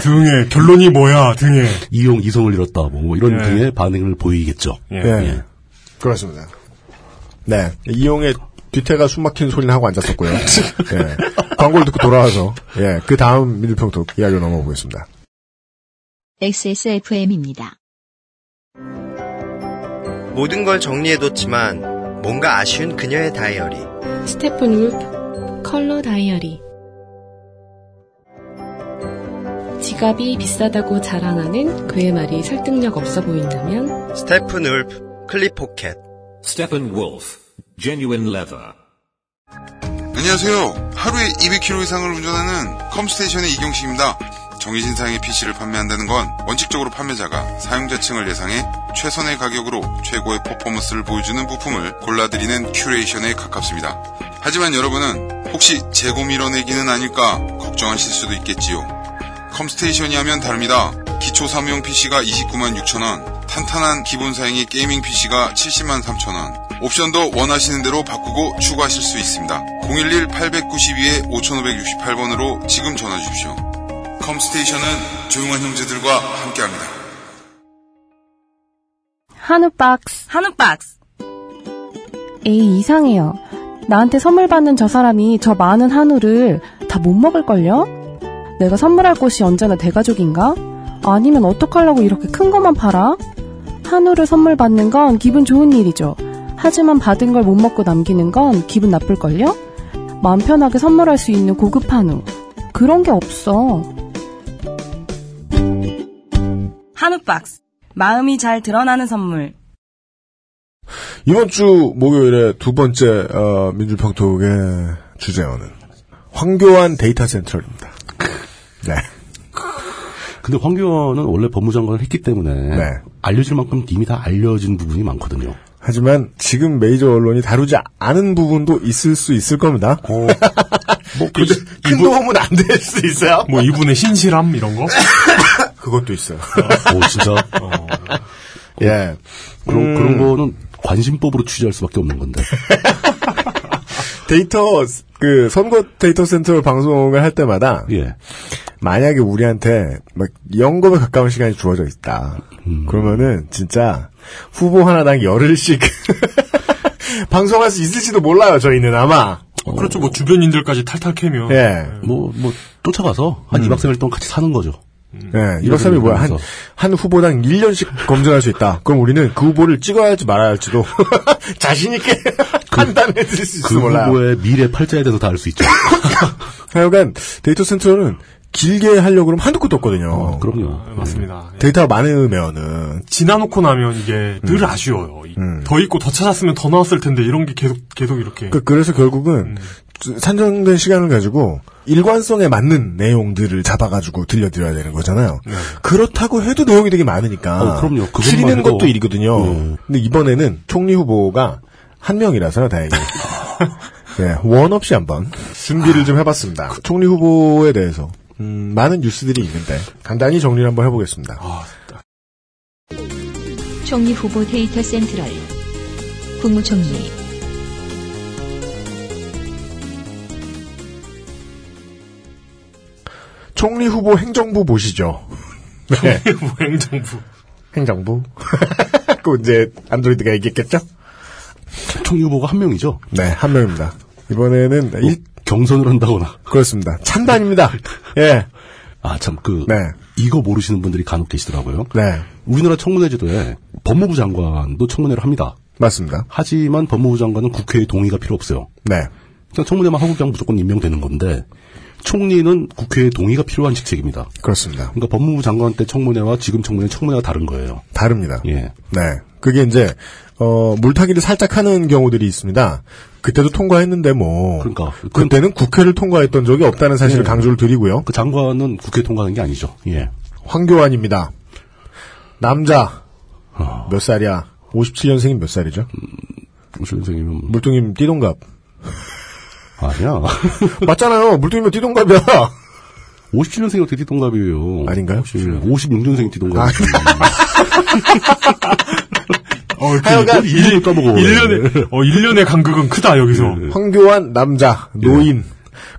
Speaker 3: 등의 결론이 뭐야 등의.
Speaker 4: 네. 이용 이성을 잃었다 뭐, 뭐 이런
Speaker 3: 예.
Speaker 4: 등의 반응을 보이겠죠.
Speaker 3: 예.
Speaker 2: 예. 그렇습니다. 네. 이용의 뒤태가 숨막힌 소리를 하고 (laughs) 앉았었고요. 예. 광고를 듣고 돌아와서, 예. 그 다음 민주평톡 이야기로 넘어가 보겠습니다.
Speaker 1: XSFM입니다.
Speaker 8: 모든 걸 정리해뒀지만 뭔가 아쉬운 그녀의 다이어리
Speaker 5: 스테픈 울프 컬러 다이어리 지갑이 비싸다고 자랑하는 그의 말이 설득력 없어 보인다면
Speaker 8: 스테픈 울프 클립 포켓
Speaker 9: Stephen Wolf, genuine leather.
Speaker 10: 안녕하세요. 하루에 200km 이상을 운전하는 컴스테이션의 이경식입니다. 정해진상의 PC를 판매한다는 건 원칙적으로 판매자가 사용자층을 예상해 최선의 가격으로 최고의 퍼포먼스를 보여주는 부품을 골라드리는 큐레이션에 가깝습니다. 하지만 여러분은 혹시 재고 밀어내기는 아닐까 걱정하실 수도 있겠지요. 컴스테이션이 하면 다릅니다. 기초 사무용 PC가 29만 6천원, 탄탄한 기본 사양의 게이밍 PC가 70만 3천원, 옵션도 원하시는 대로 바꾸고 추가하실 수 있습니다. 011-892-5568번으로 지금 전화 주십시오. 컴스테이션은 조용한 형제들과 함께합니다.
Speaker 11: 한우 박스.
Speaker 12: 한우 박스.
Speaker 11: 에이, 이상해요. 나한테 선물 받는 저 사람이 저 많은 한우를 다 못 먹을걸요? 내가 선물할 곳이 언제나 대가족인가? 아니면 어떡하려고 이렇게 큰 것만 팔아? 한우를 선물 받는 건 기분 좋은 일이죠. 하지만 받은 걸 못 먹고 남기는 건 기분 나쁠걸요? 마음 편하게 선물할 수 있는 고급 한우. 그런 게 없어.
Speaker 12: 한우 박스. 마음이 잘 드러나는 선물.
Speaker 2: 이번 주 목요일에 두 번째 어, 민주평통의 주제어는 황교안 데이터 센터입니다. 네.
Speaker 4: 근데 황교안은 원래 법무장관을 했기 때문에
Speaker 3: 네.
Speaker 4: 알려질 만큼 이미 다 알려진 부분이 많거든요.
Speaker 2: 하지만 지금 메이저 언론이 다루지 않은 부분도 있을 수 있을 겁니다. (laughs)
Speaker 4: 뭐
Speaker 2: 근데 큰 도움은 안 될 수 있어요.
Speaker 3: 뭐 이분의 신실함 이런 거?
Speaker 2: 그것도 있어요.
Speaker 4: 오, 진짜. 어.
Speaker 2: (laughs) 예.
Speaker 4: 그런,
Speaker 2: 음.
Speaker 4: 그런 거는 관심법으로 취재할 수밖에 없는 건데.
Speaker 2: 데이터 그 선거 데이터 센터 방송을 할 때마다
Speaker 4: 예.
Speaker 2: 만약에 우리한테 막 영검에 가까운 시간이 주어져 있다
Speaker 4: 음.
Speaker 2: 그러면은 진짜 후보 하나당 열흘씩 (laughs) 방송할 수 있을지도 몰라요 저희는 아마
Speaker 3: 그렇죠. 뭐 주변인들까지 탈탈 캐면.
Speaker 2: 어. 예.
Speaker 4: 뭐, 뭐, 쫓아가서
Speaker 3: 음.
Speaker 4: 한 2박 3일 동안 같이 사는 거죠. 음.
Speaker 2: 예, 1박 3일 뭐야. 한, 한 후보당 1년씩 검증할 수 있다. 그럼 우리는 그 후보를 찍어야 할지 말아야 할지도 (laughs) 자신있게 판단해 드릴 수 있을지
Speaker 4: 그
Speaker 2: 몰라요.
Speaker 4: 후보의 미래 팔자에 대해서 다 알 수 있죠.
Speaker 2: 하여간 데이터 센터는 길게 하려고 그러면 한두 끝도 없거든요.
Speaker 4: 어, 그럼요.
Speaker 3: 맞습니다. 예.
Speaker 2: 데이터가 네. 많으면은.
Speaker 4: 네.
Speaker 3: 지나놓고 나면
Speaker 2: 음.
Speaker 3: 이게 늘 아쉬워요. 이- 더 있고 더 찾았으면 더 나왔을 텐데 이런 게 계속 계속 이렇게. (laughs)
Speaker 2: 그, 래서 결국은
Speaker 4: 음.
Speaker 2: 산정된 시간을 가지고 일관성에 맞는 내용들을 잡아가지고 들려드려야 되는 거잖아요. 그렇다고 해도 내용이 되게 많으니까.
Speaker 4: 네. 어, 그럼요. 그것만
Speaker 2: 추리는
Speaker 4: 해도-
Speaker 2: 것도 일이거든요.
Speaker 4: 네.
Speaker 2: 근데 이번에는 총리 후보가 한 명이라서요,
Speaker 4: (laughs)
Speaker 2: 다행히. 예, 원 없이 한번 준비를 좀 해봤습니다.
Speaker 4: 아.
Speaker 2: 그 총리 후보에 대해서 음, 많은 뉴스들이 있는데 간단히 정리를 한번 해보겠습니다.
Speaker 4: 아.
Speaker 1: 총리 후보 데이터 센트럴 국무총리
Speaker 2: 총리 후보 행정부 보시죠. 네.
Speaker 3: 뭐 행정부.
Speaker 2: 행정부. (laughs) 그 이제 안드로이드가 얘기했겠죠?
Speaker 4: 총리 후보가 한 명이죠? 뭐
Speaker 2: 네, 한 명입니다. 이번에는 네, 일-
Speaker 4: 경선을 한다거나.
Speaker 2: 그렇습니다. 찬반입니다. 예.
Speaker 4: 아, 참, 그, 이거 모르시는 분들이 간혹 계시더라고요.
Speaker 2: 네.
Speaker 4: 우리나라 청문회 제도에 법무부 장관도 청문회를 합니다.
Speaker 2: 맞습니다.
Speaker 4: 하지만 법무부 장관은 국회의 동의가 필요 없어요.
Speaker 2: 네.
Speaker 4: 그냥 청문회만 하고 그냥 무조건 임명되는 건데, 총리는 국회의 동의가 필요한 직책입니다.
Speaker 2: 그렇습니다.
Speaker 4: 그러니까 법무부 장관 때 청문회와 지금 청문회 청문회가 다른 거예요.
Speaker 2: 다릅니다.
Speaker 4: 예.
Speaker 2: 네. 그게 이제 어, 물타기를 살짝 하는 경우들이 있습니다. 그때도 통과했는데 뭐
Speaker 4: 그러니까
Speaker 2: 그때는 국회를 통과했던 적이 없다는 사실을
Speaker 4: 네.
Speaker 2: 강조를 드리고요.
Speaker 4: 그 장관은 국회 통과하는 게 아니죠. 예.
Speaker 2: 황교안입니다. 남자
Speaker 4: 어.
Speaker 2: 몇 살이야? 57년생이 몇 살이죠?
Speaker 4: 음. 무슨 선생님은
Speaker 2: 물뚱님 띠동갑.
Speaker 4: 아니야.
Speaker 2: 맞잖아요. 물뚱이면 띠동갑이야.
Speaker 4: 57년생이 어떻게 띠동갑이에요?
Speaker 2: 아닌가요? 아,
Speaker 4: 56년생이 띠동갑.
Speaker 3: 어, 그
Speaker 2: 하여간
Speaker 3: 일- 일-
Speaker 4: 아, 뭐 이름을
Speaker 2: 예.
Speaker 4: 까먹어.
Speaker 3: 일련의- 어, 일련의 간극은 크다, 여기서.
Speaker 2: 음. 황교안 남자
Speaker 4: 예.
Speaker 2: 노인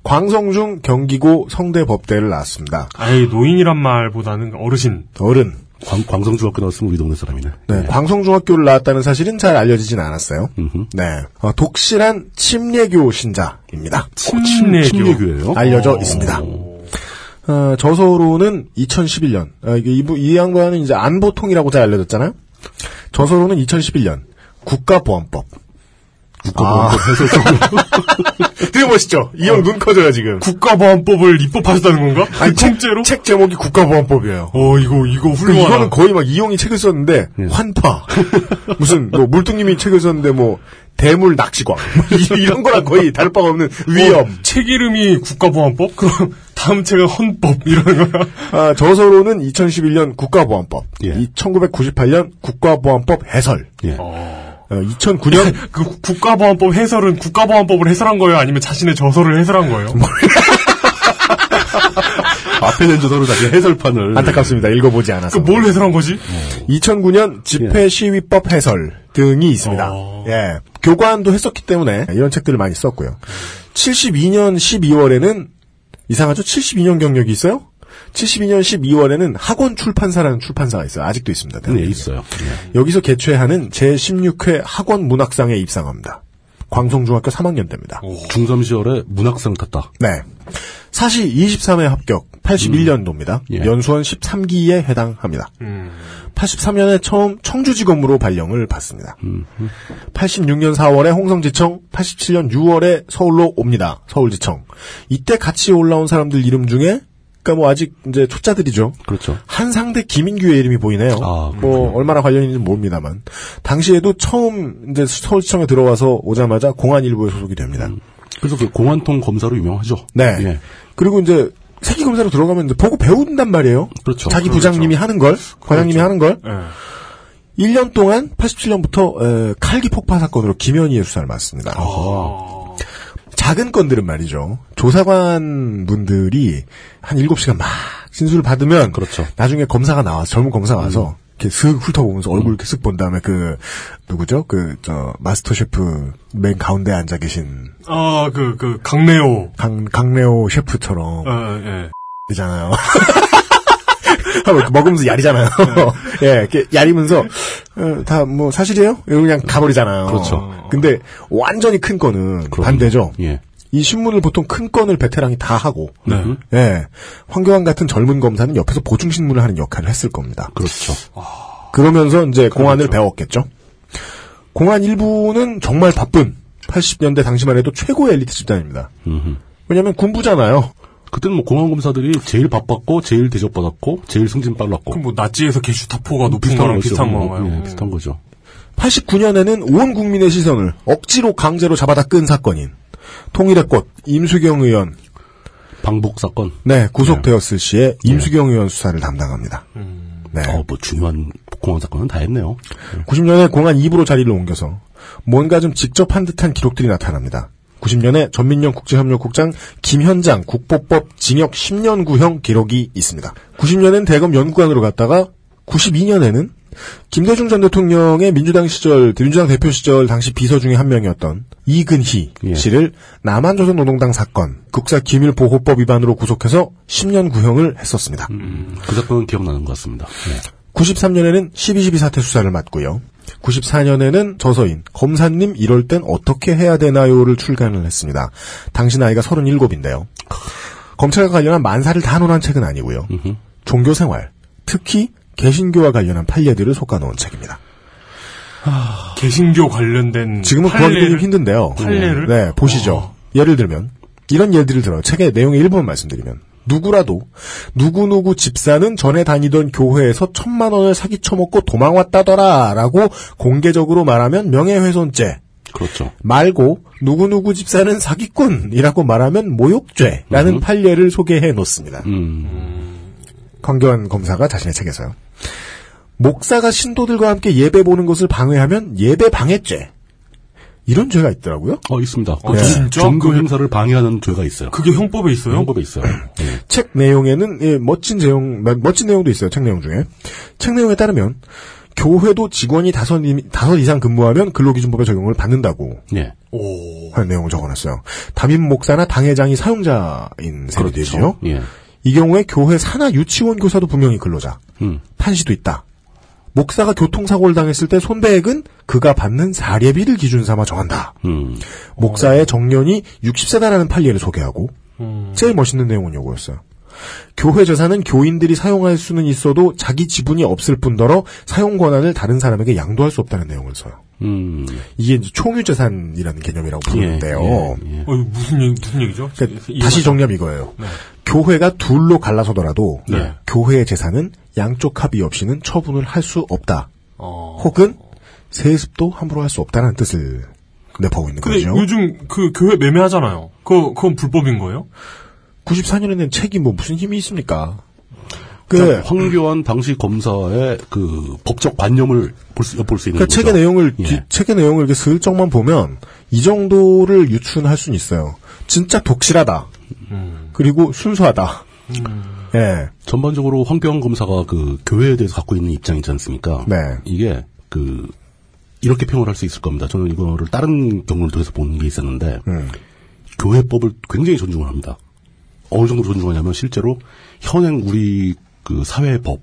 Speaker 2: 광성중 경기고 성대법대를 나왔습니다.
Speaker 3: 아예 노인이란 말보다는 어르신.
Speaker 2: 어른.
Speaker 4: (laughs) 광, 광성중학교 나왔으면 우리 동네 사람이네.
Speaker 2: 네, 광성중학교를 나왔다는 사실은 잘 알려지진 않았어요. 네, 어, 독실한 침례교 신자입니다.
Speaker 3: 침례교.
Speaker 4: 침례교예요?
Speaker 2: 알려져 있습니다.
Speaker 4: 어.
Speaker 2: 어, 저서로는 2011년 어, 이게 이, 부- 이 양반은 이제 안보통이라고 잘 알려졌잖아요. 저서로는 2011년 국가보안법
Speaker 4: 국가보안법 해서
Speaker 2: (laughs) 되게 멋있죠? 아. 이 형 눈 커져요, 지금.
Speaker 3: 국가보안법을 입법하셨다는 건가? 그
Speaker 2: 아니, 통째로? 책, 책 제목이 국가보안법이에요. 그
Speaker 3: 어, 이거, 이거 훌륭하다.
Speaker 2: 이거는 예. 거의 막 이용이 책을 썼는데, (laughs) 환파. 무슨, 뭐, 물뚱님이 책을 썼는데, 뭐, 대물 낚시광. (laughs) 이- 이런 거랑 거의 다를 바가 없는 위험.
Speaker 3: 어, 책 이름이 국가보안법? 그럼 다음 책은 헌법 이러는 거야?
Speaker 2: 아, 저서로는 2011년 국가보안법, 이 1998년 국가보안법 해설, 어, 2009년
Speaker 3: (laughs) 그 국가보안법 해설은 국가보안법을 해설한 거예요? 아니면 자신의 저서를 해설한 거예요?
Speaker 4: 앞에 낸 저서로 자기 해설판을
Speaker 2: (laughs) 네. 안타깝습니다. 읽어보지 않아서.
Speaker 3: 그 뭘 해설한 거지?
Speaker 2: 2009년
Speaker 4: 예.
Speaker 2: 집회 시위법 해설 등이 있습니다.
Speaker 4: 어.
Speaker 2: 예. 교관도 했었기 때문에 이런 책들을 많이 썼고요. 72년 12월에는 이상하죠? 72년 경력이 있어요? 72년 12월에는 학원 출판사라는 출판사가 있어요. 아직도 있습니다.
Speaker 4: 네, 있어요.
Speaker 2: 여기서 개최하는 제16회 학원 문학상에 입상합니다. 광성중학교 3학년 때입니다.
Speaker 4: 중3 시절에 문학상 탔다.
Speaker 2: 네. 사시 23회 합격, 81년도입니다. 연수원 13기에 해당합니다. 83년에 처음 청주지검으로 발령을 받습니다. 86년 4월에 홍성지청, 87년 6월에 서울로 옵니다. 서울지청. 이때 같이 올라온 사람들 이름 중에, 그니까 뭐 아직 이제 초짜들이죠.
Speaker 4: 그렇죠.
Speaker 2: 한상대 김인규의 이름이 보이네요. 뭐 얼마나 관련이 있는지 모릅니다만. 당시에도 처음 이제 서울시청에 들어와서 오자마자 공안일보에 소속이 됩니다.
Speaker 4: 그래서 그 공안통 검사로 유명하죠. 예.
Speaker 2: 네. 그리고 이제 세기 검사로 들어가면 이제 보고 배운단 말이에요.
Speaker 4: 그렇죠.
Speaker 2: 자기
Speaker 4: 그렇죠. 예.
Speaker 2: 부장님이 하는 걸, 과장님이 하는 걸. 1년 동안 87년부터 칼기 폭파 사건으로 김현희의 수사를 맡습니다.
Speaker 3: 아.
Speaker 4: 아.
Speaker 2: 작은 건들은 말이죠. 조사관 분들이 한 7시간 막 진술을 받으면
Speaker 4: 그렇죠.
Speaker 2: 나중에 검사가 나와서 젊은 검사가
Speaker 4: 음.
Speaker 2: 와서 이렇게 슥 훑어보면서 얼굴 이렇게 쓱 본 다음에 그 누구죠? 그 저 마스터 셰프 맨 가운데 앉아 계신
Speaker 3: 아, 그, 그, 강래호.
Speaker 2: 강 강래호 셰프처럼
Speaker 3: 어, 예.
Speaker 2: 이잖아요. (laughs) 하고 이렇게 먹으면서 야리잖아요. (laughs) 예, 이렇게 야리면서 다 뭐 사실이에요? 이러고 그냥 가버리잖아요.
Speaker 4: 그렇죠.
Speaker 2: 근데 완전히 큰 건은 반대죠.
Speaker 4: 예.
Speaker 2: 이 신문을 보통 큰 건을 베테랑이 다 하고,
Speaker 4: 네.
Speaker 2: 예, 황교안 같은 젊은 검사는 옆에서 보충 신문을 하는 역할을 했을 겁니다.
Speaker 4: 그렇죠.
Speaker 2: 그러면서 이제 공안을 배웠겠죠. 공안 일부는 정말 바쁜 80년대 당시만 해도 최고의 엘리트 집단입니다. 왜냐면 하 군부잖아요.
Speaker 4: 그때는 뭐 공안 검사들이 제일 바빴고 제일 대접받았고 제일 승진 빨랐고
Speaker 3: 그럼 뭐, 나치에서 게슈타포가 높은
Speaker 4: 비슷한
Speaker 3: 거랑
Speaker 4: 거죠.
Speaker 3: 비슷한
Speaker 4: 뭐,
Speaker 3: 건가요?
Speaker 4: 예, 비슷한 거죠.
Speaker 2: 89년에는 온 국민의 시선을 억지로 강제로 잡아다 끈 사건인 통일의 꽃 임수경 의원
Speaker 4: 방북 사건.
Speaker 2: 네 구속되었을 시에 임수경 의원 수사를 담당합니다. 네.
Speaker 4: 어, 뭐 중요한 공안 사건은 다 했네요.
Speaker 2: 90년에 공안 2부로 자리를 옮겨서 뭔가 좀 직접 한 듯한 기록들이 나타납니다. 90년에 전민영 국제협력국장 김현장 국보법 징역 10년 구형 기록이 있습니다. 90년엔 대검 연구관으로 갔다가 92년에는 김대중 전 대통령의 민주당 시절, 민주당 대표 시절 당시 비서 중에 한 명이었던 이근희 씨를 남한조선노동당 사건 국사 기밀보호법 위반으로 구속해서 10년 구형을 했었습니다.
Speaker 4: 그 사건은 기억나는 것 같습니다. 네,
Speaker 2: 93년에는 12.12 사태 수사를 맡고요. 94년에는 저서인 검사님 이럴 땐 어떻게 해야 되나요를 출간을 했습니다. 당시 나이가 37인데요. 검찰과 관련한 만사를 단언한 책은 아니고요. 종교생활, 특히 개신교와 관련한 판례들을 솎아놓은 책입니다.
Speaker 3: 개신교 관련된.
Speaker 2: 지금은 구하기 좀 힘든데요.
Speaker 3: 판례를?
Speaker 2: 네, 보시죠. 예를 들면 이런 예들을 들어요. 책의 내용의 일부만 말씀드리면 누구라도 누구누구 집사는 전에 다니던 교회에서 천만 원을 사기쳐먹고 도망왔다더라라고 공개적으로 말하면 명예훼손죄.
Speaker 4: 그렇죠.
Speaker 2: 말고 누구누구 집사는 사기꾼이라고 말하면 모욕죄라는 판례를 소개해 놓습니다.
Speaker 4: 음,
Speaker 2: 황교안 검사가 자신의 책에서요. 목사가 신도들과 함께 예배 보는 것을 방해하면 예배 방해죄. 이런 죄가 있더라고요.
Speaker 4: 어, 있습니다. 그
Speaker 2: 네.
Speaker 4: 종-
Speaker 2: 진짜?
Speaker 4: 종교
Speaker 2: 그게-
Speaker 4: 행사를 방해하는 죄가 있어요.
Speaker 3: 그게 형법에 있어요?
Speaker 4: 형법에 있어요. 네.
Speaker 2: (laughs) 책 내용에는 예, 멋진 내용 멋진 내용도 있어요. 책 내용 중에 책 내용에 따르면 교회도 직원이 다섯 이- 다섯 이상 근무하면 근로기준법의 적용을 받는다고
Speaker 4: 예.
Speaker 2: 하는 내용을 적어놨어요. 담임 목사나 당회장이 사용자인 셈이죠.
Speaker 4: 그렇죠. 예.
Speaker 2: 이 경우에 교회 사나 유치원 교사도 분명히 근로자,
Speaker 4: 음.
Speaker 2: 판시도 있다. 목사가 교통사고를 당했을 때 손배액은 그가 받는 사례비를 기준 삼아 정한다.
Speaker 4: 음.
Speaker 3: 음.
Speaker 2: 목사의 정년이 60세다라는 판례를 소개하고 제일 멋있는 내용은 요거였어요. 교회 재산은 교인들이 사용할 수는 있어도 자기 지분이 없을 뿐더러 사용 권한을 다른 사람에게 양도할 수 없다는 내용을 써요.
Speaker 4: 음, 예,
Speaker 2: 이게 이제 총유 재산이라는 개념이라고 부르는데요.
Speaker 4: 예,
Speaker 3: 어, 이거 무슨 얘기, 무슨 얘기죠?
Speaker 2: 그러니까 다시 정리하면 이거예요. 교회가 둘로 갈라서더라도
Speaker 3: 네.
Speaker 2: 교회의 재산은 양쪽 합의 없이는 처분을 할 수 없다.
Speaker 3: 어.
Speaker 2: 혹은 세습도 함부로 할 수 없다는 뜻을 내포하고 있는
Speaker 3: 근데
Speaker 2: 거죠.
Speaker 3: 요즘 그 교회 매매하잖아요. 그 그건 불법인 거예요?
Speaker 2: 94년에는 책이 뭐 무슨 힘이 있습니까? 네.
Speaker 4: 그 황교안 당시 검사의 그 법적 관념을 볼수 볼수 있는
Speaker 2: 그러니까
Speaker 4: 거죠.
Speaker 2: 책의 내용을 뒤- 책의 내용을 이렇게 슬쩍만 보면 이 정도를 유추할 수는 있어요. 진짜 독실하다. 그리고 순수하다. 예.
Speaker 4: 전반적으로 황교안 검사가 그 교회에 대해서 갖고 있는 입장이지 않습니까?
Speaker 2: 네.
Speaker 4: 이게 그 이렇게 평을 할 수 있을 겁니다. 저는 이거를 다른 경로를 통해서 본 게 있었는데
Speaker 2: 음.
Speaker 4: 교회법을 굉장히 존중을 합니다. 어느 정도 존중하냐면 실제로 현행 우리 그 사회법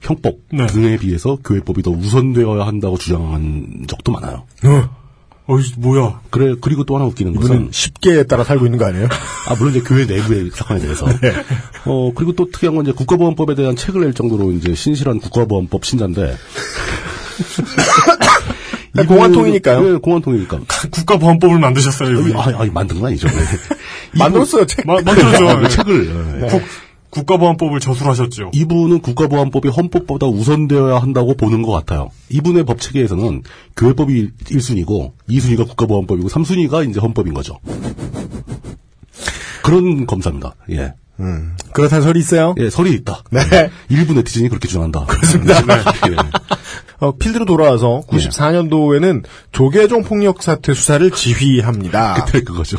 Speaker 4: 형법
Speaker 2: 네.
Speaker 4: 등에 비해서 교회법이 더 우선되어야 한다고 주장한 적도 많아요.
Speaker 3: 어, 뭐야? (laughs)
Speaker 4: 그래 그리고 또 하나 웃기는
Speaker 2: 이분은
Speaker 4: 것은
Speaker 2: 쉽게에 따라 살고 있는 거 (laughs) 아니에요?
Speaker 4: 아, 물론 이제 교회 내부의 (laughs) 사건에 대해서.
Speaker 2: 네.
Speaker 4: 어, 그리고 또 특이한 건 이제 국가보안법에 대한 책을 낼 정도로 이제 신실한 국가보안법 신자인데.
Speaker 2: (laughs) 아, 공안통이니까요.
Speaker 4: 네, 공안통이니까.
Speaker 3: 국가보안법을 만드셨어요, 이분이.
Speaker 4: 아, 아, 만든 건 아니죠.
Speaker 2: 만들었어요, 책.
Speaker 3: 마-
Speaker 2: (laughs)
Speaker 3: 만들었죠.
Speaker 4: 아,
Speaker 3: 네.
Speaker 4: 책을. 네.
Speaker 3: 국, 국가보안법을 저술하셨죠.
Speaker 4: 이분은 국가보안법이 헌법보다 우선되어야 한다고 보는 것 같아요. 이분의 법 체계에서는 교회법이 1순위고 2순위가 국가보안법이고 3순위가 이제 헌법인 거죠. 그런 검사입니다. 예.
Speaker 2: 음. 그렇다는 설이 있어요?
Speaker 4: 예, 설이 있다.
Speaker 2: 네.
Speaker 4: 일부 네티즌이 그렇게 주장한다. 예. 그렇습니다.
Speaker 2: 어, 필드로 돌아와서 94년도에는 조계종 폭력 사태 수사를 지휘합니다.
Speaker 4: 그때 그거죠.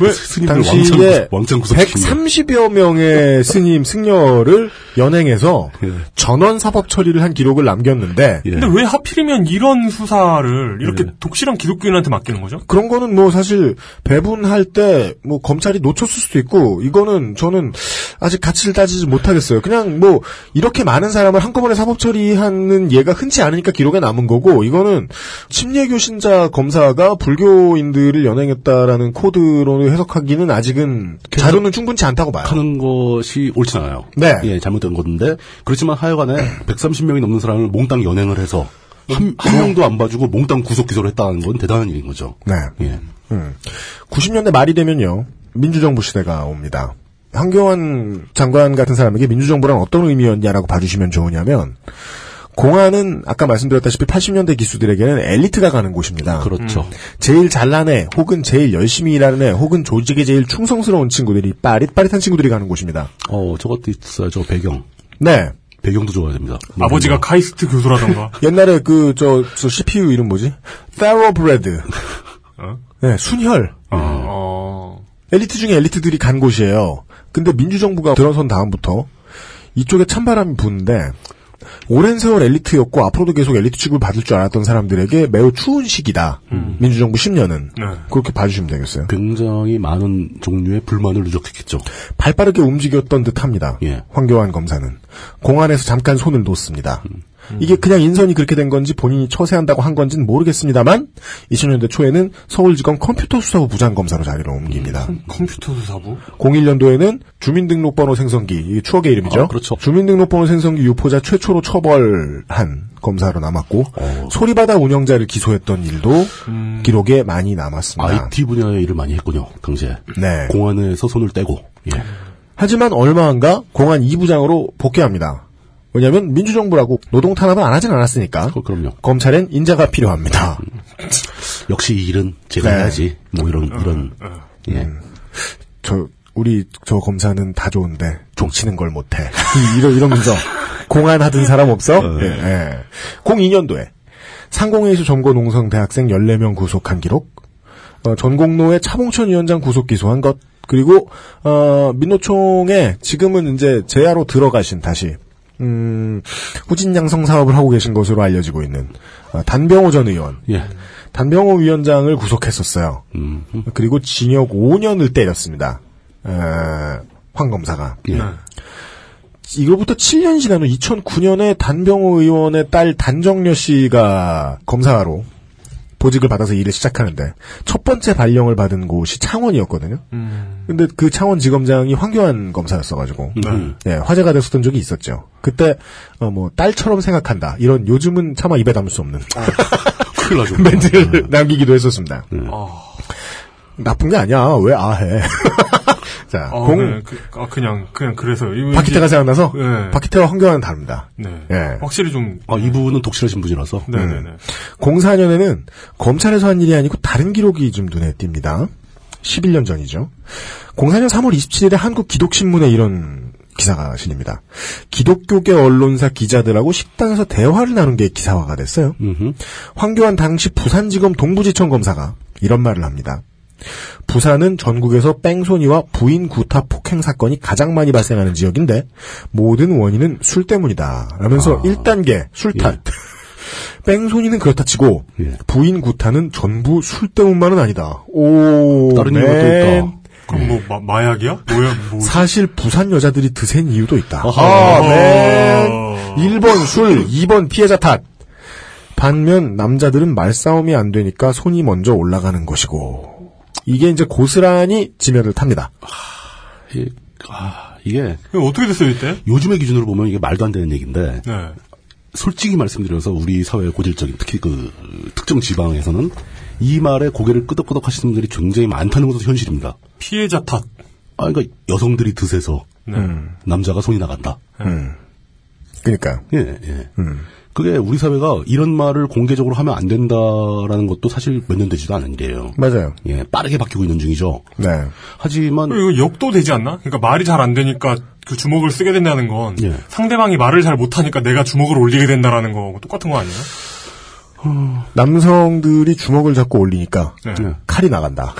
Speaker 2: 왜
Speaker 4: 스님들
Speaker 2: 당시에
Speaker 4: 왕창 구속- 왕창 구속시키는
Speaker 2: 130여 명의 스님 승려를 연행해서
Speaker 4: 예.
Speaker 2: 전원 사법 처리를 한 기록을 남겼는데
Speaker 3: 근데 왜 하필이면 이런 수사를 이렇게
Speaker 2: 예.
Speaker 3: 독실한 기독교인한테 맡기는 거죠?
Speaker 2: 그런 거는 뭐 사실 배분할 때 뭐 검찰이 놓쳤을 수도 있고 이거는 저는 아직 가치를 따지지 못하겠어요. 그냥 뭐 이렇게 많은 사람을 한꺼번에 사법 처리하는 예가 흔치 않으니까 기록에 남은 거고 이거는 침례교 신자 검사가 불교인들을 연행했다라는 코드로 해석하기는 아직은 자료는 충분치 않다고 봐요.
Speaker 4: 하는 것이 옳지 않아요.
Speaker 2: 네.
Speaker 4: 예, 잘못된 건데 그렇지만 하여간에 (clears throat) 130명이 넘는 사람을 몽땅 연행을 해서
Speaker 2: 음.
Speaker 4: 한, 한 명도 안 봐주고 몽땅 구속 기소를 했다는 건 대단한 일인 거죠.
Speaker 2: 네.
Speaker 4: 예.
Speaker 2: 음. 90년대 말이 되면요. 민주정부 시대가 옵니다. 황교안 장관 같은 사람에게 민주정부란 어떤 의미였냐라고 봐주시면 좋으냐면 공안은 아까 말씀드렸다시피 80년대 기수들에게는 엘리트가 가는 곳입니다.
Speaker 4: 그렇죠.
Speaker 3: 음.
Speaker 2: 제일 잘난 애, 혹은 제일 열심히 일하는 애, 혹은 조직에 제일 충성스러운 친구들이 빠릿빠릿한 친구들이 가는 곳입니다.
Speaker 4: 어, 저것도 있어요. 저 배경.
Speaker 2: 네.
Speaker 4: 배경도 좋아야 됩니다.
Speaker 2: 뭐,
Speaker 4: 뭐
Speaker 3: 아버지가 카이스트
Speaker 2: (laughs)
Speaker 3: 교수라던가.
Speaker 2: 옛날에 그, 저, 저 CPU 이름 뭐지? Thoroughbred.
Speaker 3: 어?
Speaker 2: 네, 순혈.
Speaker 3: 어.
Speaker 2: 엘리트 중에 엘리트들이 간 곳이에요. 근데 민주정부가 들어선 다음부터 이쪽에 찬바람이 부는데 오랜 세월 엘리트였고 앞으로도 계속 엘리트 취급을 받을 줄 알았던 사람들에게 매우 추운 시기다. 민주정부 10년은 그렇게 봐주시면 되겠어요.
Speaker 4: 굉장히 많은 종류의 불만을 누적했겠죠.
Speaker 2: 발빠르게 움직였던 듯합니다.
Speaker 3: 예.
Speaker 2: 황교안 검사는 공안에서 잠깐 손을 놓습니다.
Speaker 3: 음.
Speaker 2: 이게 그냥 인선이 그렇게 된 건지 본인이 처세한다고 한 건지는 모르겠습니다만 2000년대 초에는 서울지검 컴퓨터 수사부 부장검사로 자리를 옮깁니다.
Speaker 3: 음, 컴퓨터 수사부?
Speaker 2: 01년도에는 주민등록번호 생성기, 이게 추억의
Speaker 3: 아,
Speaker 2: 이름이죠.
Speaker 3: 그렇죠.
Speaker 2: 주민등록번호 생성기 유포자 최초로 처벌한 검사로 남았고
Speaker 3: 어.
Speaker 2: 소리바다 운영자를 기소했던 일도
Speaker 3: 음.
Speaker 2: 기록에 많이 남았습니다.
Speaker 4: IT 분야의 일을 많이 했군요. 당시에.
Speaker 2: 네.
Speaker 4: 공안에서 손을 떼고. 예.
Speaker 2: 하지만 얼마 안가 공안 2부장으로 복귀합니다. 왜냐하면 민주정부라고 노동 탄압은 안 하진 않았으니까.
Speaker 4: 어, 그럼요.
Speaker 2: 검찰엔 인자가 필요합니다.
Speaker 4: 역시 이 일은 제가
Speaker 2: 네.
Speaker 4: 해야지. 뭐 이런
Speaker 3: 어,
Speaker 4: 이런. 예.
Speaker 3: 음.
Speaker 2: 저 우리 저 검사는 다 좋은데 종치는 걸 못해. (laughs) 이- 이러 이러면서 공안 하던 사람 없어? 예. 예. 02년도에 상공회의소 점거 농성 대학생 14명 구속한 기록, 어, 전공로의 차봉천 위원장 구속 기소한 것, 그리고 어, 민노총에 지금은 이제 제야로 들어가신 다시 음, 후진양성 사업을 하고 계신 것으로 알려지고 있는 어, 단병호 전 의원.
Speaker 4: 예. 음,
Speaker 2: 단병호 위원장을 구속했었어요. 그리고 징역 5년을 때렸습니다. 에, 황 검사가.
Speaker 4: 예.
Speaker 3: 네.
Speaker 2: 이거부터 7년 지난 후 2009년에 단병호 의원의 딸 단정녀 씨가 검사로 보직을 받아서 일을 시작하는데 첫 번째 발령을 받은 곳이 창원이었거든요.
Speaker 3: 음.
Speaker 2: 근데 그 창원지검장이 황교안 검사였어가지고
Speaker 3: 네.
Speaker 2: 예, 화제가 됐었던 적이 있었죠. 그때 어, 뭐 딸처럼 생각한다 이런 요즘은 차마 입에 담을 수 없는
Speaker 3: 아.
Speaker 4: 큰일 나죠.
Speaker 2: (laughs)
Speaker 4: 음.
Speaker 2: 멘트를 남기기도 했었습니다.
Speaker 3: 아,
Speaker 2: 나쁜 게 아니야. 왜 아해? (laughs) 자,
Speaker 3: 아,
Speaker 2: 공
Speaker 3: 네. 그, 아, 그냥, 그냥 그래서. 음, 이분이-
Speaker 2: 박희태가 생각나서
Speaker 3: 예.
Speaker 2: 박희태와 황교안은 다릅니다.
Speaker 3: 네.
Speaker 2: 예. 음.
Speaker 3: 확실히 좀.
Speaker 4: 아, 이분은 독실하신 분이라서.
Speaker 3: 네네네.
Speaker 2: 04년에는 검찰에서 한 일이 아니고 다른 기록이 좀 눈에 띕니다. 11년 전이죠. 04년 3월 27일에 한국기독신문에 이런 기사가 실립니다. 기독교계 언론사 기자들하고 식당에서 대화를 나눈 게 기사화가 됐어요. 황교안 당시 부산지검 동부지청 검사가 이런 말을 합니다. 부산은 전국에서 뺑소니와 부인 구타 폭행 사건이 가장 많이 발생하는 지역인데 모든 원인은 술 때문이다. 라면서
Speaker 3: 아,
Speaker 2: 1단계
Speaker 3: 예.
Speaker 2: 술탄. (laughs) 뺑소니는 그렇다 치고 부인 구타는 전부 술 때문만은 아니다. 오
Speaker 3: 다른
Speaker 2: 맨.
Speaker 3: 이유가 또 있다. 그럼 뭐, 마, 마약이야? 뭐야, 뭐.
Speaker 2: 사실 부산 여자들이 드센 이유도 있다.
Speaker 3: 아하.
Speaker 2: 아, 맨. 1번 술, 2번 피해자 탓. 반면 남자들은 말싸움이 안 되니까 손이 먼저 올라가는 것이고 이게 이제 고스란히 지면을 탑니다.
Speaker 4: 이- 아, 이게.
Speaker 3: 어떻게 됐어요, 이때?
Speaker 4: 요즘의 기준으로 보면 이게 말도 안 되는 얘기인데.
Speaker 3: 네.
Speaker 4: 솔직히 말씀드려서 우리 사회의 고질적인 특히 그 특정 지방에서는 이 말에 고개를 끄덕끄덕 하시는 분들이 굉장히 많다는 것도 현실입니다.
Speaker 3: 피해자 탓.
Speaker 4: 아, 그러니까 여성들이 드세서 남자가 손이 나간다.
Speaker 2: 그러니까요.
Speaker 4: 예, 예. 그게 우리 사회가 이런 말을 공개적으로 하면 안 된다라는 것도 사실 몇 년 되지도 않은 일이에요.
Speaker 2: 맞아요.
Speaker 4: 예, 빠르게 바뀌고 있는 중이죠.
Speaker 2: 네.
Speaker 4: 하지만
Speaker 3: 이거 역도 되지 않나? 그러니까 말이 잘 안 되니까 그 주먹을 쓰게 된다는 건
Speaker 2: 예.
Speaker 3: 상대방이 말을 잘 못하니까 내가 주먹을 올리게 된다라는 거 똑같은 거 아니에요?
Speaker 2: 남성들이 주먹을 잡고 올리니까
Speaker 3: 네.
Speaker 2: 칼이 나간다.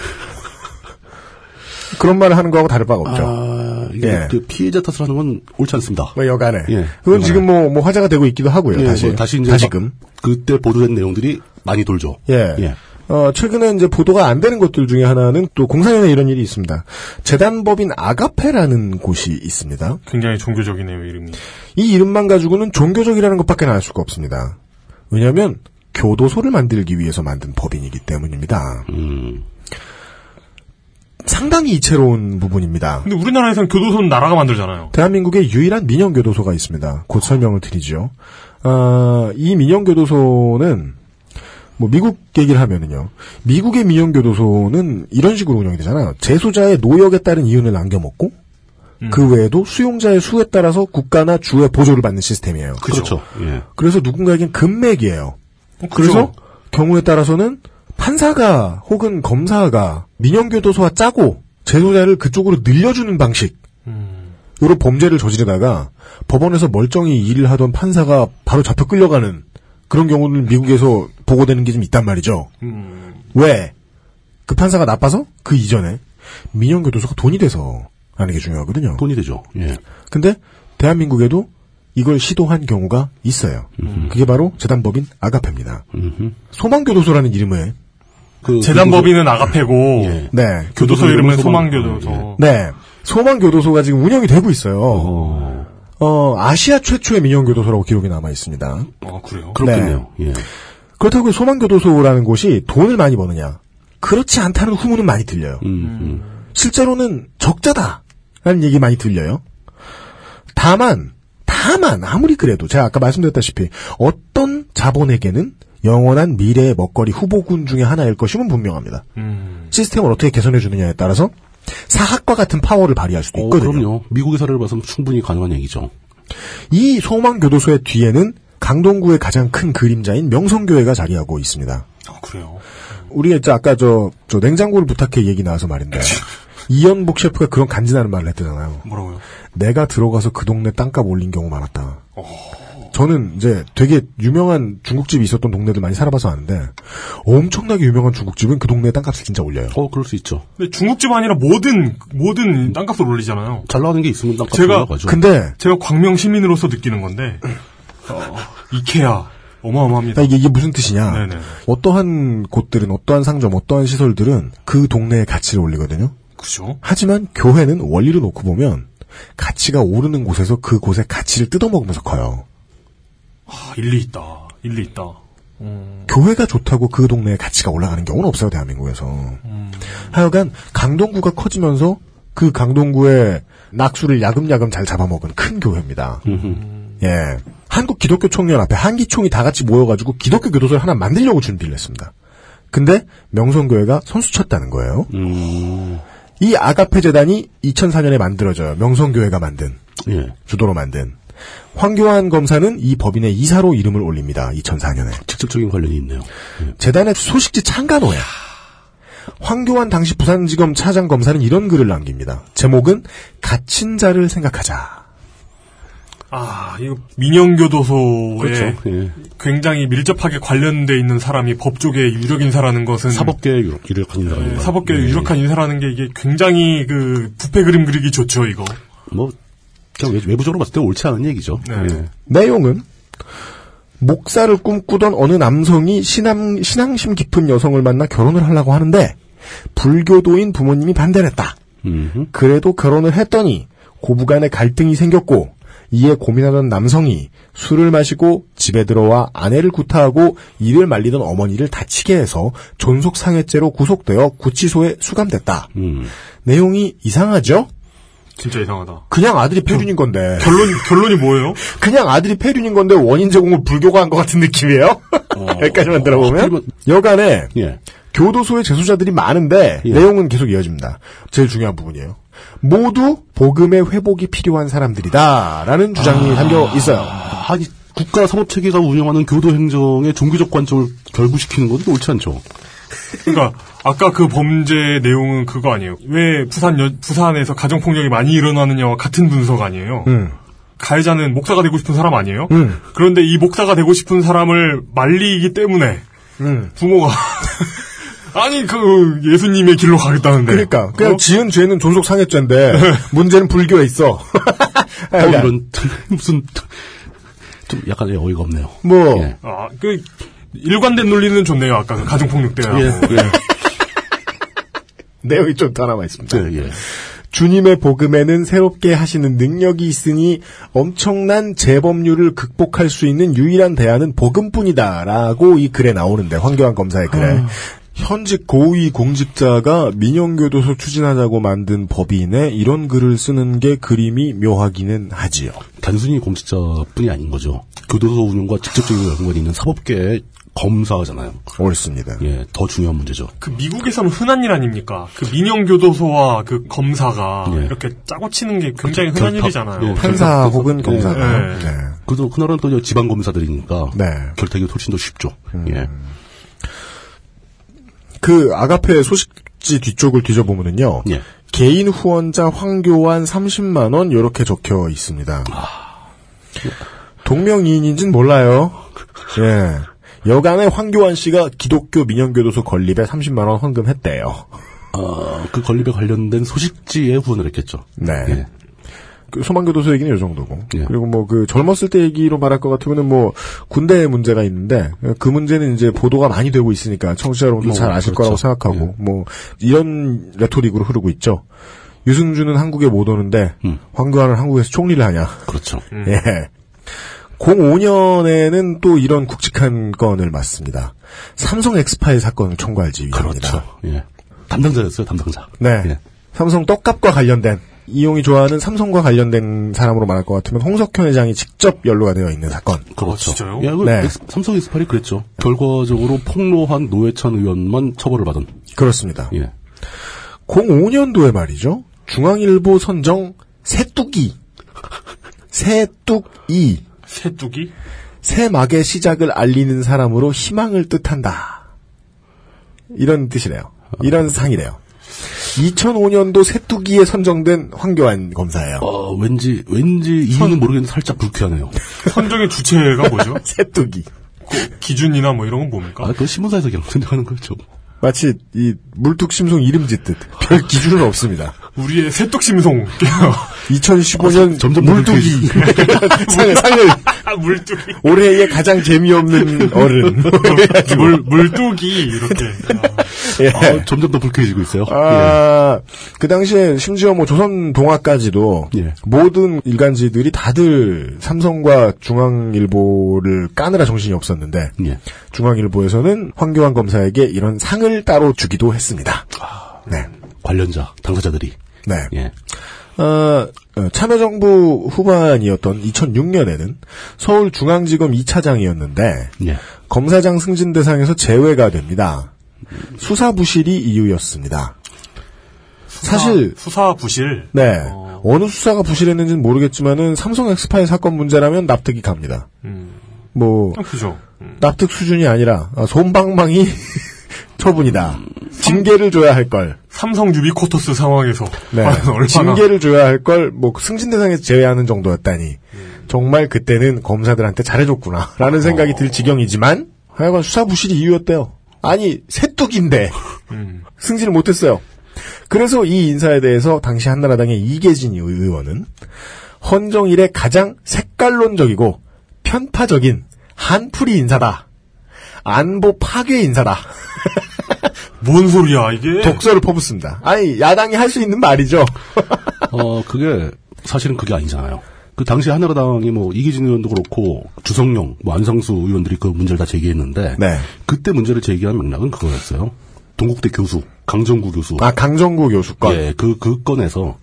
Speaker 2: 그런 말을 하는 거하고 다를 바가 없죠.
Speaker 4: 아, 이게 그 피해자 탓을 하는 건 옳지 않습니다.
Speaker 2: 뭐 여간에.
Speaker 4: 예,
Speaker 2: 그건
Speaker 4: 여간에.
Speaker 2: 지금 뭐, 뭐 화제가 되고 있기도 하고요.
Speaker 4: 예,
Speaker 2: 다시.
Speaker 4: 뭐 다시 이제
Speaker 2: 다시금.
Speaker 4: 막 그때 보도된 내용들이 많이 돌죠.
Speaker 2: 예.
Speaker 4: 예.
Speaker 2: 어, 최근에 이제 보도가 안 되는 것들 중에 하나는 또 공사년에 이런 일이 있습니다. 재단법인 아가페라는 곳이 있습니다.
Speaker 3: 굉장히 종교적이네요, 이름이.
Speaker 2: 이 이름만 가지고는 종교적이라는 것밖에 알 수가 없습니다. 왜냐하면 교도소를 만들기 위해서 만든 법인이기 때문입니다.
Speaker 4: 음,
Speaker 2: 상당히 이채로운 부분입니다.
Speaker 3: 근데 우리나라에서는 교도소는 나라가 만들잖아요.
Speaker 2: 대한민국의 유일한 민영교도소가 있습니다. 곧 설명을 드리죠. 아, 이 민영교도소는 뭐 미국 얘기를 하면은요. 미국의 민영교도소는 이런 식으로 운영이 되잖아요. 재소자의 노역에 따른 이윤을 남겨먹고
Speaker 4: 음.
Speaker 2: 그 외에도 수용자의 수에 따라서 국가나 주의 보조를 받는 시스템이에요.
Speaker 4: 그렇죠. 예.
Speaker 2: 그래서 누군가에겐 금맥이에요.
Speaker 3: 어,
Speaker 2: 그래서 경우에 따라서는 판사가 혹은 검사가 민영교도소와 짜고 재소자를 그쪽으로 늘려주는 방식. 으로 범죄를 저지르다가 법원에서 멀쩡히 일을 하던 판사가 바로 잡혀 끌려가는 그런 경우는 미국에서 보고되는 게 좀 있단 말이죠. 왜? 그 판사가 나빠서? 그 이전에 민영교도소가 돈이 돼서 하는 게 중요하거든요.
Speaker 4: 돈이 되죠. 예.
Speaker 2: 근데 대한민국에도 이걸 시도한 경우가 있어요. 그게 바로 재단법인 아가페입니다. 소망교도소라는 이름의
Speaker 4: 그
Speaker 3: 재단법인은 아가페고
Speaker 2: 네.
Speaker 3: 예. 교도소 예. 이름은 소망교도소.
Speaker 2: 네. 소망교도소가 지금 운영이 되고 있어요. 어, 아시아 최초의 민영교도소라고 기록이 남아 있습니다.
Speaker 3: 아, 그래요?
Speaker 4: 그렇겠네요. 예.
Speaker 2: 그렇다고 소망교도소라는 곳이 돈을 많이 버느냐? 그렇지 않다는 후문은 많이
Speaker 4: 음,
Speaker 2: 들려요.
Speaker 3: 음.
Speaker 2: 실제로는 적자다. 라는 얘기 많이 들려요. 다만, 다만, 아무리 그래도, 제가 아까 말씀드렸다시피, 어떤 자본에게는 영원한 미래의 먹거리 후보군 중에 하나일 것임은 분명합니다.
Speaker 4: 음.
Speaker 2: 시스템을 어떻게 개선해주느냐에 따라서, 사학과 같은 파워를 발휘할 수도
Speaker 4: 어,
Speaker 2: 있거든요.
Speaker 4: 그럼요. 미국의 사례를 봐서는 충분히 가능한 얘기죠.
Speaker 2: 이 소망교도소의 뒤에는 강동구의 가장 큰 그림자인 명성교회가 자리하고 있습니다.
Speaker 3: 아, 그래요?
Speaker 2: 우리가 이제 아까 저, 저 냉장고를 부탁해 얘기 나와서 말인데,
Speaker 4: (laughs)
Speaker 2: 이연복 셰프가 그런 간지나는 말을 했잖아요.
Speaker 3: 뭐라고요?
Speaker 2: 내가 들어가서 그 동네 땅값 올린 경우 많았다. 저는 이제 되게 유명한 중국집이 있었던 동네들 많이 살아봐서 아는데, 엄청나게 유명한 중국집은 그 동네 땅값을 진짜 올려요.
Speaker 4: 어, 그럴 수 있죠.
Speaker 3: 근데 중국집 아니라 모든 모든 땅값을 올리잖아요.
Speaker 4: 잘 나가는 게 있으면 땅값
Speaker 3: 제가
Speaker 4: 올라가죠.
Speaker 2: 근데
Speaker 3: 제가 광명 시민으로서 느끼는 건데 어, 이케아 어마어마합니다.
Speaker 2: 그러니까 이게, 이게 무슨 뜻이냐.
Speaker 3: 네네.
Speaker 2: 어떠한 곳들은, 어떠한 상점, 어떠한 시설들은 그 동네의 가치를 올리거든요.
Speaker 3: 그죠?
Speaker 2: 하지만 교회는 원리를 놓고 보면, 가치가 오르는 곳에서 그 곳의 가치를 뜯어먹으면서 커요.
Speaker 3: 아, 일리 있다. 일리 있다.
Speaker 2: 교회가 좋다고 그 동네의 가치가 올라가는 경우는 없어요 대한민국에서. 하여간 강동구가 커지면서 그 강동구의 낙수를 야금야금 잘 잡아먹은 큰 교회입니다. 예, 한국 기독교 총련 앞에 한기총이 다 같이 모여가지고 기독교 교도소를 하나 만들려고 준비를 했습니다. 근데 명성교회가 선수쳤다는 거예요.
Speaker 4: 음.
Speaker 2: 이 아가페 재단이 2004년에 만들어져요. 명성교회가 만든
Speaker 4: 예.
Speaker 2: 주도로 만든 황교안 검사는 이 법인의 이사로 이름을 올립니다. 2004년에
Speaker 4: 직접적인 관련이 있네요.
Speaker 2: 재단의 소식지 창간호야. 황교안 당시 부산지검 차장 검사는 이런 글을 남깁니다. 제목은 갇힌 자를 생각하자.
Speaker 3: 아, 이거 민영교도소에
Speaker 4: 그렇죠. 예.
Speaker 3: 음. 굉장히 밀접하게 관련돼 있는 사람이 법조계의 유력 인사라는 것은
Speaker 4: 사법계의 유력, 유력한 인사가
Speaker 3: 네, 사법계의 유력한 인사라는 게 이게 굉장히 그 부패 그림 그리기 좋죠, 이거.
Speaker 4: 뭐 그냥 외- 외부적으로 봤을 때 옳지 않은 얘기죠. 예.
Speaker 2: 내용은 목사를 꿈꾸던 어느 남성이 신앙, 신앙심 깊은 여성을 만나 결혼을 하려고 하는데 불교도인 부모님이 반대를 했다. 그래도 결혼을 했더니 고부간에 갈등이 생겼고 이에 고민하던 남성이 술을 마시고 집에 들어와 아내를 구타하고 이를 말리던 어머니를 다치게 해서 존속상해죄로 구속되어 구치소에 수감됐다.
Speaker 4: 음.
Speaker 2: 내용이 이상하죠?
Speaker 3: 진짜 이상하다.
Speaker 2: 그냥 아들이 폐륜인 건데.
Speaker 3: 결론, 결론이 뭐예요?
Speaker 2: 그냥 아들이 폐륜인 건데 원인 제공을 불교가 한 것 같은 느낌이에요? (laughs) 여기까지만 들어보면. 여간에
Speaker 4: 예.
Speaker 2: 교도소에 재수자들이 많은데 내용은 계속 이어집니다. 제일 중요한 부분이에요. 모두 복음의 회복이 필요한 사람들이다라는 주장이 담겨 있어요.
Speaker 4: 아니 국가 사법 체계가 운영하는 교도 행정의 종교적 관점을 결부시키는 건 옳지 않죠. 뭐
Speaker 3: 그러니까 아까 그 범죄 내용은 그거 아니에요. 왜 부산 여- 부산에서 가정 폭력이 많이 일어나느냐와 같은 분석 아니에요. 가해자는 목사가 되고 싶은 사람 아니에요?
Speaker 2: 음.
Speaker 3: 그런데 이 목사가 되고 싶은 사람을 말리기 때문에
Speaker 2: 음.
Speaker 3: 부모가 (laughs) 아니 그 예수님의 길로 가겠다는데. 어?
Speaker 2: 그러니까 그냥 지은 죄는 존속 상해죄인데 문제는 불교에 있어. 네.
Speaker 4: 어, 이런 (laughs) 무슨 좀 약간 어이가 없네요.
Speaker 2: (laughs) 뭐
Speaker 3: 아, 그 일관된 논리는 좋네요. 아까 그 가정 폭력 때하고.
Speaker 2: 예, 내용이 좀 더 남아 있습니다.
Speaker 4: 네.
Speaker 2: 주님의 복음에는 새롭게 하시는 능력이 있으니 엄청난 재범률을 극복할 수 있는 유일한 대안은 복음뿐이다라고 이 글에 나오는데 황교안 검사의 글에 현직 고위 공직자가 민영교도소 추진하자고 만든 법인에 이런 글을 쓰는 게 그림이 묘하기는 하지요.
Speaker 4: 단순히 공직자뿐이 아닌 거죠. 교도소 운영과 직접적인 연관이 있는 사법계의 검사잖아요.
Speaker 2: 옳습니다.
Speaker 4: 예, 더 중요한 문제죠.
Speaker 3: 그 미국에서는 흔한 일 아닙니까? 그 민영 교도소와 그 검사가
Speaker 2: 예.
Speaker 3: 이렇게 짜고 치는 게
Speaker 2: 그렇죠.
Speaker 3: 굉장히 흔한 일이잖아요.
Speaker 2: 판사 혹은 검사.
Speaker 3: 예.
Speaker 4: 그래도 그나라는 또 지방 검사들이니까
Speaker 2: 네. 음.
Speaker 4: 결탁이 훨씬 더 쉽죠. 예.
Speaker 2: 그 아가페 소식지 뒤쪽을 뒤져보면은요.
Speaker 4: 예.
Speaker 2: 개인 후원자 황교안 30만 원 이렇게 적혀 있습니다. 동명이인인지는 몰라요. 예. 여간에 황교안 씨가 기독교 민영교도소 건립에 30만 원 헌금했대요.
Speaker 4: 어, 그 건립에 관련된 소식지에 후원을 했겠죠. 예,
Speaker 2: 네. 그 소망교도소 얘기는 요 정도고. 그리고 뭐 그 젊었을 때 얘기로 말할 것 같으면은 뭐 군대 문제가 있는데 그 문제는 이제 보도가 많이 되고 있으니까 청취자 여러분도
Speaker 4: 뭐,
Speaker 2: 잘 아실 거라고
Speaker 4: 그렇죠.
Speaker 2: 생각하고 뭐 이런 레토릭으로 흐르고 있죠. 유승준은 한국에 못 오는데
Speaker 4: 음.
Speaker 2: 황교안은 한국에서 총리를 하냐.
Speaker 4: 그렇죠.
Speaker 2: 예. 05년에는 또 이런 굵직한 건을 맡습니다. 삼성 엑스파일 사건 총괄지휘입니다.
Speaker 4: 예. 담당자였어요, 담당자.
Speaker 2: 네. 삼성 떡값과 관련된 이용이 좋아하는 삼성과 관련된 사람으로 말할 것 같으면 홍석현 회장이 직접 연루가 되어 있는 사건.
Speaker 4: 그렇죠.
Speaker 2: 진짜요?
Speaker 4: 야, 그
Speaker 2: 네.
Speaker 4: 엑스- 삼성 엑스팔이 그랬죠. 결과적으로 폭로한 노회찬 의원만 처벌을 받은.
Speaker 2: 그렇습니다.
Speaker 4: 예.
Speaker 2: 05년도에 말이죠. 중앙일보 선정 새뚜기. 새뚝이.
Speaker 3: 새뚜기?
Speaker 2: 새막의 시작을 알리는 사람으로 희망을 뜻한다. 이런 뜻이래요. 이런 상이래요. 2005년도 새뚜기에 선정된 황교안 검사예요. (laughs)
Speaker 4: 어, 왠지, 왠지 이유는 모르겠는데 살짝 불쾌하네요.
Speaker 3: 선정의 주체가
Speaker 2: (laughs)
Speaker 3: 뭐죠?
Speaker 2: 새뚜기.
Speaker 3: 기준이나 뭐 이런 건 뭡니까?
Speaker 4: 아, 그 신문사에서 그냥 선정하는 거죠.
Speaker 2: 마치 이 물뚝심송 이름 짓듯 별 기준은 없습니다. (laughs)
Speaker 3: 우리의 새뚝심송.
Speaker 2: 2015년
Speaker 4: 아, 점점
Speaker 2: 물뚝이. (laughs) 상을, 상을.
Speaker 3: 아, 물뚝이.
Speaker 2: 올해의 가장 재미없는 어른.
Speaker 4: (laughs)
Speaker 2: 네.
Speaker 3: (laughs) 물, 물뚝이, 이렇게.
Speaker 2: 예.
Speaker 4: 아, 점점 더 불쾌해지고 있어요.
Speaker 2: 아, 그 당시에 심지어 뭐 조선 동화까지도 모든 일간지들이 다들 삼성과 중앙일보를 까느라 정신이 없었는데
Speaker 4: 음. 예.
Speaker 2: 중앙일보에서는 황교안 검사에게 이런 상을 따로 주기도 했습니다. 네.
Speaker 4: 관련자 당사자들이
Speaker 2: 네.
Speaker 4: 예.
Speaker 2: 어, 참여정부 후반이었던 2006년에는 서울중앙지검 2차장이었는데
Speaker 4: 예.
Speaker 2: 검사장 승진 대상에서 제외가 됩니다. 수사 부실이 이유였습니다. 사실
Speaker 3: 수사 부실.
Speaker 2: 네 어느 수사가 부실했는지는 모르겠지만은 삼성 엑스파일 사건 문제라면 납득이 갑니다. 뭐
Speaker 3: 아, 그죠.
Speaker 2: 납득 수준이 아니라 아, 손방망이 (laughs) 처분이다. 징계를 줘야 할 걸.
Speaker 3: 삼성 유비코토스 상황에서.
Speaker 2: 네.
Speaker 3: 아, (laughs) 얼마나.
Speaker 2: 징계를 줘야 할 걸, 뭐, 승진 대상에서 제외하는 정도였다니.
Speaker 3: 음.
Speaker 2: 정말 그때는 검사들한테 잘해줬구나.
Speaker 3: 어.
Speaker 2: 라는 생각이 들 지경이지만, 하여간 수사 부실이 이유였대요. 아니, 새뚝인데.
Speaker 3: 음.
Speaker 2: 승진을 못했어요. 그래서 이 인사에 대해서 당시 한나라당의 이계진 의원은 헌정일의 가장 색깔론적이고 편파적인 한풀이 인사다. 안보 파괴 인사다. (laughs)
Speaker 3: 뭔 소리야 이게?
Speaker 2: 독서를 퍼붓습니다. 아니 야당이 할 수 있는 말이죠.
Speaker 4: 어 그게 사실은 그게 아니잖아요. 그 당시 한나라당이 뭐 이기진 의원도 그렇고 주성용, 뭐 안성수 의원들이 그 문제를 다 제기했는데
Speaker 2: 네.
Speaker 4: 그때 문제를 제기한 맥락은 그거였어요. 동국대 교수 강정구 교수.
Speaker 2: 아 강정구 교수 건.
Speaker 4: 예, 그 그 건에서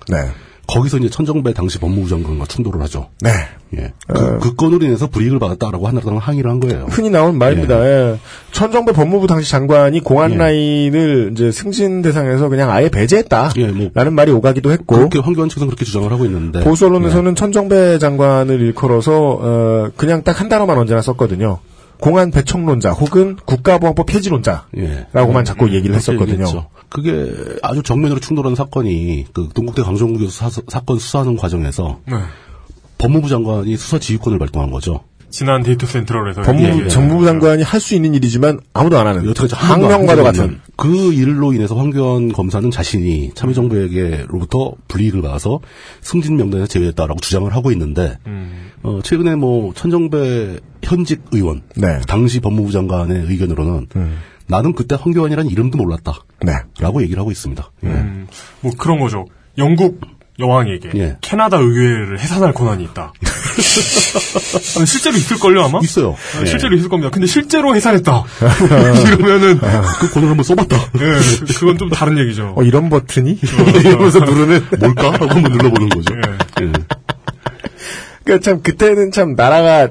Speaker 4: 거기서 이제 천정배 당시 법무부 장관과 충돌을 하죠.
Speaker 2: 네.
Speaker 4: 예. 그,
Speaker 2: 어.
Speaker 4: 그 건으로 인해서 불이익을 받았다라고 한나라당은 항의를 한 거예요. 예.
Speaker 2: 흔히 나온 말입니다. 예. 천정배 법무부 당시 장관이 공안 라인을 이제 승진 대상에서 그냥 아예 배제했다. 라는 말이 오가기도 했고
Speaker 4: 뭐. 그렇게 예. 황교안 측은 그렇게 주장을 하고 있는데
Speaker 2: 보수 언론에서는 천정배 장관을 일컬어서 어, 그냥 딱 한 단어만 언제나 썼거든요. 공안 배척론자 혹은 국가보안법 폐지론자라고만
Speaker 4: 예.
Speaker 2: 자꾸 얘기를 했었거든요.
Speaker 4: 그렇죠. 그게 아주 정면으로 충돌하는 사건이 그 동국대 강정구 교수 사, 사건 수사하는 과정에서
Speaker 2: 네.
Speaker 4: 법무부 장관이 수사 지휘권을 발동한 거죠.
Speaker 3: 지난 데이터 센트럴에서 예,
Speaker 2: 법무부
Speaker 3: 얘기한
Speaker 2: 정무부 장관이 할 수 있는 일이지만 아무도 안 하는
Speaker 4: 예, 여태까지 한 번도
Speaker 2: 항명과도
Speaker 4: 한 적이 없는
Speaker 2: 같은
Speaker 4: 그 일로 인해서 황교안 검사는 자신이 참여정부에게로부터 불이익을 받아서 승진 명단에서 제외됐다라고 주장을 하고 있는데
Speaker 2: 음.
Speaker 4: 어, 최근에 뭐 천정배 현직 의원
Speaker 2: 네.
Speaker 4: 당시 법무부 장관의 의견으로는
Speaker 2: 음.
Speaker 4: 나는 그때 황교안이라는 이름도 몰랐다.
Speaker 2: 네.
Speaker 4: 라고 얘기를 하고 있습니다. 예.
Speaker 2: 음.
Speaker 3: 뭐 그런 거죠. 영국 여왕에게
Speaker 4: 예.
Speaker 3: 캐나다 의회를 해산할 권한이 있다. 아니, 실제로 있을걸요 아마?
Speaker 4: 있어요.
Speaker 3: 아,
Speaker 4: 예.
Speaker 3: 실제로 있을 겁니다. 근데 실제로 해산했다. 이러면은
Speaker 4: 그 권을 한번 써봤다. (laughs)
Speaker 3: 예, 그- 그건 좀 다른 얘기죠.
Speaker 2: 어, 이런 (laughs) 버튼이?
Speaker 4: 이러면서 누르는 뭘까? 하고 한번 눌러보는 거죠. 예.
Speaker 2: 그러니까 참 그때는 참 나라가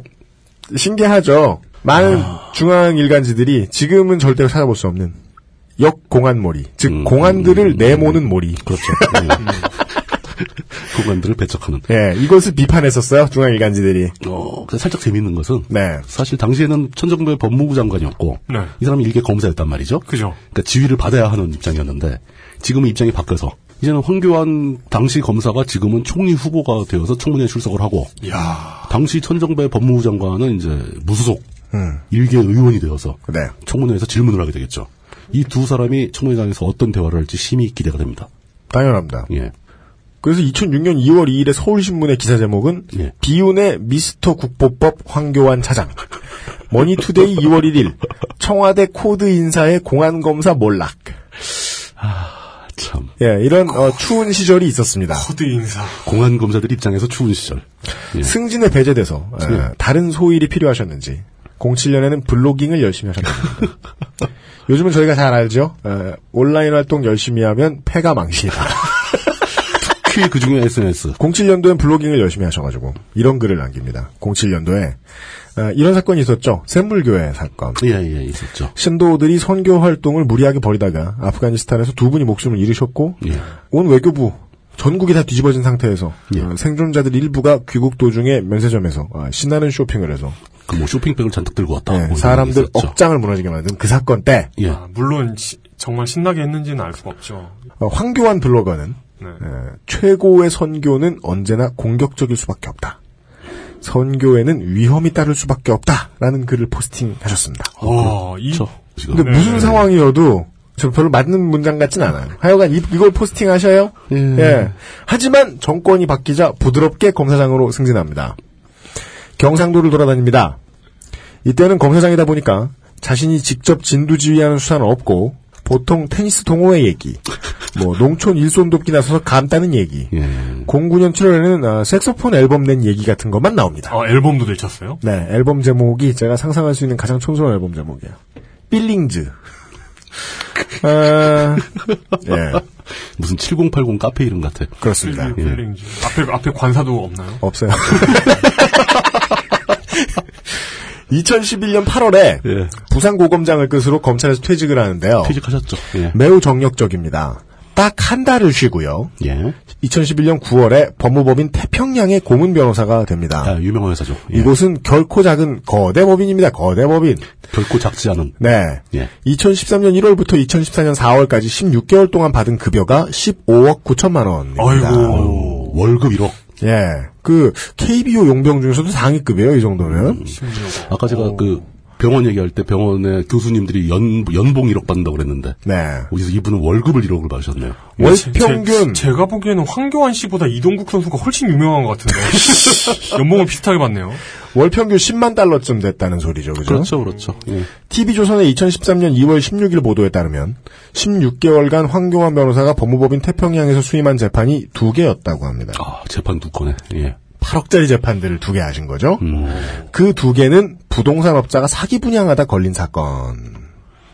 Speaker 2: 신기하죠. 많은 중앙 일간지들이 지금은 절대로 찾아볼 수 없는 역공안몰이, 즉 공안들을 내모는 몰이.
Speaker 4: 그렇죠.
Speaker 2: 음.
Speaker 4: (laughs) 공안들을 배척하는.
Speaker 2: 예, 이것을 비판했었어요 중앙 일간지들이. 네,
Speaker 4: 어, 근데 살짝 재밌는 것은 사실 당시에는 천정부의 법무부 장관이었고
Speaker 3: 네.
Speaker 4: 이 사람이 일개 검사였단 말이죠.
Speaker 3: 그죠.
Speaker 4: 그러니까 지위를 받아야 하는 입장이었는데 지금은 입장이 바뀌어서 이제는 황교안 당시 검사가 지금은 총리 후보가 되어서 청문회에 출석을 하고 당시 천정배 법무부 장관은 이제 무소속
Speaker 3: 음.
Speaker 4: 일개 의원이 되어서
Speaker 3: 네.
Speaker 4: 청문회에서 질문을 하게 되겠죠. 이 두 사람이 청문회장에서 어떤 대화를 할지 심히 기대가 됩니다.
Speaker 2: 당연합니다.
Speaker 4: 예.
Speaker 2: 그래서 2006년 2월 2일에 서울신문의 기사 제목은 비운의 미스터 국보법 황교안 차장. 머니투데이 2월 1일 청와대 코드 인사의 공안 검사 몰락.
Speaker 4: 참.
Speaker 2: 예, 이런 어, 추운 시절이 있었습니다.
Speaker 3: 코드 인사.
Speaker 4: 공안 검사들 입장에서 추운 시절. 예.
Speaker 2: 승진에 배제돼서 예,
Speaker 4: 예.
Speaker 2: 다른 소일이 필요하셨는지 07년에는 블로깅을 열심히 하셨습니다. 요즘은 저희가 잘 알죠. 예, 온라인 활동 열심히 하면 패가 망신이다.
Speaker 4: 특히 그중에 SNS.
Speaker 2: 07년도엔 블로깅을 열심히 하셔가지고 이런 글을 남깁니다. 07년도에 예, 이런 사건이 있었죠. 샘물교회 사건.
Speaker 4: 예예 있었죠.
Speaker 2: 신도들이 선교 활동을 무리하게 벌이다가 아프가니스탄에서 두 분이 목숨을 잃으셨고
Speaker 4: 예.
Speaker 2: 온 외교부 전국이 다 뒤집어진 상태에서 어, 생존자들 일부가 귀국 도중에 면세점에서 아, 신나는 쇼핑을 해서
Speaker 4: 그 뭐 쇼핑백을 잔뜩 들고 왔다. 뭐 이런 게
Speaker 2: 네, 사람들
Speaker 4: 있었죠.
Speaker 2: 억장을 무너지게 만든 그 사건 때
Speaker 4: 예.
Speaker 3: 아, 물론 시- 정말 신나게 했는지는 알 수가 없죠. 네.
Speaker 2: 어, 황교안 블로거는 에, 최고의 선교는 언제나 공격적일 수밖에 없다. 선교에는 위험이 따를 수밖에 없다라는 글을 포스팅하셨습니다.
Speaker 3: 어, 아, 이
Speaker 2: 근데 무슨 상황이어도 저 별로 맞는 문장 같진 않아요. 하여간 이, 이걸 포스팅하셔요. 예. 하지만 정권이 바뀌자 부드럽게 검사장으로 승진합니다. 경상도를 돌아다닙니다. 이때는 검사장이다 보니까 자신이 직접 진두지휘하는 수사는 없고 보통 테니스 동호회 얘기, 뭐 농촌 일손돕기 나서서 감따는 얘기,
Speaker 4: 예.
Speaker 2: 09년 7월에는 아, 색소폰 앨범 낸 얘기 같은 것만 나옵니다.
Speaker 3: 아, 앨범도 내셨어요?
Speaker 2: 네, 앨범 제목이 제가 상상할 수 있는 가장 촌스러운 앨범 제목이에요. 빌링즈. 아, 예.
Speaker 4: 무슨 7080 카페 이름 같아.
Speaker 2: 그렇습니다. 예.
Speaker 3: 필링, 필링즈. 앞에 앞에 관사도 없나요?
Speaker 2: 없어요. 2011년 8월에 부산 고검장을 끝으로 검찰에서 퇴직을 하는데요.
Speaker 4: 퇴직하셨죠. 예.
Speaker 2: 매우 정력적입니다. 딱 한 달을 쉬고요.
Speaker 4: 예.
Speaker 2: 2011년 9월에 법무법인 태평양의 고문 변호사가 됩니다.
Speaker 4: 아, 유명한 회사죠.
Speaker 2: 아.
Speaker 4: 예,
Speaker 2: 이곳은 결코 작은 거대 법인입니다. 거대 법인.
Speaker 4: 결코 작지 않은.
Speaker 2: 네.
Speaker 4: 예.
Speaker 2: 2013년 1월부터 2014년 4월까지 16개월 동안 받은 급여가 15억 9천만 원입니다.
Speaker 4: 아이고. 월급 1억.
Speaker 2: 예. 그 KBO 용병 중에서도 상위급이에요. 이 정도는.
Speaker 3: 음.
Speaker 4: 아까 제가
Speaker 2: 어.
Speaker 4: 그 병원 얘기할 때 병원에 교수님들이 연, 연봉 1억 받는다고 그랬는데.
Speaker 2: 네.
Speaker 4: 어디서 이분은 월급을 1억을 받으셨네요.
Speaker 3: 제, 가 보기에는 황교안 씨보다 이동국 선수가 훨씬 유명한 것 같은데 (laughs) 연봉을 비슷하게 받네요.
Speaker 2: 월 평균 10만 달러쯤 됐다는 소리죠. 그죠?
Speaker 4: 그렇죠, 그렇죠.
Speaker 2: TV조선의 2013년 2월 16일 보도에 따르면 16개월간 황교안 변호사가 법무법인 태평양에서 수임한 재판이 두 개였다고 합니다.
Speaker 4: 아, 재판 두 건에. 예.
Speaker 2: 8억짜리 재판들을 두 개 하신 거죠? 그 두 개는 부동산 업자가 사기 분양하다 걸린 사건.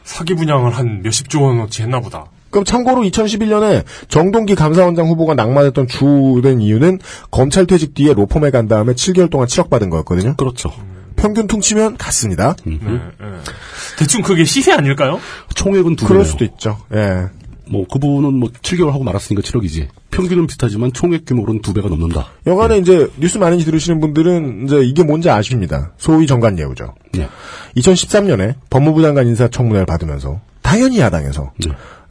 Speaker 3: 사기 분양을 한 몇십 조 원어치 했나 보다.
Speaker 2: 그럼 참고로 2011년에 정동기 감사원장 후보가 낙마됐던 주된 이유는 검찰 퇴직 뒤에 로펌에 간 다음에 7개월 동안 7억 받은 거였거든요.
Speaker 4: 그렇죠.
Speaker 2: 평균 퉁치면 갔습니다.
Speaker 4: 음,
Speaker 3: 대충 그게 시세 아닐까요?
Speaker 4: 총액은 두
Speaker 2: 그럴
Speaker 4: 개네요.
Speaker 2: 수도 있죠. 예.
Speaker 4: 뭐 그분은 뭐 7개월 하고 말았으니까 7억이지. 평균은 비슷하지만 총액 규모로는 두 배가 넘는다.
Speaker 2: 여간에 이제 뉴스 많이 들으시는 분들은 이제 이게 뭔지 아십니다. 소위 정관 예우죠.
Speaker 4: 예.
Speaker 2: 2013년에 법무부 장관 인사청문회를 받으면서 당연히 야당에서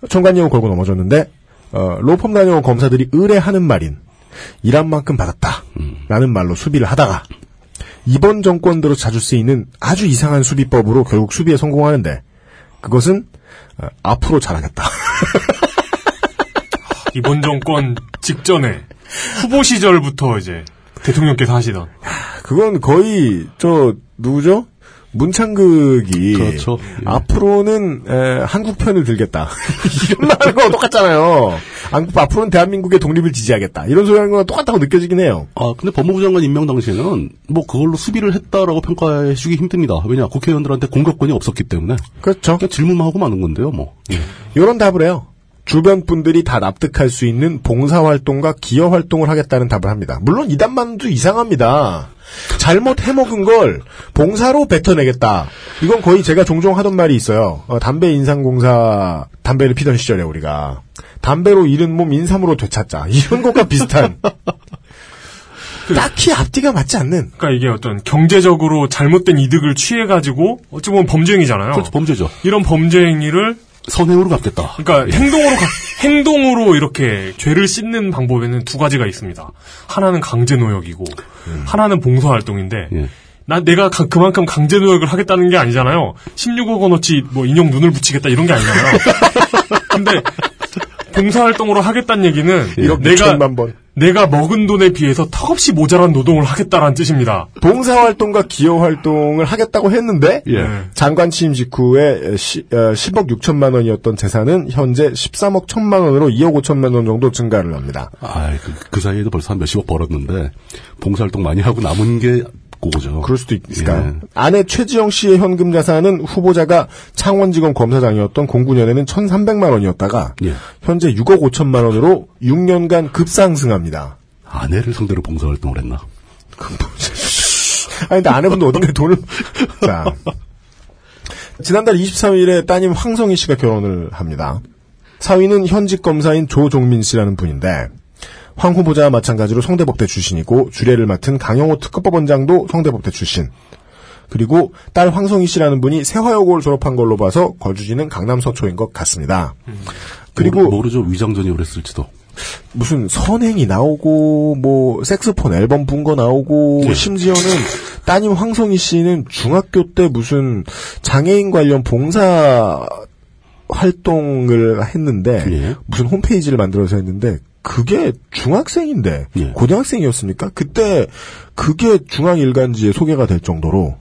Speaker 2: 정관 예우 걸고 넘어졌는데 어, 로펌 다녀온 검사들이 의뢰하는 말인 일한 만큼 받았다라는 말로 수비를 하다가 이번 정권 들어 자주 쓰이는 아주 이상한 수비법으로 결국 수비에 성공하는데 그것은 어, 앞으로 잘하겠다.
Speaker 3: 이번 정권 직전에 후보 시절부터 이제 대통령께서 하시던
Speaker 2: 그건 거의 저 누구죠? 문창극이 앞으로는 에, 한국 편을 들겠다 (laughs) 이런 말하는 거랑 똑같잖아요. 한국 앞으로는 대한민국의 독립을 지지하겠다 이런 소리 하는 거랑 똑같다고 느껴지긴 해요.
Speaker 4: 아, 근데 법무부 장관 임명 당시에는 뭐 그걸로 수비를 했다라고 평가해 주기 힘듭니다. 왜냐, 국회의원들한테 공격권이 없었기 때문에. 그러니까
Speaker 2: 그렇죠.
Speaker 4: 질문만 하고 마는 건데요, 뭐.
Speaker 2: 이런 답을 해요. 주변 분들이 다 납득할 수 있는 봉사 활동과 기여 활동을 하겠다는 답을 합니다. 물론 이 답만도 이상합니다. 잘못 해먹은 걸 봉사로 뱉어내겠다. 이건 거의 제가 종종 하던 말이 있어요. 어, 담배 인상공사 담배를 피던 시절에 우리가 담배로 잃은 몸 인삼으로 되찾자 이런 것과 비슷한 딱히 앞뒤가 맞지 않는.
Speaker 3: 그러니까 이게 어떤 경제적으로 잘못된 이득을 취해가지고 어찌 보면 범죄행위잖아요.
Speaker 4: 그렇죠, 범죄죠.
Speaker 3: 이런 범죄행위를
Speaker 4: 선행으로 갚겠다.
Speaker 3: 그러니까 행동으로 가- 행동으로 이렇게 죄를 씻는 방법에는 두 가지가 있습니다. 하나는 강제노역이고
Speaker 2: 음.
Speaker 3: 하나는 봉사활동인데
Speaker 2: 예.
Speaker 3: 나 내가 가- 그만큼 강제노역을 하겠다는 게 아니잖아요. 16억 원어치 뭐 인형 눈을 붙이겠다 이런 게 아니잖아요. (laughs) 근데 봉사활동으로 하겠다는 얘기는
Speaker 2: 예. 이렇게
Speaker 3: 내가
Speaker 2: 천만 번.
Speaker 3: 내가 먹은 돈에 비해서 턱없이 모자란 노동을 하겠다라는 뜻입니다.
Speaker 2: 봉사 활동과 기여 활동을 하겠다고 했는데
Speaker 3: 예.
Speaker 2: 장관 취임 직후에 시- 어, 10억 6천만 원이었던 재산은 현재 13억 1천만 원으로 2억 5천만 원 정도 증가를 합니다.
Speaker 4: 아, 그, 그 사이에도 벌써 한 몇십억 벌었는데 봉사활동 많이 하고 남은 게 그거죠. 예.
Speaker 2: 그럴 수도 있을까요? 아내 최지영 씨의 현금 자산은 후보자가 창원지검 검사장이었던 09년에는 1,300만 원이었다가 현재 6억 5천만 원으로 6년간 급상승합니다.
Speaker 4: 아내를 상대로 봉사활동을 했나?
Speaker 2: 아니, 근데 아내분도 어딘가 돈을. (laughs) 자. 지난달 23일에 따님 황성희 씨가 결혼을 합니다. 사위는 현직 검사인 조종민 씨라는 분인데, 황 후보자와 마찬가지로 성대법대 출신이고, 주례를 맡은 강영호 특급법원장도 성대법대 출신. 그리고 딸 황성희 씨라는 분이 세화여고를 졸업한 걸로 봐서 거주지는 강남 서초인 것 같습니다.
Speaker 4: 그리고 모르죠 위장 전입을 했을지도.
Speaker 2: 무슨 선행이 나오고 뭐 색스폰 앨범 분 거 나오고 심지어는 따님 황성희 씨는 중학교 때 무슨 장애인 관련 봉사 활동을 했는데 무슨 홈페이지를 만들어서 했는데 그게 중학생인데 고등학생이었습니까? 그때 그게 중앙일간지에 소개가 될 정도로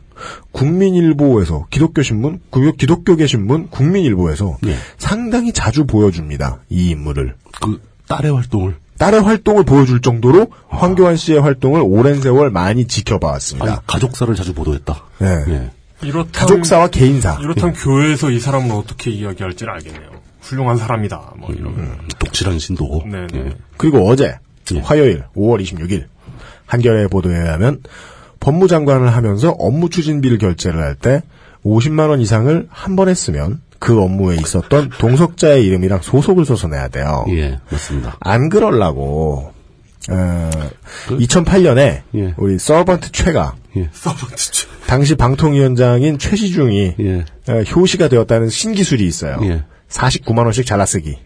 Speaker 2: 국민일보에서 기독교 신문, 그 기독교계 신문, 국민일보에서 상당히 자주 보여줍니다. 이 인물을
Speaker 4: 그 딸의 활동을
Speaker 2: 딸의 활동을 보여줄 정도로 황교안 씨의 활동을 오랜 세월 많이 지켜봐왔습니다.
Speaker 4: 가족사를 자주 보도했다. 예.
Speaker 2: 네.
Speaker 3: 이렇다면,
Speaker 2: 가족사와 예. 개인사.
Speaker 3: 이렇다면 교회에서 이 사람을 어떻게 이야기할지는 알겠네요. 훌륭한 사람이다. 뭐 이런.
Speaker 4: 독실한 신도.
Speaker 3: 네.
Speaker 2: 그리고 어제 화요일 5월 26일 한겨레 보도에 의하면 법무장관을 하면서 업무 추진비를 결제를 할 때 50만 원 이상을 한 번에 쓰면 그 업무에 있었던 동석자의 이름이랑 소속을 써서 내야 돼요.
Speaker 4: 예, 맞습니다.
Speaker 2: 안 그럴라고 어, 2008년에 우리 서번트 최가
Speaker 4: 예.
Speaker 3: 서번트 최
Speaker 2: 당시 방통위원장인 최시중이
Speaker 4: 예.
Speaker 2: 어, 효시가 되었다는 신기술이 있어요. 49만 원씩 잘라쓰기.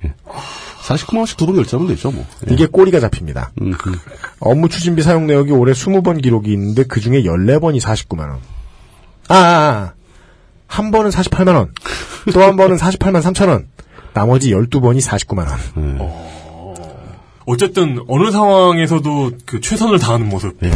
Speaker 4: 49만 원씩 두 번 결제하면 되죠, 뭐. 음, 그,
Speaker 2: 이게 꼬리가 잡힙니다. 업무 추진비 사용 내역이 올해 20번 기록이 있는데 그 중에 14번이 49만 원. 아, 아, 아. 한 번은 48만 원, 또 한 번은 48만 3천 원, 나머지 12번이 49만 원.
Speaker 3: 어쨌든 어느 상황에서도 그 최선을 다하는 모습.
Speaker 2: (laughs) 네.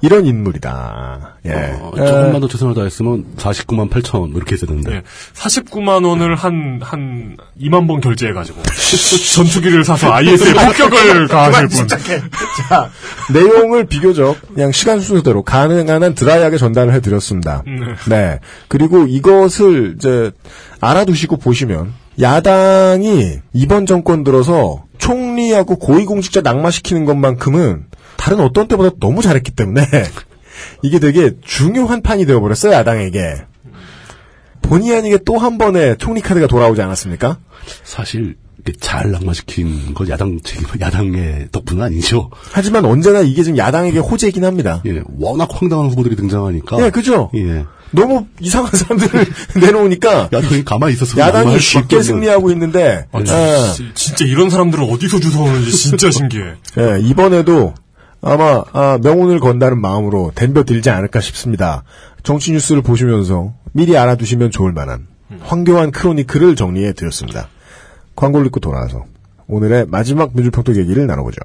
Speaker 2: 이런 인물이다. 예.
Speaker 4: 어, 조금만 더 최선을 다했으면 49만 8천 원 이렇게 했어야
Speaker 2: 예.
Speaker 4: 되는데.
Speaker 3: 49만 예. 원을 한, 한 2만 번 결제해가지고. (laughs) 전투기를 사서 IS에 폭격을 가하실
Speaker 2: 아, 그만
Speaker 3: 분.
Speaker 2: 침착해. (laughs) 자, 내용을 비교적 그냥 시간 순서대로 가능한 한 드라이하게 전달을 해드렸습니다. 네. 그리고 이것을 이제 알아두시고 보시면 야당이 이번 정권 들어서 총리하고 고위공직자 낙마시키는 것만큼은 다른 어떤 때보다 너무 잘했기 때문에 (laughs) 이게 되게 중요한 판이 되어버렸어요 야당에게 본의 아니게 또 한 번의 총리 카드가 돌아오지 않았습니까?
Speaker 4: 사실 이렇게 잘 낙마시킨 건 야당 책임, (laughs) 야당의 덕분은 아니죠.
Speaker 2: 하지만 언제나 이게 지금 야당에게 호재이긴 합니다.
Speaker 4: 예, 워낙 황당한 후보들이 등장하니까.
Speaker 2: 예, 그죠?
Speaker 4: 예.
Speaker 2: 너무 이상한 사람들을 (laughs) 내놓으니까
Speaker 4: 야당이 가만히 있었으면
Speaker 2: 야당이
Speaker 4: 정말 쉽게
Speaker 2: 쉽게
Speaker 4: 그냥-
Speaker 2: 승리하고 있는데
Speaker 3: 아, 진-
Speaker 2: 예.
Speaker 3: 진- 진짜 이런 사람들은 어디서 주워오는지 진짜 신기해.
Speaker 2: 예, 이번에도 아마 아, 명운을 건다는 마음으로 덤벼 들지 않을까 싶습니다. 정치 뉴스를 보시면서 미리 알아두시면 좋을 만한 황교안 크로니크를 정리해 드렸습니다. 광고를 읽고 돌아와서 오늘의 마지막 민주평통 얘기를 나눠보죠.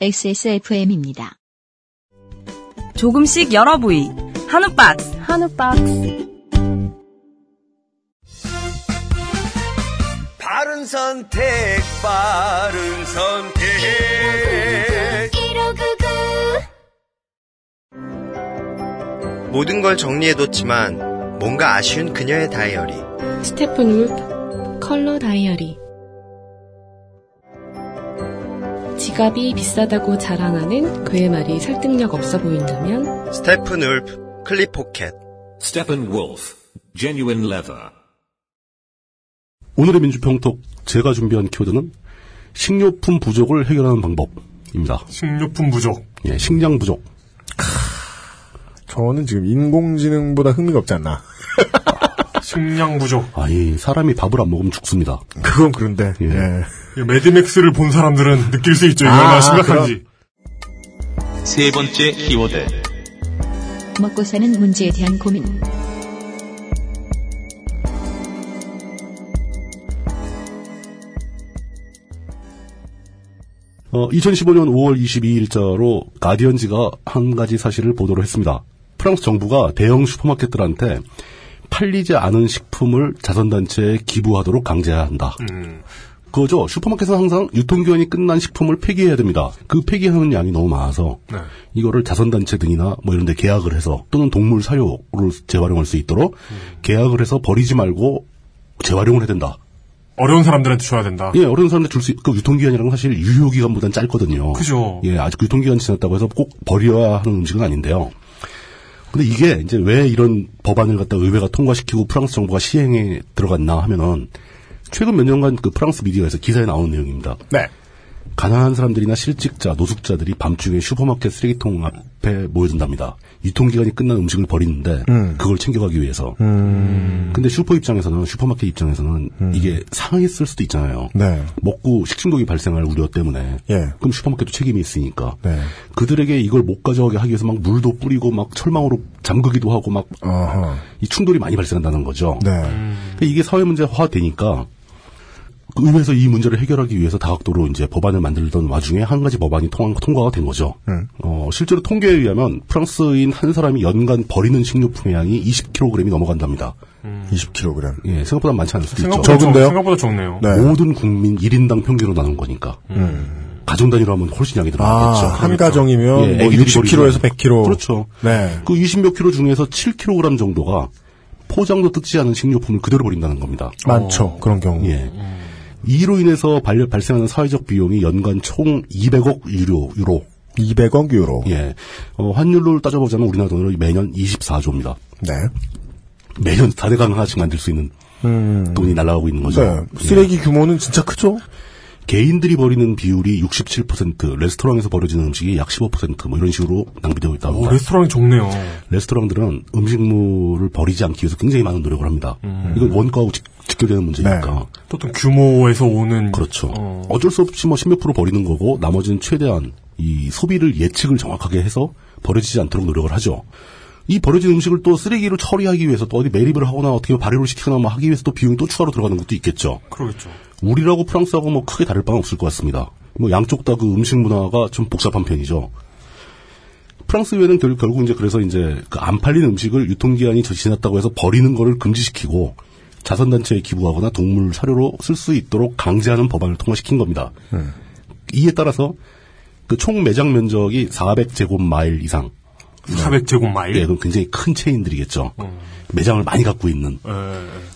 Speaker 1: XSFM입니다.
Speaker 12: 조금씩 여러 부위 한우박스 한우박스
Speaker 13: 바른 선택, 바른 선택. 1599.
Speaker 8: 모든 걸 정리해뒀지만 뭔가 아쉬운 그녀의 다이어리.
Speaker 5: 스테픈 울프 컬러 다이어리 지갑이 비싸다고 자랑하는 그의 말이 설득력 없어 보인다면
Speaker 8: 스테픈 울프 클립 포켓.
Speaker 9: Steppenwolf, genuine leather.
Speaker 4: 오늘의 민주평톡 제가 준비한 키워드는 식료품 부족을 해결하는 방법입니다.
Speaker 3: 식료품 부족.
Speaker 4: 예, 식량 부족.
Speaker 2: 저는 지금 인공지능보다 흥미가 없지 않나.
Speaker 3: 식량 부족.
Speaker 4: 아니, 사람이 밥을 안 먹으면 죽습니다.
Speaker 2: 그건 그런데. 예.
Speaker 3: 이 매드맥스를 본 사람들은 느낄 수 있죠. 이거
Speaker 2: 아,
Speaker 3: 얼마나 심각한지.
Speaker 7: 세 번째 키워드.
Speaker 1: 먹고 사는 문제에 대한 고민.
Speaker 4: 어, 2015년 5월 22일자로 가디언지가 한 가지 사실을 보도를 했습니다. 프랑스 정부가 대형 슈퍼마켓들한테 팔리지 않은 식품을 자선단체에 기부하도록 강제해야 한다. 그거죠. 슈퍼마켓은 항상 유통기한이 끝난 식품을 폐기해야 됩니다. 그 폐기하는 양이 너무 많아서 이거를 자선단체 등이나 뭐 이런 데 계약을 해서 또는 동물 사료로 재활용할 수 있도록 계약을 해서 버리지 말고 재활용을 해야 된다.
Speaker 3: 어려운 사람들한테 줘야 된다.
Speaker 4: 예, 어려운 사람들 줄수 그 유통기한이라는 건 사실 유효기간보단 짧거든요.
Speaker 3: 그죠.
Speaker 4: 예, 아직 유통기한 지났다고 해서 꼭 버려야 하는 음식은 아닌데요. 근데 이게 이제 왜 이런 법안을 갖다 의회가 통과시키고 프랑스 정부가 시행에 들어갔나 하면은 최근 몇 년간 그 프랑스 미디어에서 기사에 나오는 내용입니다.
Speaker 2: 네.
Speaker 4: 가난한 사람들이나 실직자, 노숙자들이 밤중에 슈퍼마켓 쓰레기통 앞에 모여든답니다. 유통기간이 끝난 음식을 버리는데 그걸 챙겨가기 위해서.
Speaker 2: 음.
Speaker 4: 근데 슈퍼 입장에서는 슈퍼마켓 입장에서는 이게 상했을 수도 있잖아요.
Speaker 2: 네.
Speaker 4: 먹고 식중독이 발생할 우려 때문에.
Speaker 2: 예.
Speaker 4: 그럼 슈퍼마켓도 책임이 있으니까.
Speaker 2: 네.
Speaker 4: 그들에게 이걸 못 가져가게 하기 위해서 막 물도 뿌리고 막 철망으로 잠그기도 하고 막
Speaker 2: 어.
Speaker 4: 이 충돌이 많이 발생한다는 거죠.
Speaker 2: 네. 음.
Speaker 4: 그러니까 이게 사회 문제화 되니까 그 의회에서 이 문제를 해결하기 위해서 다각도로 이제 법안을 만들던 와중에 한 가지 법안이 통과가된 거죠.
Speaker 2: 네.
Speaker 4: 어, 실제로 통계에 의하면 프랑스인 한 사람이 연간 버리는 식료품의 양이 20kg이 넘어간답니다.
Speaker 2: 음. 20kg.
Speaker 4: 예, 생각보다 많지 않을 수도
Speaker 3: 생각보다
Speaker 4: 있죠.
Speaker 3: 적은데요? 생각보다 적네요. 네.
Speaker 4: 모든 국민 1인당 평균으로 나눈 거니까. 가정 단위로 하면 훨씬 양이 들어가겠죠.
Speaker 2: 음.
Speaker 4: 예,
Speaker 2: 아, 한 가정이면 뭐
Speaker 4: 애기들이
Speaker 2: 60kg 에서
Speaker 4: 버리는.
Speaker 2: 100kg.
Speaker 4: 그렇죠.
Speaker 2: 네.
Speaker 4: 그 20몇 킬로 중에서 7kg 정도가 포장도 뜯지 않은 식료품을 그대로 버린다는 겁니다.
Speaker 2: 많죠. 어, 그런 경우.
Speaker 4: 예. 이로 인해서 발, 발생하는 사회적 비용이 연간 총 200억 유료, 유로.
Speaker 2: 200억 유로.
Speaker 4: 예. 어, 환율로 따져보자면 우리나라 돈으로 매년 24조입니다.
Speaker 2: 네.
Speaker 4: 매년 4대강 하나씩 만들 수 있는
Speaker 3: 음.
Speaker 4: 돈이 날아가고 있는 거죠. 예.
Speaker 2: 네. 쓰레기 규모는 진짜 크죠?
Speaker 4: 개인들이 버리는 비율이 67%, 레스토랑에서 버려지는 음식이 약 15%뭐 이런 식으로 낭비되고 있다고.
Speaker 3: 오, 어, 레스토랑이 적네요.
Speaker 4: 레스토랑들은 음식물을 버리지 않기 위해서 굉장히 많은 노력을 합니다.
Speaker 3: 음.
Speaker 4: 이건 원가하고 직, 결되는 문제니까.
Speaker 3: 또 어떤 규모에서 오는
Speaker 4: 그렇죠. 어. 쩔수 없이 뭐 10몇% 버리는 거고 나머지는 최대한 이 소비를 예측을 정확하게 해서 버려지지 않도록 노력을 하죠. 이 버려진 음식을 또 쓰레기로 처리하기 위해서 또 어디 매립을 하거나 어떻게 발효를 시키거나 뭐 하기 위해서 또 비용이 또 추가로 들어가는 것도 있겠죠.
Speaker 3: 그러겠죠.
Speaker 4: 우리라고 프랑스하고 뭐 크게 다를 바는 없을 것 같습니다. 뭐 양쪽 다 그 음식 문화가 좀 복잡한 편이죠. 프랑스 의회는 결, 국 이제 그래서 이제 그 안 팔린 음식을 유통기한이 저- 지났다고 해서 버리는 거를 금지시키고 자선단체에 기부하거나 동물 사료로 쓸 수 있도록 강제하는 법안을 통과시킨 겁니다. 이에 따라서 그 총 매장 면적이 400제곱마일 이상.
Speaker 3: 400제곱마일?
Speaker 4: 예, 그럼 굉장히 큰 체인들이겠죠. 매장을 많이 갖고 있는.
Speaker 3: 예.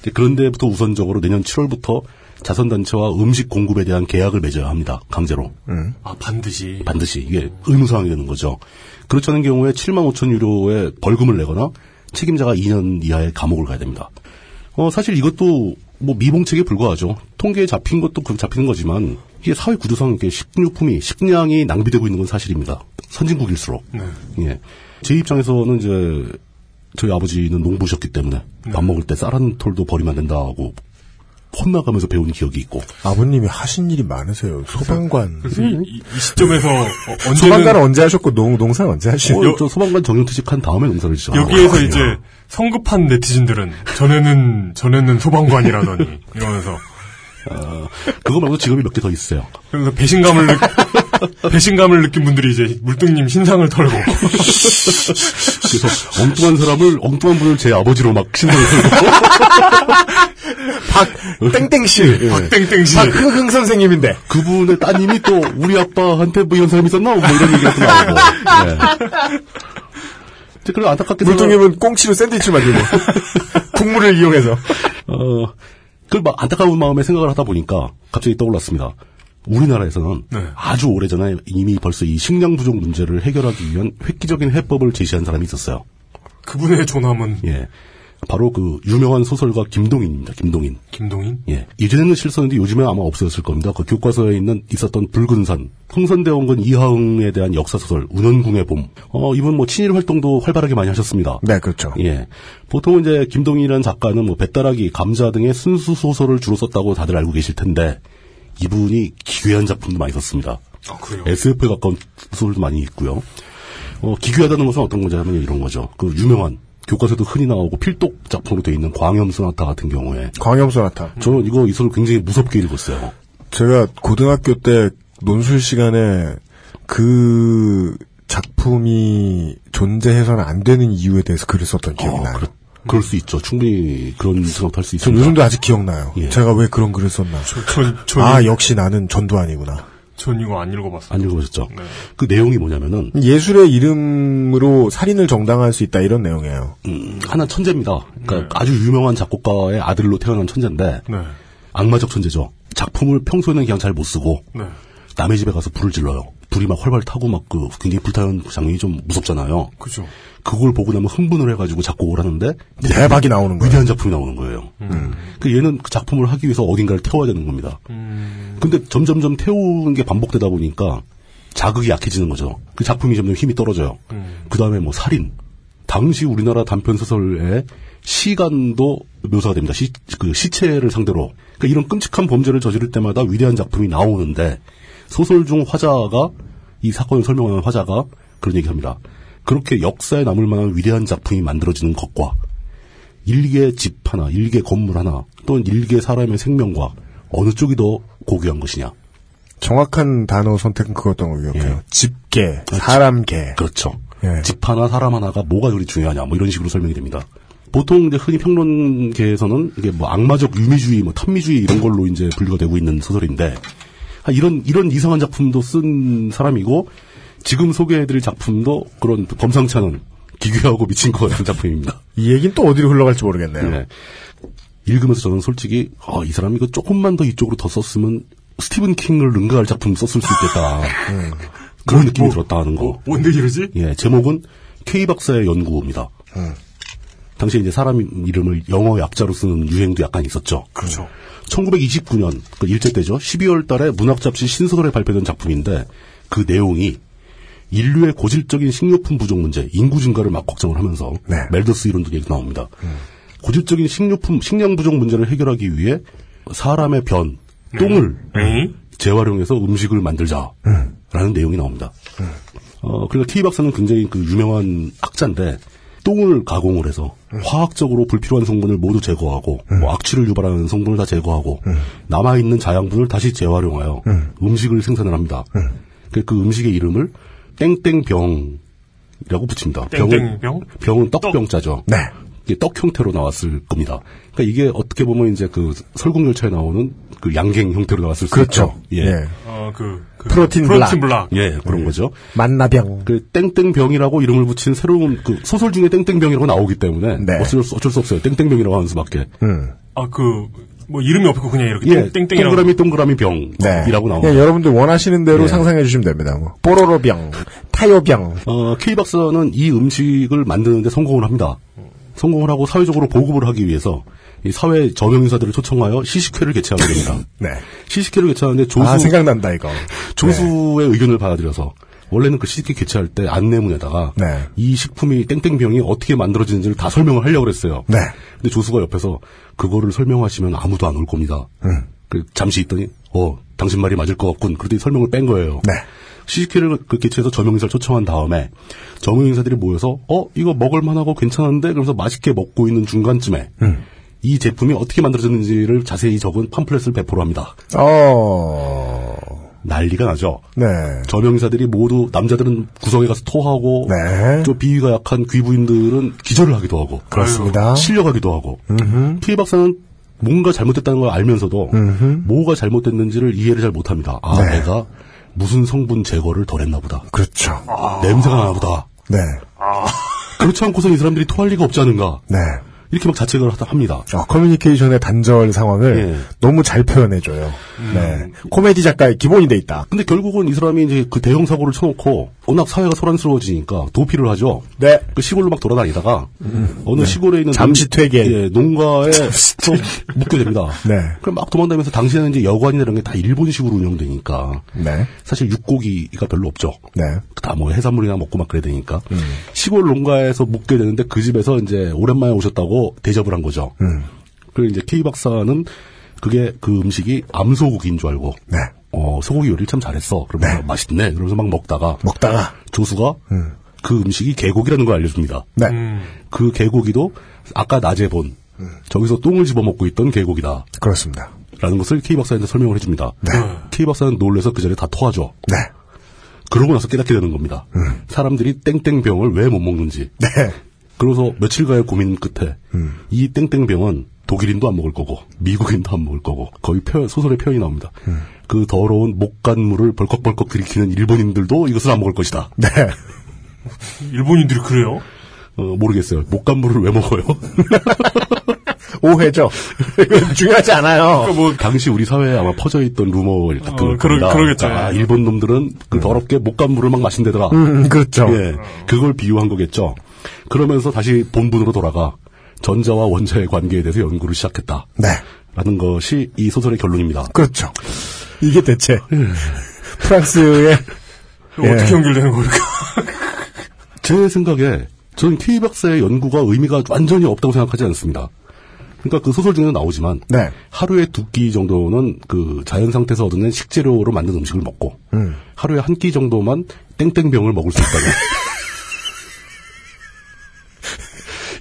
Speaker 4: 이제 그런 데부터 우선적으로 내년 7월부터 자선단체와 음식 공급에 대한 계약을 맺어야 합니다. 강제로.
Speaker 3: 아, 반드시.
Speaker 4: 반드시. 이게 의무사항이 되는 거죠. 그렇지 않은 경우에 7만 5천 유로의 벌금을 내거나 책임자가 2년 이하의 감옥을 가야 됩니다. 어, 사실 이것도 뭐 미봉책에 불과하죠. 통계에 잡힌 것도 그 잡히는 거지만 이게 사회 구조상 이렇게 식료품이, 식량이 낭비되고 있는 건 사실입니다. 선진국일수록.
Speaker 3: 네.
Speaker 4: 예. 제 입장에서는 이제 저희 아버지는 농부셨기 때문에
Speaker 3: 네.
Speaker 4: 밥 먹을 때 쌀 한 톨도 버리면 안 된다고 혼나가면서 배운 기억이 있고.
Speaker 2: 아버님이 하신 일이 많으세요. 소방관.
Speaker 3: 그래서 이, 이- 이 시점에서
Speaker 2: (laughs)
Speaker 3: 어,
Speaker 2: 소방관
Speaker 3: 언제는
Speaker 2: 언제 하셨고 농, 농사 언제 하시고
Speaker 3: 어, 또
Speaker 4: 소방관 정년퇴직한 다음에 농사를 아, 예. 지어
Speaker 3: 아,
Speaker 2: 아,
Speaker 3: 여기에서 이제 성급한 네티즌들은 전에는 전에는 소방관이라더니 이러면서
Speaker 4: 그거 말고 직업이 몇 개 더 있어요.
Speaker 3: 그래서 배신감을
Speaker 2: (laughs)
Speaker 3: 느, 배신감을 느낀 분들이 이제 물등님 신상을 털고
Speaker 4: 그래서 엉뚱한 사람을 엉뚱한 분을 제 아버지로 막 신선을 들고 (laughs)
Speaker 2: (laughs) 박 땡땡씨
Speaker 3: 박땡땡씨
Speaker 2: 예. 박흥흥 선생님인데
Speaker 4: 그분의 따님이 또 우리 아빠한테 뭐 이런 사람이 있었나 뭐 이런 얘기가 또 나오고 예. 근데 그리고 안타깝게
Speaker 2: 물동님은 꽁치로 샌드위치 만들고 (laughs) 국물을 이용해서
Speaker 4: 어, 그막 안타까운 마음에 생각을 하다 보니까 갑자기 떠올랐습니다. 우리나라에서는
Speaker 2: 네.
Speaker 4: 아주 오래전에 이미 벌써 이 식량 부족 문제를 해결하기 위한 획기적인 해법을 제시한 사람이 있었어요.
Speaker 3: 그분의 존함은
Speaker 4: 예. 바로 그 유명한 소설가 김동인입니다. 김동인.
Speaker 3: 김동인
Speaker 4: 예. 예전에는 실서인데 요즘에 아마 없어졌을 겁니다. 그 교과서에 있는 있었던 붉은 산, 흥선대원군 이하응에 대한 역사 소설 운원궁의 봄. 어 이분 뭐 친일 활동도 활발하게 많이 하셨습니다.
Speaker 2: 네 그렇죠.
Speaker 4: 예. 보통 이제 김동인이라는 작가는 뭐 배따라기, 감자 등의 순수 소설을 주로 썼다고 다들 알고 계실 텐데 이분이 기괴한 작품도 많이 썼습니다. SF에 가까운 소설도 많이 있고요. 어, 기괴하다는 것은 어떤 거냐면 이런 거죠. 그 유명한 교과서도 흔히 나오고 필독 작품으로 되어 있는 광염 소나타 같은 경우에
Speaker 2: 광염 소나타.
Speaker 4: 저는 이거 이 소설 굉장히 무섭게 읽었어요.
Speaker 2: 제가 고등학교 때 논술 시간에 그 작품이 존재해서는 안 되는 이유에 대해서 글을 썼던 기억이 나요.
Speaker 4: 뭐 그럴 수 있죠. 충분히 그런 생각도 할 수
Speaker 2: 네. 음. 전
Speaker 4: 있습니다.
Speaker 2: 요즘도 아직 기억나요. 제가 왜 그런 글을 썼나.
Speaker 3: 전- 전-
Speaker 2: 아 역시 나는 전두환이구나.
Speaker 3: 전 이거 안 읽어봤어요.
Speaker 4: 안 읽어보셨죠?
Speaker 2: 네.
Speaker 4: 그 내용이 뭐냐면은
Speaker 2: 예술의 이름으로 살인을 정당화할 수 있다 이런 내용이에요.
Speaker 4: 음, 하나 천재입니다. 그러니까
Speaker 2: 네.
Speaker 4: 아주 유명한 작곡가의 아들로 태어난 천재인데
Speaker 3: 네.
Speaker 4: 악마적 천재죠. 작품을 평소에는 그냥 잘 못 쓰고
Speaker 3: 네.
Speaker 4: 남의 집에 가서 불을 질러요. 불이 막 활발 타고 막 그 굉장히 불타는 장면이 좀 무섭잖아요.
Speaker 2: 그죠.
Speaker 4: 그걸 보고 나면 흥분을 해가지고 자꾸 오라는데
Speaker 2: 대박이 나오는 거예요. 음.
Speaker 4: 위대한 작품이 나오는 거예요. 그 얘는 그 작품을 하기 위해서 어딘가를 태워야 되는 겁니다.
Speaker 2: 음.
Speaker 4: 근데 점점점 태우는 게 반복되다 보니까 자극이 약해지는 거죠. 그 작품이 점점 힘이 떨어져요. 그 다음에 뭐 살인. 당시 우리나라 단편 소설의 시간도 묘사가 됩니다. 시, 그 시체를 상대로. 그러니까 이런 끔찍한 범죄를 저지를 때마다 위대한 작품이 나오는데 소설 중 화자가 이 사건을 설명하는 화자가 그런 얘기합니다. 그렇게 역사에 남을 만한 위대한 작품이 만들어지는 것과 일개 집 하나, 일개 건물 하나, 또는 일개 사람의 생명과 어느 쪽이 더 고귀한 것이냐.
Speaker 2: 정확한 단어 선택은 그거였던 걸 기억해요. 집계, 사람계.
Speaker 4: 그렇죠. 집 하나, 사람 하나가 뭐가 그리 중요하냐, 뭐 이런 식으로 설명이 됩니다. 보통 이제 흔히 평론계에서는 이게 뭐 악마적 유미주의, 뭐 탐미주의 이런 걸로 이제 분류가 되고 있는 소설인데, 아, 이런, 이런 이상한 작품도 쓴 사람이고, 지금 소개해드릴 작품도 그런 범상치 않은 기괴하고 미친 것 같은 작품입니다.
Speaker 2: 이 얘기는 또 어디로 흘러갈지
Speaker 3: 예.
Speaker 2: 모르겠네요.
Speaker 4: 읽으면서 저는 솔직히, 아, 이 사람이 이거 조금만 더 이쪽으로 더 썼으면 스티븐 킹을 능가할 작품 썼을 수
Speaker 3: (laughs)
Speaker 4: 있겠다.
Speaker 3: 네. 뭐,
Speaker 4: 그런 느낌이 들었다 하는 거.
Speaker 3: 뭔데 이러지?
Speaker 4: 예, 제목은 K 박사의 연구입니다.
Speaker 3: 네.
Speaker 4: 당시에 이제 사람 이름을 영어 약자로 쓰는 유행도 약간 있었죠.
Speaker 3: 그렇죠.
Speaker 4: 1929년, 그 일제 때죠. 12월 달에 문학 잡지 신설에 발표된 작품인데 그 내용이 인류의 고질적인 식료품 부족 문제, 인구 증가를 막 걱정을 하면서 멜더스 이론도 얘기 나옵니다. 고질적인 식료품, 식량 부족 문제를 해결하기 위해 사람의 변, 똥을 재활용해서 음식을 만들자라는 내용이 나옵니다. 어, 그러니까 K 박사는 굉장히 그 유명한 학자인데 똥을 가공을 해서
Speaker 2: 음.
Speaker 4: 화학적으로 불필요한 성분을 모두 제거하고 뭐 악취를 유발하는 성분을 다 제거하고
Speaker 2: 음.
Speaker 4: 남아 있는 자양분을 다시 재활용하여 음. 식을 생산을 합니다.
Speaker 2: 음.
Speaker 4: 그그 음식의 이름을 땡땡병이라고 붙입니다. 병은
Speaker 3: 땡땡병?
Speaker 4: 병은 떡병자죠.
Speaker 2: 네.
Speaker 4: 이게 떡 형태로 나왔을 겁니다. 그러니까 이게 어떻게 보면 이제 그 설국열차에 나오는 그 양갱 형태로 나왔을 수
Speaker 2: 그렇죠.
Speaker 4: 있죠.
Speaker 2: 예.
Speaker 3: 어, 그, 그
Speaker 2: 프로틴 블락.
Speaker 4: 예, 그런 거죠.
Speaker 2: 만나병.
Speaker 4: 그 땡땡병이라고 이름을 붙인 새로운 그 소설 중에 땡땡병이라고 나오기 때문에 어쩔, 수, 어쩔 수 없어요. 땡땡병이라고 하는 수밖에.
Speaker 2: 음.
Speaker 3: 아, 그, 뭐 이름이 없고 그냥 이렇게
Speaker 4: 예,
Speaker 3: 땡땡이라고.
Speaker 4: 동그라미 동그라미 병이라고 나옵니다.
Speaker 2: 예, 여러분들 원하시는 대로
Speaker 4: 예.
Speaker 2: 상상해 주시면 됩니다. 뭐 아, 뽀로로병, 타요병.
Speaker 4: 어, K 박사는 이 음식을 만드는데 성공을 합니다. 성공을 하고 사회적으로 보급을 하기 위해서 이 사회 저명 인사들을 초청하여 시식회를 개최하게 됩니다.
Speaker 2: 네.
Speaker 4: 시식회를 개최하는데 조수
Speaker 2: 아, 생각난다, 이거.
Speaker 4: 조수의 의견을 받아들여서 원래는 그 시식회 개최할 때 안내문에다가 이 식품이 땡땡병이 어떻게 만들어지는지를 다 설명을 하려고 그랬어요.
Speaker 2: 네.
Speaker 4: 근데 조수가 옆에서 그거를 설명하시면 아무도 안 올 겁니다. 그 잠시 있더니 어 당신 말이 맞을 것 같군. 그러더니 설명을 뺀 거예요. 시식회를 그 개최해서 저명인사를 초청한 다음에 저명인사들이 모여서 어 이거 먹을 만하고 괜찮은데 그러면서 맛있게 먹고 있는 중간쯤에 이 제품이 어떻게 만들어졌는지를 자세히 적은 팜플렛을 배포를 합니다.
Speaker 2: 어.
Speaker 4: 난리가 나죠.
Speaker 2: 네.
Speaker 4: 저명사들이 모두 남자들은 구석에 가서 토하고 좀 비위가 약한 귀부인들은 기절을 하기도 하고
Speaker 2: 네. 그렇습니다.
Speaker 4: 아유, 실려가기도 하고 피해 박사는 뭔가 잘못됐다는 걸 알면서도 뭐가 잘못됐는지를 이해를 잘 못합니다. 아
Speaker 2: 네.
Speaker 4: 내가 무슨 성분 제거를 덜 했나 보다.
Speaker 2: 그렇죠.
Speaker 4: 냄새가 나나 보다.
Speaker 2: 네.
Speaker 4: 그렇지 않고선 이 사람들이 토할 리가 없지 않은가.
Speaker 2: 네.
Speaker 4: 이렇게 막 자책을 하다 합니다.
Speaker 2: 어, 커뮤니케이션의 단절 상황을
Speaker 4: 예.
Speaker 2: 너무 잘 표현해줘요.
Speaker 4: 음.
Speaker 2: 네. 코미디 작가의 기본이 돼 있다.
Speaker 4: 근데 결국은 이 사람이 이제 그 대형 사고를 쳐놓고 워낙 사회가 소란스러워지니까 도피를 하죠.
Speaker 2: 네.
Speaker 4: 그 시골로 막 돌아다니다가 어느
Speaker 2: 네.
Speaker 4: 시골에 있는
Speaker 2: 잠시
Speaker 4: 농-
Speaker 2: 퇴계. 네.
Speaker 4: 예,
Speaker 2: (laughs)
Speaker 4: 농가에 또 묶게 됩니다. 그럼 막 도망다니면서 당시에는 이제 여관이나 이런 게 다 일본식으로 운영되니까
Speaker 2: 네.
Speaker 4: 사실 육고기가 별로 없죠. 다 뭐 해산물이나 먹고 막 그래야 되니까
Speaker 2: 음.
Speaker 4: 시골 농가에서 묵게 되는데 그 집에서 이제 오랜만에 오셨다고 대접을 한 거죠.
Speaker 2: 음.
Speaker 4: 그리고 이제 K 박사는 그게 그 음식이 암소고기인 줄 알고
Speaker 2: 네.
Speaker 4: 어, 소고기 요리를 참 잘했어. 그러면 맛있네. 그러면서 막 먹다가
Speaker 2: 먹다가
Speaker 4: 조수가
Speaker 2: 음.
Speaker 4: 그 음식이 개고기라는 걸 알려줍니다.
Speaker 2: 네.
Speaker 4: 그 개고기도 아까 낮에 본 저기서 똥을 집어먹고 있던 개고기다.
Speaker 2: 그렇습니다.
Speaker 4: 라는 것을 K 박사한테 설명을 해줍니다. K 박사는 놀래서 그 자리에 다 토하죠.
Speaker 2: 네.
Speaker 4: 그러고 나서 깨닫게 되는 겁니다. 사람들이 땡땡병을 왜 못 먹는지.
Speaker 2: 네.
Speaker 4: 그래서 며칠간의 고민 끝에 이 땡땡병은 독일인도 안 먹을 거고 미국인도 안 먹을 거고 거의 표현- 소설의 표현이 나옵니다. 그 더러운 목간물을 벌컥벌컥 들이키는 일본인들도 이것을 안 먹을 것이다.
Speaker 2: 네. (laughs)
Speaker 3: 일본인들이 그래요?
Speaker 4: 어, (laughs) 모르겠어요. 목간물을 왜 먹어요?
Speaker 2: 오해죠. 이건 중요하지 않아요.
Speaker 4: 뭐 당시 우리 사회에 아마 퍼져 있던 루머일 딱
Speaker 3: 어, 그러- 그러겠죠.
Speaker 4: 아, 일본 놈들은 그 더럽게 목간물을 막 마신다더라.
Speaker 2: 음, 그렇죠.
Speaker 3: 어.
Speaker 4: 예, 그걸 비유한 거겠죠. 그러면서 다시 본분으로 돌아가 전자와 원자의 관계에 대해서 연구를 시작했다.
Speaker 2: 네.
Speaker 4: 라는 것이 이 소설의 결론입니다.
Speaker 2: 그렇죠. 이게 대체 프랑스의 예.
Speaker 4: 어떻게
Speaker 3: 연결되는 걸까?
Speaker 4: 제 생각에 저는 케이 박사의 연구가 의미가 완전히 없다고 생각하지 않습니다. 그러니까 그 소설 중에도 나오지만 하루에 두 끼 정도는 그 자연 상태에서 얻어낸 식재료로 만든 음식을 먹고
Speaker 2: 음.
Speaker 4: 하루에 한 끼 정도만 땡땡병을 먹을 수 있다는 (laughs)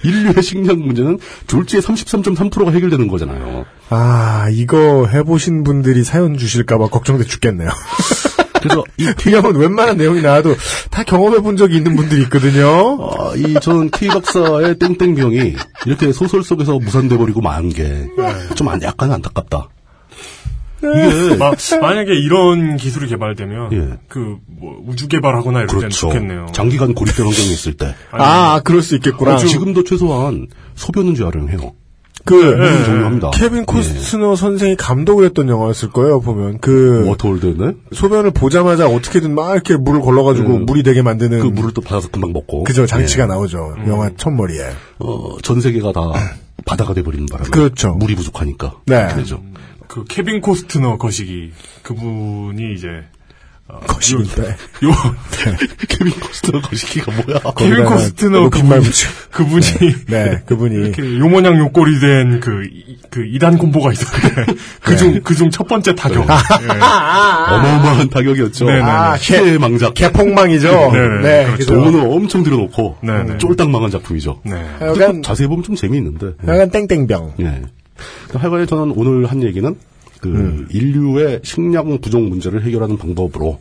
Speaker 4: 인류의 식량 문제는 졸지의 33.3%가 해결되는 거잖아요.
Speaker 2: 아 이거 해보신 분들이 사연 주실까봐 걱정돼 죽겠네요. (laughs)
Speaker 4: 그래서 이
Speaker 2: 왜냐면 웬만한 내용이 나와도 다 경험해 본 적이 있는 분들이 있거든요.
Speaker 4: 어, 이 저는 K 박사의 땡땡병이 이렇게 소설 속에서 무산돼 버리고 만 게 좀 약간 안타깝다.
Speaker 3: (laughs)
Speaker 4: 이게-
Speaker 3: 마- 만약에 이런 기술이 개발되면
Speaker 4: 예.
Speaker 3: 그 뭐 우주 개발하거나 이럴 때는
Speaker 4: 그렇죠.
Speaker 3: 좋겠네요.
Speaker 4: 장기간 고립된 환경에 있을
Speaker 2: (laughs)
Speaker 4: 때.
Speaker 3: 아니, 아,
Speaker 2: 그럴 수 있겠구나.
Speaker 4: 어, 지금도 최소한 소변은 재활용해요.
Speaker 2: 그
Speaker 4: 네. 종료합니다. 예.
Speaker 2: 케빈 코스트너 선생이 감독을 했던 영화였을 거예요. 보면 그
Speaker 4: 뭐, 워터홀드네.
Speaker 2: 소변을 보자마자 어떻게든 막 이렇게 물을 걸러가지고
Speaker 4: 음.
Speaker 2: 물이 되게 만드는
Speaker 4: 그 물을 또 받아서 금방 먹고.
Speaker 2: 그죠 장치가
Speaker 4: 예.
Speaker 2: 나오죠. 영화 첫머리에.
Speaker 4: 어, 전 세계가 다
Speaker 2: (laughs)
Speaker 4: 바다가 돼버리는 바람에.
Speaker 2: 그렇죠.
Speaker 4: 물이 부족하니까.
Speaker 2: 네.
Speaker 4: 그렇게 되죠.
Speaker 3: 그 케빈 코스트너 거시기 그분이 이제 어,
Speaker 2: 거시기인데.
Speaker 4: 그렇죠.
Speaker 3: 요, 요
Speaker 4: 케빈 코스트너 거시기가 뭐야?
Speaker 3: 케빈 코스트너
Speaker 2: 긴말
Speaker 3: 그분이-
Speaker 2: 붙여.
Speaker 3: 그분이
Speaker 2: 네,
Speaker 3: (laughs)
Speaker 4: 예.
Speaker 2: 네, 그분이
Speaker 3: 이렇게 요모양 요꼴이 된 그 그 이단 콤보가 있었는데 (laughs) 그중 그중 첫 번째 타격 예.
Speaker 4: 어마어마한 타격이었죠.
Speaker 3: 네네네.
Speaker 2: 아,
Speaker 4: 시대의 망작.
Speaker 2: 개폭망이죠.
Speaker 4: 네네.
Speaker 2: 네,
Speaker 4: 그렇죠.
Speaker 2: 그죠. 네.
Speaker 4: 돈을 엄청 들여놓고
Speaker 3: 네네.
Speaker 4: 쫄딱 망한 작품이죠. 근데
Speaker 2: 아, 약간-
Speaker 4: 좀 자세히 보면 좀 재미있는데.
Speaker 2: 약간 땡땡병.
Speaker 4: 예. 그러니까 하여간에 저는 오늘 한 얘기는 그
Speaker 2: 음.
Speaker 4: 인류의 식량 부족 문제를
Speaker 2: (laughs)
Speaker 4: 해결하는 방법으로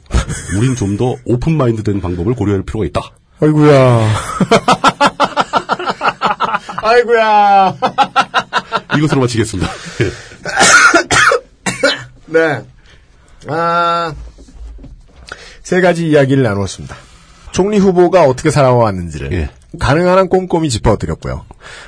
Speaker 4: 우린 좀 더 오픈 마인드된 방법을 고려할 필요가 있다.
Speaker 2: 아이구야. (laughs) 아이구야.
Speaker 4: 이것으로
Speaker 2: (laughs)
Speaker 4: 마치겠습니다. 예.
Speaker 2: 네. 아, 세 가지 이야기를 나누었습니다. 총리 후보가 어떻게 살아왔는지를 가능한 한 꼼꼼히 짚어드렸고요.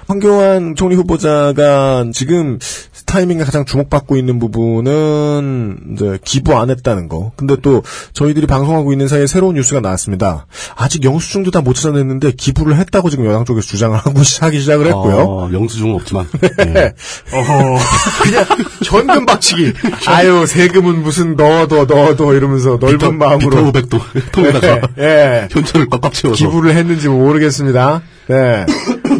Speaker 2: 황교안 총리 후보자가 지금 타이밍에 가장 주목받고 있는 부분은 이제 기부 안 했다는 거. 근데 또 저희들이 방송하고 있는 사이에 새로운 뉴스가 나왔습니다. 아직 영수증도 다 못 찾아냈는데 기부를 했다고 지금 여당 쪽에서 주장을 하고 (laughs) 시- 하기 시작을 했고요. 예.
Speaker 4: 아,
Speaker 2: (laughs)
Speaker 4: 영수증은 없지만. 예.
Speaker 2: 네. 그냥 현금 박치기. 아유 세금은 무슨 넣어둬 넣어둬 이러면서 넓은
Speaker 4: 비타-
Speaker 2: 마음으로 (laughs)
Speaker 4: 비타오백도 통에다가
Speaker 2: 예,
Speaker 4: 현찰을 꽉꽉 채워서
Speaker 2: 기부를 했는지 뭐 모르겠습니다. 네,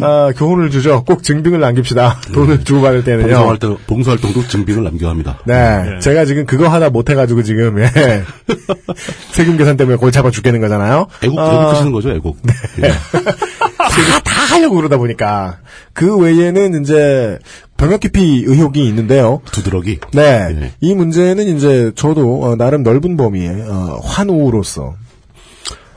Speaker 2: 아, 교훈을 주죠. 꼭 증빙을 남깁시다. 음. 돈을 주고 받을 때는요.
Speaker 4: 봉사활동, 봉사활동도 증빙을 남겨야 합니다.
Speaker 2: 네,
Speaker 4: 예.
Speaker 2: 제가 지금 그거 하나 못해가지고 지금 예. (laughs) 세금 계산 때문에 골 잡아 죽겠는 거잖아요. (laughs)
Speaker 4: 애국,
Speaker 2: 아,
Speaker 4: 애국하시는 거죠, 애국. 예.
Speaker 2: 다, 다 하려고 그러다 보니까. 그 외에는 이제 병역 기피 의혹이 있는데요.
Speaker 4: 두드러기.
Speaker 2: (laughs) 네.
Speaker 4: 예.
Speaker 2: 이 문제는 이제 저도 어, 나름 넓은 범위의 어, 환우로서.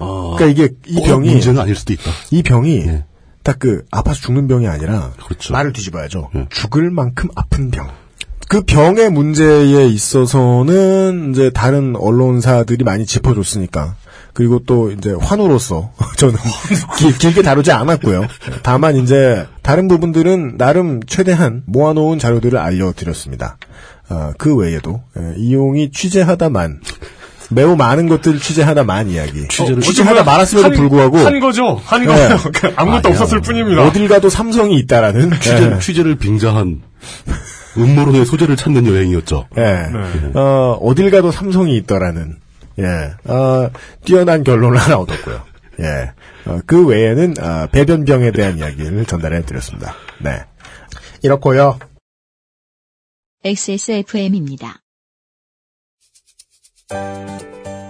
Speaker 4: 어,
Speaker 2: 그러니까 이게 이
Speaker 4: 꼭
Speaker 2: 병이
Speaker 4: 문제는 아닐 수도 있다.
Speaker 2: 이 병이
Speaker 3: 예.
Speaker 2: 딱 그 아파서 죽는 병이 아니라
Speaker 3: 그렇죠.
Speaker 2: 말을 뒤집어야죠.
Speaker 3: 예.
Speaker 2: 죽을 만큼 아픈 병. 그 병의 문제에 있어서는 이제 다른 언론사들이 많이 짚어줬으니까 그리고 또 이제 환우로서 (laughs) 저는 길- 길게 다루지 않았고요. 다만 이제 다른 부분들은 나름 최대한 모아놓은 자료들을 알려드렸습니다. 아, 그 외에도 예, 이용이 취재하다만 매우 많은 것들을 취재하다만 이야기. 어,
Speaker 3: 취재를- 어,
Speaker 2: 취재하다 말았음에도
Speaker 3: 한-
Speaker 2: 불구하고
Speaker 3: 한 거죠. 한 거예요. (laughs) 아무것도 없었을 뿐입니다.
Speaker 2: 어딜 가도 삼성이 있다라는
Speaker 4: 취재,
Speaker 2: 예.
Speaker 4: 취재를 빙자한 음모론의 소재를 찾는 여행이었죠.
Speaker 2: 예. 어, 어딜 가도 삼성이 있더라는, 예, 어, 뛰어난 결론을 하나 얻었고요. 예. 어, 그 외에는, 아, 배변병에 대한 이야기를 전달해 드렸습니다. 네. 이렇고요
Speaker 1: XSFM입니다.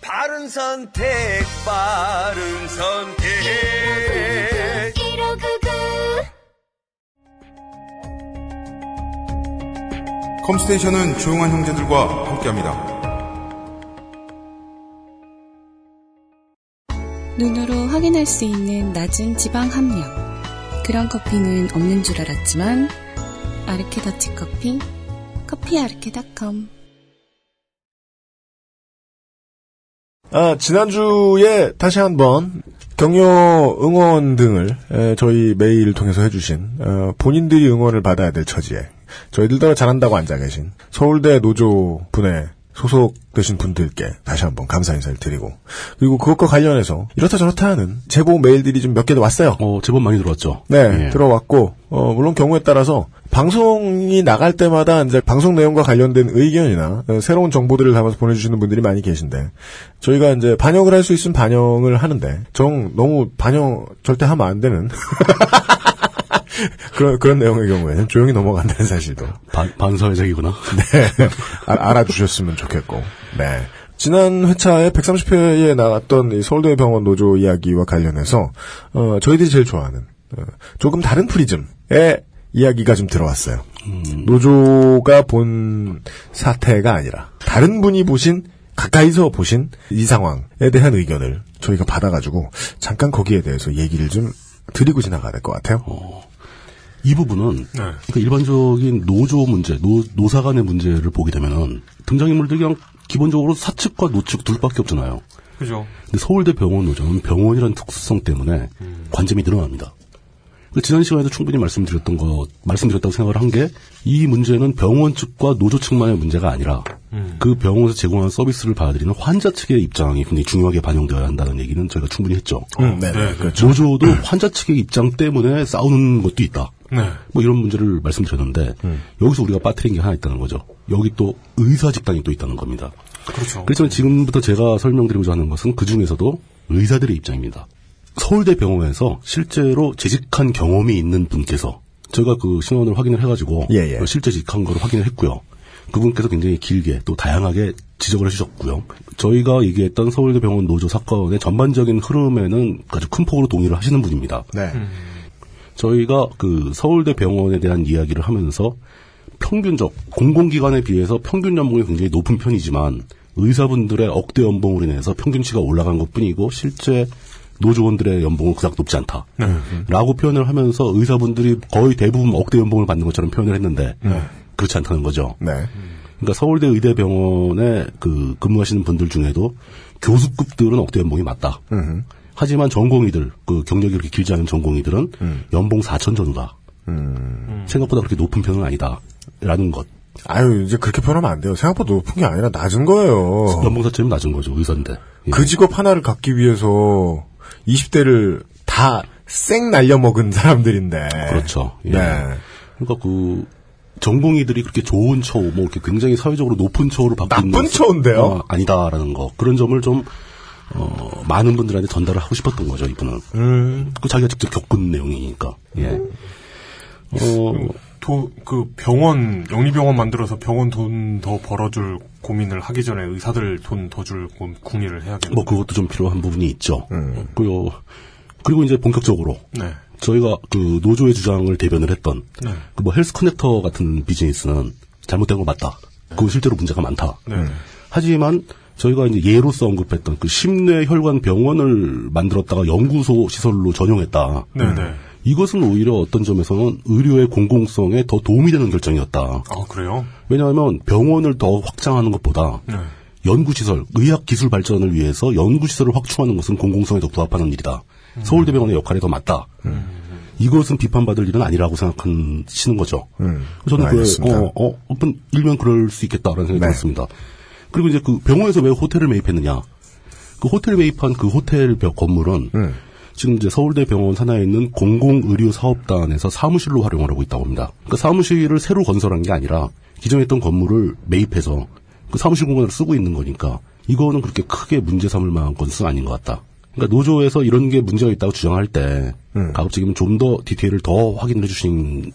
Speaker 13: 바른 선택, 바른 선택.
Speaker 14: 1599
Speaker 10: 컴스테이션은 조용한 형제들과 함께합니다.
Speaker 5: 눈으로 확인할 수 있는 낮은 지방 함량. 그런 커피는 없는 줄 알았지만 아르케 더치 커피, 커피 아르케닷컴.
Speaker 2: 아, 지난주에 다시 한번 격려 응원 등을 에, 저희 메일을 통해서 해주신 어, 본인들이 응원을 받아야 될 처지에 저희들 따라 잘한다고 앉아 계신 서울대 노조 분의 소속되신 분들께 다시 한번 감사 인사를 드리고 그리고 그것과 관련해서 이렇다 저렇다 하는 제보 메일들이 좀 몇 개 왔어요.
Speaker 4: 어, 제법 많이 들어왔죠.
Speaker 2: 네,
Speaker 4: 예.
Speaker 2: 들어왔고, 어, 물론 경우에 따라서 방송이 나갈 때마다 이제 방송 내용과 관련된 의견이나 어, 새로운 정보들을 담아서 보내주시는 분들이 많이 계신데, 저희가 이제 반영을 할 수 있으면 반영을 하는데, 정, 너무 반영 절대 하면 안 되는. (laughs) 그런, 그런 내용의 경우에는 조용히 넘어간다는 사실도.
Speaker 4: 반, 반사회적이구나.
Speaker 2: 네. 아- 알아주셨으면 좋겠고. 네. 지난 회차에 130회에 나왔던 이 서울대 병원 노조 이야기와 관련해서 어, 저희들이 제일 좋아하는 어, 조금 다른 프리즘의 이야기가 좀 들어왔어요. 음. 노조가 본 사태가 아니라 다른 분이 보신 가까이서 보신 이 상황에 대한 의견을 저희가 받아가지고 잠깐 거기에 대해서 얘기를 좀 드리고 지나가야 될 것 같아요.
Speaker 4: (laughs) 이 부분은 그러니까 일반적인 노조 문제, 노, 노사 간의 문제를 보게 되면은 등장인물들이 그냥 기본적으로 사측과 노측 둘밖에 없잖아요.
Speaker 3: 그죠.
Speaker 4: 근데 서울대 병원 노조는 병원이라는 특수성 때문에 관점이 늘어납니다. 그 지난 시간에도 충분히 말씀드렸던 거, 말씀드렸다고 생각을 한 게 이 문제는 병원 측과 노조 측만의 문제가 아니라 그 병원에서 제공하는 서비스를 받아들이는 환자 측의 입장이 굉장히 중요하게 반영되어야 한다는 얘기는 저희가 충분히 했죠.
Speaker 2: 음, 네, 네, 그렇죠.
Speaker 4: 노조도 환자 측의 입장 때문에 싸우는 것도 있다.
Speaker 3: 네.
Speaker 4: 뭐 이런 문제를 말씀드렸는데 여기서 우리가 빠뜨린 게 하나 있다는 거죠. 여기 또 의사 집단이 또 있다는 겁니다.
Speaker 3: 그렇죠.
Speaker 4: 그렇지만 지금부터 제가 설명드리고자 하는 것은 그 중에서도 의사들의 입장입니다. 서울대 병원에서 실제로 재직한 경험이 있는 분께서 제가 그 신원을 확인을 해가지고 실제 재직한 걸 확인을 했고요. 그분께서 굉장히 길게 또 다양하게 지적을 해주셨고요. 저희가 얘기했던 서울대 병원 노조 사건의 전반적인 흐름에는 아주 큰 폭으로 동의를 하시는 분입니다.
Speaker 2: 네.
Speaker 4: 저희가 그 서울대 병원에 대한 이야기를 하면서 평균적 공공기관에 비해서 평균 연봉이 굉장히 높은 편이지만 의사분들의 억대 연봉으로 인해서 평균치가 올라간 것뿐이고 실제 노조원들의 연봉은 그닥 높지 않다. 라고 표현을 하면서 의사분들이 거의 대부분 억대 연봉을 받는 것처럼 표현을 했는데 그렇지 않다는 거죠.
Speaker 2: 네.
Speaker 4: 그러니까 서울대 의대병원에 그 근무하시는 분들 중에도 교수급들은 억대 연봉이 맞다. 하지만 전공의들 그 경력이 그렇게 길지 않은 전공의들은
Speaker 2: 음.
Speaker 4: 연봉 4천 전후다. 생각보다 그렇게 높은 편은 아니다. 라는 것.
Speaker 2: 아유, 이제 그렇게 표현하면 안 돼요. 생각보다 높은 게 아니라 낮은 거예요.
Speaker 4: 연봉사처럼 낮은 거죠, 의사인데.
Speaker 2: 어.
Speaker 4: 예.
Speaker 2: 그 직업 하나를 갖기 위해서 20대를 다 쌩 날려먹은 사람들인데.
Speaker 4: 그렇죠. 예.
Speaker 2: 네.
Speaker 4: 그러니까 그 전공의들이 그렇게 좋은 처우, 뭐 이렇게 굉장히 사회적으로 높은 처우로 바뀌는
Speaker 2: 나쁜 처우인데요?
Speaker 4: 어, 아니다라는 거 그런 점을 좀 어, 많은 분들한테 전달을 하고 싶었던 거죠 이분은.
Speaker 2: 음.
Speaker 4: 그 자기가 직접 겪은 내용이니까. 예. 어,
Speaker 3: 도, 그 병원, 영리병원 만들어서 병원 돈 더 벌어줄 고민을 하기 전에 의사들 돈 더 줄 궁리를 해야겠네.
Speaker 4: 뭐 그것도 좀 필요한 부분이 있죠.
Speaker 2: 음.
Speaker 4: 그리고 그리고 이제 본격적으로
Speaker 3: 네.
Speaker 4: 저희가 그 노조의 주장을 대변을 했던
Speaker 3: 네.
Speaker 4: 그뭐 헬스 커넥터 같은 비즈니스는 잘못된 거 맞다. 그거
Speaker 3: 네.
Speaker 4: 실제로 문제가 많다. 하지만 저희가 이제 예로서 언급했던 그 심뇌혈관 병원을 만들었다가 연구소 시설로 전용했다.
Speaker 3: 네, 네.
Speaker 4: 이것은 오히려 어떤 점에서는 의료의 공공성에 더 도움이 되는 결정이었다.
Speaker 3: 아, 그래요?
Speaker 4: 왜냐하면 병원을 더 확장하는 것보다
Speaker 3: 네.
Speaker 4: 연구시설, 의학기술 발전을 위해서 연구시설을 확충하는 것은 공공성에 더 부합하는 일이다.
Speaker 2: 음.
Speaker 4: 서울대병원의 역할이 더 맞다. 이것은 비판받을 일은 아니라고 생각하시는 거죠. 저는 그,
Speaker 2: 음. 알겠습니다. 네.
Speaker 4: 어, 어, 어떤 일면 그럴 수 있겠다라는 생각이 들었습니다. 그리고 이제 그 병원에서 왜 호텔을 매입했느냐. 그 호텔 매입한 그 호텔 벽 건물은 지금 이제 서울대 병원 산하에 있는 공공의료사업단에서 사무실로 활용을 하고 있다고 합니다. 그 사무실을 새로 건설한 게 아니라 기존에 있던 건물을 매입해서 그 사무실 공간을 쓰고 있는 거니까 이거는 그렇게 크게 문제 삼을 만한 건수 아닌 것 같다. 그러니까 노조에서 이런 게 문제가 있다고 주장할 때 가급적이면 좀 더 디테일을 더 확인해 주신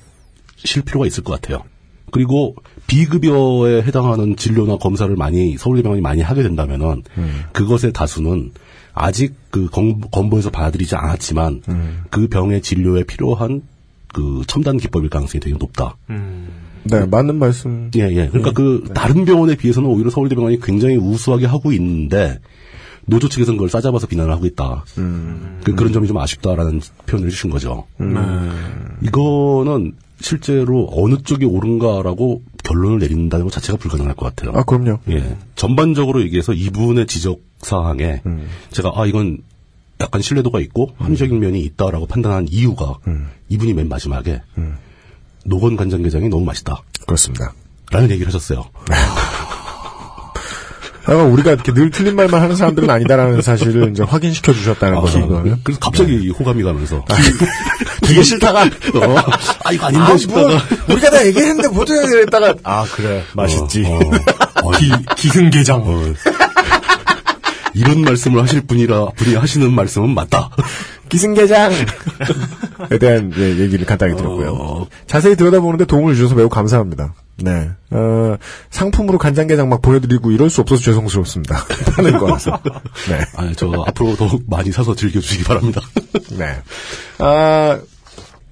Speaker 4: 실 필요가 있을 것 같아요. 그리고 비급여에 해당하는 진료나 검사를 많이 서울대병원이 많이 하게 된다면은 그것의 다수는 아직 그 건- 건보에서 받아들이지 않았지만 그 병의 진료에 필요한 그 첨단 기법일 가능성이 되게 높다.
Speaker 2: 네, 맞는 말씀.
Speaker 4: 예, 예. 그러니까 그 다른 병원에 비해서는 오히려 서울대병원이 굉장히 우수하게 하고 있는데 노조 측에서는 그걸 싸잡아서 비난을 하고 있다. 그, 런 점이 좀 아쉽다라는 표현을 해주신 거죠. 네. 이거는 실제로 어느 쪽이 옳은가라고 결론을 내린다는 것 자체가 불가능할 것 같아요.
Speaker 2: 아, 그럼요.
Speaker 4: 예. 전반적으로 얘기해서 이분의 지적 사항에 제가 아 이건 약간 신뢰도가 있고 합리적인 면이 있다라고 판단한 이유가 이분이 맨 마지막에 노건 간장게장이 너무 맛있다.
Speaker 2: 그렇습니다.
Speaker 4: 라는 얘기를 하셨어요.
Speaker 2: 약간 아, 우리가 이렇게 늘 틀린 말만 하는 사람들은 아니다라는 사실을 이제 확인시켜
Speaker 4: 아,
Speaker 2: 주셨다는 거죠. 그거는.
Speaker 4: 그래서 갑자기 호감이 가면서 (laughs)
Speaker 2: 되게 싫다가
Speaker 4: 어, 아 이거 아, 아닌데
Speaker 2: 아,
Speaker 4: 싶다가
Speaker 2: 뭐, 우리가 다 얘기했는데 뭐죠? 이랬다가 아 그래
Speaker 4: 어,
Speaker 2: 맛있지.
Speaker 4: 아,
Speaker 3: 기, 승계장
Speaker 4: 예. 이런 말씀을 하실 분이라 분이 하시는 말씀은 맞다.
Speaker 2: 기승계장에 대한 예, 얘기를 간단히 들었고요. 자세히 들여다보는데 도움을 주셔서 매우 감사합니다. 네. 어, 상품으로 간장게장 막 보내드리고 이럴 수 없어서 죄송스럽습니다. (laughs) 하는 거라서. 네.
Speaker 4: 아, 저 앞으로 더욱 많이 사서 즐겨주시기 바랍니다. (laughs)
Speaker 2: 네. 아,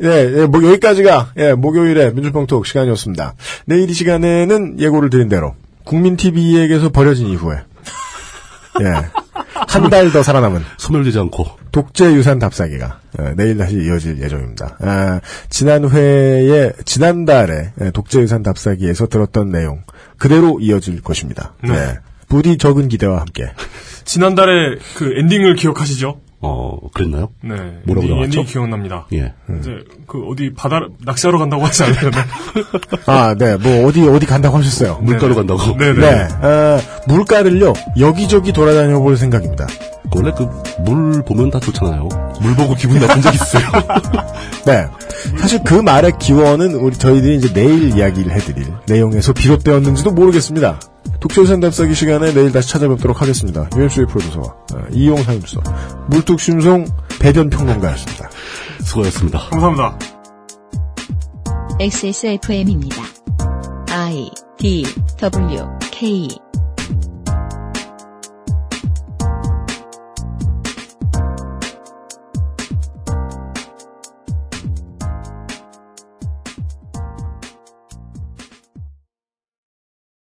Speaker 2: 예, 예, 뭐, 여기까지가, 예, 목요일에 민주평톡 시간이었습니다. 내일 이 시간에는 예고를 드린 대로, 국민TV에게서 버려진 이후에, 예, 한 달 더 살아남은,
Speaker 4: 소멸되지 않고,
Speaker 2: 독재 유산 답사기가, 예, 내일 다시 이어질 예정입니다. 아, 지난 회에, 지난달에, 예, 독재 유산 답사기에서 들었던 내용, 그대로 이어질 것입니다.
Speaker 3: 네.
Speaker 2: 예. 부디 적은 기대와 함께.
Speaker 3: 지난달에 그 엔딩을 기억하시죠?
Speaker 4: 어, 그랬나요?
Speaker 3: 네.
Speaker 4: 뭐라고
Speaker 3: 엔딩,
Speaker 4: 나왔죠?
Speaker 3: 엔딩 기억납니다.
Speaker 4: 예.
Speaker 3: 이제 그 어디 바다 낚시하러 간다고 하지 않으셨나?
Speaker 2: 아, 네, 뭐, 어디, 어디 간다고 하셨어요.
Speaker 4: 물가로 간다고.
Speaker 3: 네네.
Speaker 2: 네, 어, 물가를요 여기저기 돌아다녀 볼 생각입니다.
Speaker 4: 원래 그 물 보면 다 좋잖아요. 물 보고 기분 나쁜 적 있어요.
Speaker 2: 네, 사실 그 말의 기원은 우리 저희들이 이제 내일 이야기를 해드릴 내용에서 비롯되었는지도 모르겠습니다. 독서유산 답사기 시간에 내일 다시 찾아뵙도록 하겠습니다. UMC의 프로듀서와 어, 이용상 교수, 물뚝심송 배변 평론가였습니다.
Speaker 4: (laughs) 수고하셨습니다.
Speaker 3: (laughs) 감사합니다.
Speaker 1: XSFM입니다. I D W K